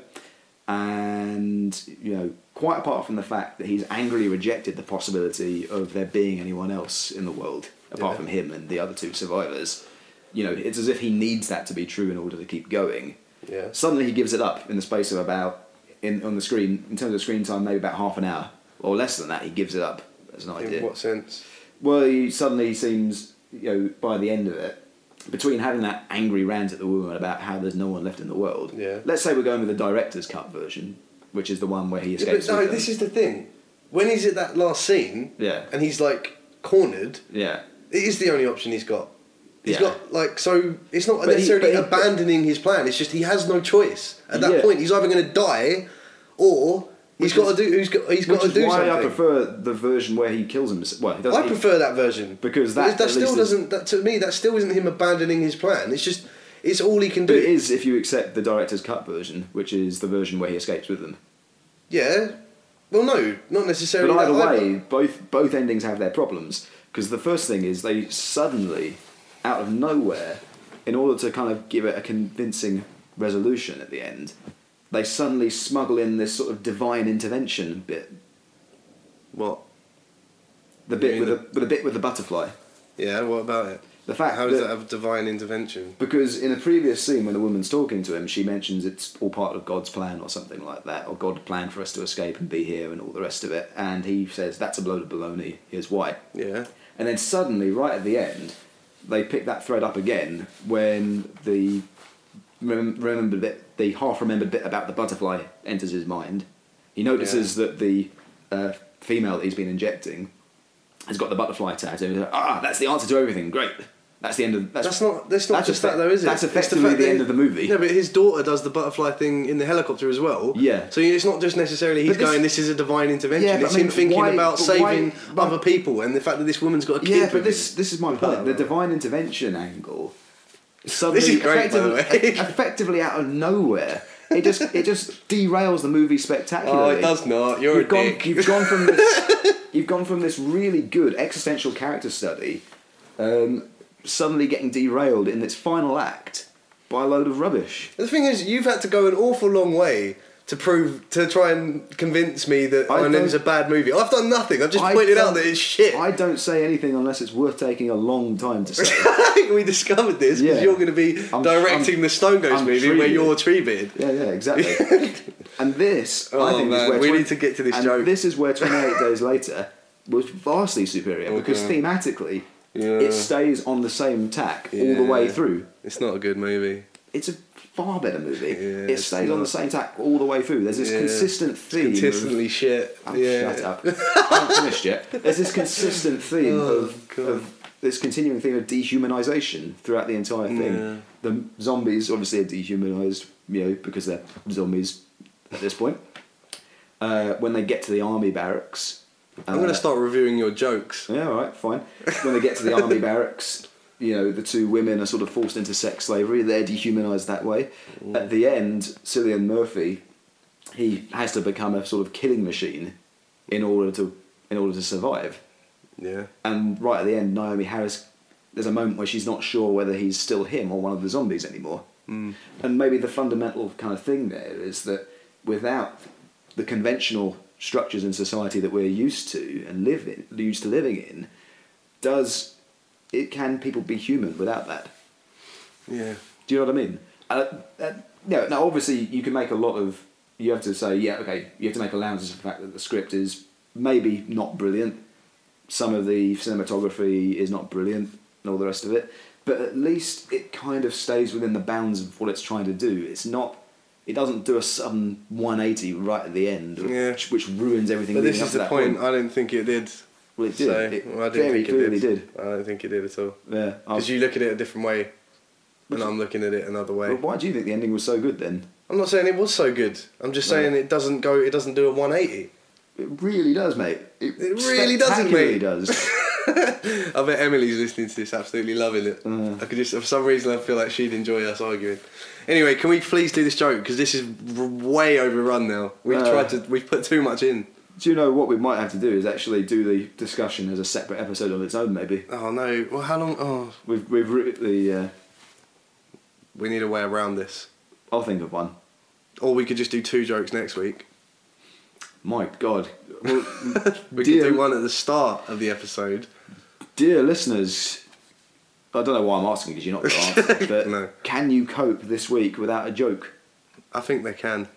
[SPEAKER 1] and you know, quite apart from the fact that he's angrily rejected the possibility of there being anyone else in the world apart
[SPEAKER 2] Yeah.
[SPEAKER 1] from him and the other two survivors, you know, it's as if he needs that to be true in order to keep going.
[SPEAKER 2] Yeah.
[SPEAKER 1] Suddenly he gives it up in the space of about in on the screen in terms of screen time maybe about half an hour or less than that. He gives it up as an idea.
[SPEAKER 2] In what sense?
[SPEAKER 1] Well, he suddenly seems, you know, by the end of it, between having that angry rant at the woman about how there's no one left in the world.
[SPEAKER 2] Yeah.
[SPEAKER 1] Let's say we're going with the director's cut version, which is the one where he
[SPEAKER 2] Yeah, but
[SPEAKER 1] escapes.
[SPEAKER 2] no,
[SPEAKER 1] with them.
[SPEAKER 2] this is the thing. When he's at that last scene,
[SPEAKER 1] Yeah.
[SPEAKER 2] and he's like cornered,
[SPEAKER 1] Yeah.
[SPEAKER 2] it is the only option he's got. He's
[SPEAKER 1] Yeah.
[SPEAKER 2] got like so. It's not
[SPEAKER 1] he-
[SPEAKER 2] necessarily
[SPEAKER 1] but he-
[SPEAKER 2] abandoning his plan. It's just he has no choice at that
[SPEAKER 1] Yeah.
[SPEAKER 2] point. He's either going to die, or
[SPEAKER 1] Which
[SPEAKER 2] he's got to
[SPEAKER 1] is-
[SPEAKER 2] do. He's got. He's got
[SPEAKER 1] Which
[SPEAKER 2] to
[SPEAKER 1] is
[SPEAKER 2] do
[SPEAKER 1] why
[SPEAKER 2] something.
[SPEAKER 1] I prefer the version where he kills himself. Well, he doesn't.
[SPEAKER 2] I
[SPEAKER 1] he-
[SPEAKER 2] prefer that version
[SPEAKER 1] Because that
[SPEAKER 2] that
[SPEAKER 1] at least
[SPEAKER 2] still
[SPEAKER 1] is-
[SPEAKER 2] doesn't. That to me, that still isn't him abandoning his plan. It's just it's all he can do.
[SPEAKER 1] But it is if you accept the director's cut version, which is the version where he escapes with them.
[SPEAKER 2] Yeah. Well, no, not necessarily.
[SPEAKER 1] But either
[SPEAKER 2] that
[SPEAKER 1] way, both both endings have their problems because the first thing is they suddenly, out of nowhere, in order to kind of give it a convincing resolution at the end, they suddenly smuggle in this sort of divine intervention bit,
[SPEAKER 2] What?
[SPEAKER 1] the
[SPEAKER 2] You
[SPEAKER 1] bit
[SPEAKER 2] mean
[SPEAKER 1] with
[SPEAKER 2] the-
[SPEAKER 1] the, with the bit with the butterfly.
[SPEAKER 2] Yeah. What about it?
[SPEAKER 1] The fact
[SPEAKER 2] How does
[SPEAKER 1] that-
[SPEAKER 2] that have divine intervention?
[SPEAKER 1] Because in a previous scene, when the woman's talking to him, she mentions it's all part of God's plan or something like that, or God planned for us to escape and be here and all the rest of it. And he says, That's a load of baloney, here's why.
[SPEAKER 2] Yeah.
[SPEAKER 1] And then suddenly, right at the end, they pick that thread up again when the rem- remembered bit, the half-remembered bit about the butterfly enters his mind. He notices that the uh, female that he's been injecting has got the butterfly tattoo. He's like, Ah, that's the answer to everything. Great. That's the end of. That's,
[SPEAKER 2] That's not. That's not
[SPEAKER 1] that's
[SPEAKER 2] just
[SPEAKER 1] effe-
[SPEAKER 2] that though, is it?
[SPEAKER 1] That's
[SPEAKER 2] It's the
[SPEAKER 1] effectively
[SPEAKER 2] fact
[SPEAKER 1] the
[SPEAKER 2] that-
[SPEAKER 1] end of the movie.
[SPEAKER 2] No, but his daughter does the butterfly thing in the helicopter as well.
[SPEAKER 1] Yeah.
[SPEAKER 2] So it's not just necessarily he's
[SPEAKER 1] But this-
[SPEAKER 2] going. This is a divine intervention.
[SPEAKER 1] Yeah, but
[SPEAKER 2] it's
[SPEAKER 1] I mean,
[SPEAKER 2] him thinking
[SPEAKER 1] why-
[SPEAKER 2] about
[SPEAKER 1] but why-
[SPEAKER 2] saving
[SPEAKER 1] but-
[SPEAKER 2] other people and the fact that this woman's got a kid.
[SPEAKER 1] Yeah, but
[SPEAKER 2] with
[SPEAKER 1] this
[SPEAKER 2] him.
[SPEAKER 1] this is my
[SPEAKER 2] Oh.
[SPEAKER 1] point. The divine intervention angle. Suddenly,
[SPEAKER 2] is great, by the
[SPEAKER 1] effectively-
[SPEAKER 2] way.
[SPEAKER 1] effectively out of nowhere, it just it just derails the movie
[SPEAKER 2] Oh,
[SPEAKER 1] spectacularly.
[SPEAKER 2] it does not. You're
[SPEAKER 1] You've
[SPEAKER 2] a
[SPEAKER 1] gone,
[SPEAKER 2] dick.
[SPEAKER 1] you've gone from this. you've gone from this really good existential character study um, suddenly getting derailed in its final act by a load of rubbish.
[SPEAKER 2] The thing is, you've had to go an awful long way to prove to try and convince me that
[SPEAKER 1] I
[SPEAKER 2] Iron Man's a
[SPEAKER 1] don't-
[SPEAKER 2] bad movie. I've done nothing. I've just
[SPEAKER 1] I
[SPEAKER 2] pointed
[SPEAKER 1] don't-
[SPEAKER 2] out that it's shit.
[SPEAKER 1] I don't say anything unless it's worth taking a long time to say.
[SPEAKER 2] we discovered this because
[SPEAKER 1] Yeah.
[SPEAKER 2] you're going to be
[SPEAKER 1] I'm-
[SPEAKER 2] directing
[SPEAKER 1] I'm-
[SPEAKER 2] the Stone Ghost
[SPEAKER 1] I'm
[SPEAKER 2] movie where
[SPEAKER 1] treated.
[SPEAKER 2] you're tree beard.
[SPEAKER 1] Yeah, yeah, exactly. and this, I
[SPEAKER 2] Oh,
[SPEAKER 1] think,
[SPEAKER 2] man,
[SPEAKER 1] is where
[SPEAKER 2] we
[SPEAKER 1] twen-
[SPEAKER 2] need to get to this
[SPEAKER 1] and
[SPEAKER 2] joke.
[SPEAKER 1] This is where 28 Days Later was vastly superior because
[SPEAKER 2] Okay.
[SPEAKER 1] thematically,
[SPEAKER 2] Oh, Yeah.
[SPEAKER 1] it stays on the same tack all the way
[SPEAKER 2] Yeah.
[SPEAKER 1] through.
[SPEAKER 2] It's not a good movie.
[SPEAKER 1] It's a far better movie.
[SPEAKER 2] Yeah,
[SPEAKER 1] it
[SPEAKER 2] it's
[SPEAKER 1] stays on
[SPEAKER 2] not.
[SPEAKER 1] the same tack all the way through. There's this
[SPEAKER 2] Yeah.
[SPEAKER 1] consistent theme. of-
[SPEAKER 2] Consistently shit.
[SPEAKER 1] Oh,
[SPEAKER 2] yeah.
[SPEAKER 1] Shut up. I haven't finished yet. There's this consistent theme
[SPEAKER 2] Oh,
[SPEAKER 1] of,
[SPEAKER 2] God.
[SPEAKER 1] of this continuing theme of dehumanization throughout the entire thing.
[SPEAKER 2] Yeah.
[SPEAKER 1] The zombies obviously are dehumanized, you know, because they're zombies at this point. Uh, when they get to the army barracks,
[SPEAKER 2] I'm going
[SPEAKER 1] uh,
[SPEAKER 2] to start reviewing your jokes.
[SPEAKER 1] Yeah, all right, fine. When they get to the army barracks, you know, the two women are sort of forced into sex slavery. They're dehumanized that way. At the end, Cillian Murphy, he has to become a sort of killing machine in order to in order to survive.
[SPEAKER 2] Yeah.
[SPEAKER 1] And right at the end, Naomi Harris, there's a moment where she's not sure whether he's still him or one of the zombies anymore. Mm. And maybe the fundamental kind of thing there is that without the conventional structures in society that we're used to and live in, used to living in, does it can people be human without that?
[SPEAKER 2] Yeah.
[SPEAKER 1] Do you know what I mean? Uh, uh, no, now obviously you can make a lot of. You have to say, yeah, okay. You have to make allowances for the fact that the script is maybe not brilliant. Some of the cinematography is not brilliant, and all the rest of it. But at least it kind of stays within the bounds of what it's trying to do. It's not. It doesn't do a sudden 180 right at the end,
[SPEAKER 2] Yeah.
[SPEAKER 1] which, which ruins everything.
[SPEAKER 2] But this
[SPEAKER 1] leading up
[SPEAKER 2] is
[SPEAKER 1] to
[SPEAKER 2] the
[SPEAKER 1] that
[SPEAKER 2] point. I don't think it did.
[SPEAKER 1] Well, it did.
[SPEAKER 2] So,
[SPEAKER 1] It
[SPEAKER 2] well, I didn't
[SPEAKER 1] very
[SPEAKER 2] think
[SPEAKER 1] clearly
[SPEAKER 2] it
[SPEAKER 1] did.
[SPEAKER 2] I don't think it did at all.
[SPEAKER 1] Yeah. I-
[SPEAKER 2] Because you look at it a different way, and
[SPEAKER 1] Which-
[SPEAKER 2] I'm looking at it another way.
[SPEAKER 1] Well, why do you think the ending was so good then?
[SPEAKER 2] I'm not saying it was so good. I'm just saying it doesn't go. It doesn't do a 180.
[SPEAKER 1] It really does, mate.
[SPEAKER 2] It really doesn't,
[SPEAKER 1] spectacularly
[SPEAKER 2] mate.
[SPEAKER 1] does.
[SPEAKER 2] I bet Emily's listening to this, absolutely loving it.
[SPEAKER 1] Mm.
[SPEAKER 2] I could just, for some reason, I feel like she'd enjoy us arguing. Anyway, can we please do this joke because this is r- way overrun now. We've
[SPEAKER 1] Uh.
[SPEAKER 2] tried to, we've put too much in.
[SPEAKER 1] Do you know what we might have to do is actually do the discussion as a separate episode on its own? Maybe
[SPEAKER 2] Oh no! Well, how long? Oh,
[SPEAKER 1] we've we've writ the. Uh,
[SPEAKER 2] we need a way around this.
[SPEAKER 1] I'll think of one.
[SPEAKER 2] Or we could just do two jokes next week.
[SPEAKER 1] My God, well,
[SPEAKER 2] We
[SPEAKER 1] dear,
[SPEAKER 2] could do one at the start of the episode.
[SPEAKER 1] dear listeners. I don't know why I'm asking because you're not going to answer. But
[SPEAKER 2] No.
[SPEAKER 1] can you cope this week without a joke?
[SPEAKER 2] I think they can.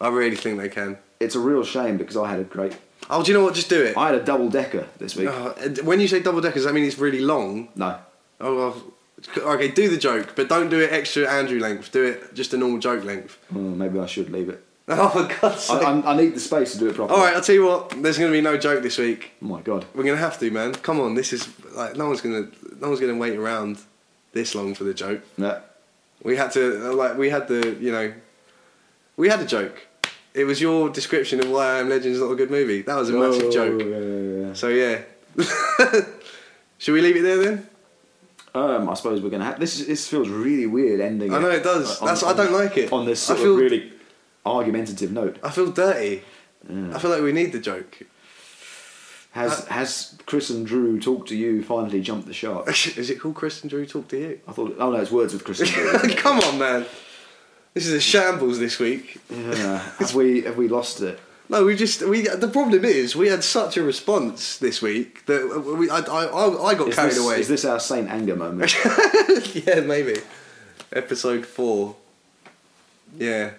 [SPEAKER 2] I really think they can.
[SPEAKER 1] It's a real shame because I had a great.
[SPEAKER 2] Oh, do you know what? Just do it.
[SPEAKER 1] I had a double decker this week.
[SPEAKER 2] Oh, and when you say double decker, does that mean it's really long?
[SPEAKER 1] No,
[SPEAKER 2] Oh, well, okay, do the joke, but don't do it extra Andrew length. Do it just a normal joke length.
[SPEAKER 1] Oh, maybe I should leave it.
[SPEAKER 2] Oh, for God's
[SPEAKER 1] I,
[SPEAKER 2] sake.
[SPEAKER 1] I, I need the space to do it properly.
[SPEAKER 2] All right, I'll tell you what. There's going to be no joke this week.
[SPEAKER 1] My God.
[SPEAKER 2] We're going to have to, man. Come on, this is like no one's going to no one's going to wait around this long for the joke.
[SPEAKER 1] No.
[SPEAKER 2] We had to like we had the you know we had a joke. It was your description of why I Am Legend's not a good movie. That was a massive
[SPEAKER 1] Oh,
[SPEAKER 2] joke.
[SPEAKER 1] yeah, yeah, yeah.
[SPEAKER 2] So yeah. Should we leave it there then?
[SPEAKER 1] Um, I suppose we're gonna have this. Is, this feels really weird ending.
[SPEAKER 2] I know it does. That's- I don't like it.
[SPEAKER 1] On this
[SPEAKER 2] I
[SPEAKER 1] sort
[SPEAKER 2] feel-
[SPEAKER 1] of really argumentative note,
[SPEAKER 2] I feel dirty. I feel like we need the joke.
[SPEAKER 1] has has Chris and Drew talked to you? Finally, jumped the shark.
[SPEAKER 2] Is it called Chris and Drew talk to you?
[SPEAKER 1] I thought. Oh no, it's words with Chris and Drew. isn't it?
[SPEAKER 2] Come on, man. This is a shambles this week.
[SPEAKER 1] yeah. Have we have we lost it?
[SPEAKER 2] No, we just we. The problem is we had such a response this week that we I I, I- I got
[SPEAKER 1] Is
[SPEAKER 2] carried
[SPEAKER 1] this,
[SPEAKER 2] away.
[SPEAKER 1] Is this our Saint Anger moment?
[SPEAKER 2] yeah, maybe. Episode four. Yeah,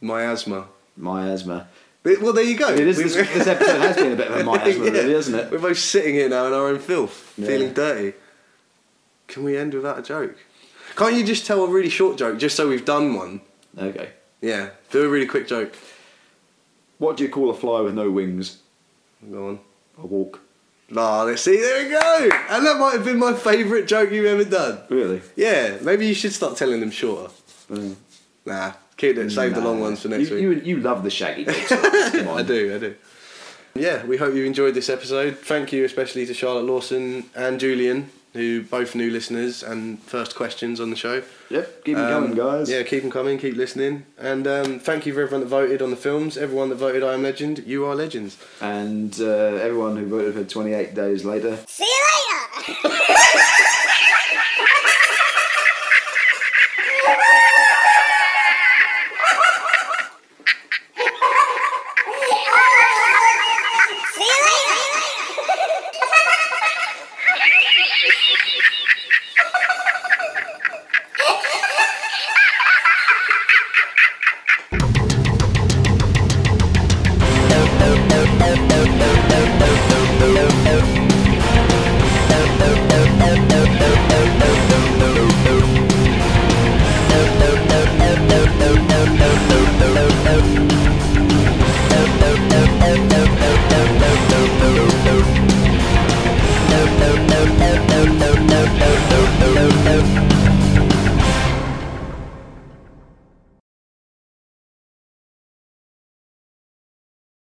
[SPEAKER 2] miasma.
[SPEAKER 1] Miasma.
[SPEAKER 2] It- Well, there you go.
[SPEAKER 1] It is.
[SPEAKER 2] We-
[SPEAKER 1] This, this episode has been a bit of a miasma,
[SPEAKER 2] Yeah.
[SPEAKER 1] really, isn't it?
[SPEAKER 2] We're both sitting here now in our own filth,
[SPEAKER 1] Yeah.
[SPEAKER 2] feeling dirty. Can we end without a joke? Can't you just tell a really short joke just so we've done one?
[SPEAKER 1] Okay.
[SPEAKER 2] Yeah, do a really quick joke.
[SPEAKER 1] What do you call a fly with no wings?
[SPEAKER 2] Go on.
[SPEAKER 1] A walk.
[SPEAKER 2] Ah, let's see. There we go. And that might have been my favourite joke you've ever done.
[SPEAKER 1] Really?
[SPEAKER 2] Yeah, maybe you should start telling them shorter.
[SPEAKER 1] Mm.
[SPEAKER 2] Nah, keep it. Save the long
[SPEAKER 1] Nah.
[SPEAKER 2] ones for next
[SPEAKER 1] you,
[SPEAKER 2] week.
[SPEAKER 1] You, you love the shaggy. jokes. Come on.
[SPEAKER 2] I do, I do. Yeah, we hope you enjoyed this episode. Thank you especially to Charlotte Lawson and Julian, who both new listeners and first questions on the show.
[SPEAKER 1] Yep. Keep it
[SPEAKER 2] Um,
[SPEAKER 1] going, guys.
[SPEAKER 2] Yeah, keep them coming, keep listening. And um, thank you for everyone that voted on the films, everyone that voted I Am Legend, you are legends.
[SPEAKER 1] and uh, everyone who voted for 28 days later
[SPEAKER 3] See you later!
[SPEAKER 2] it.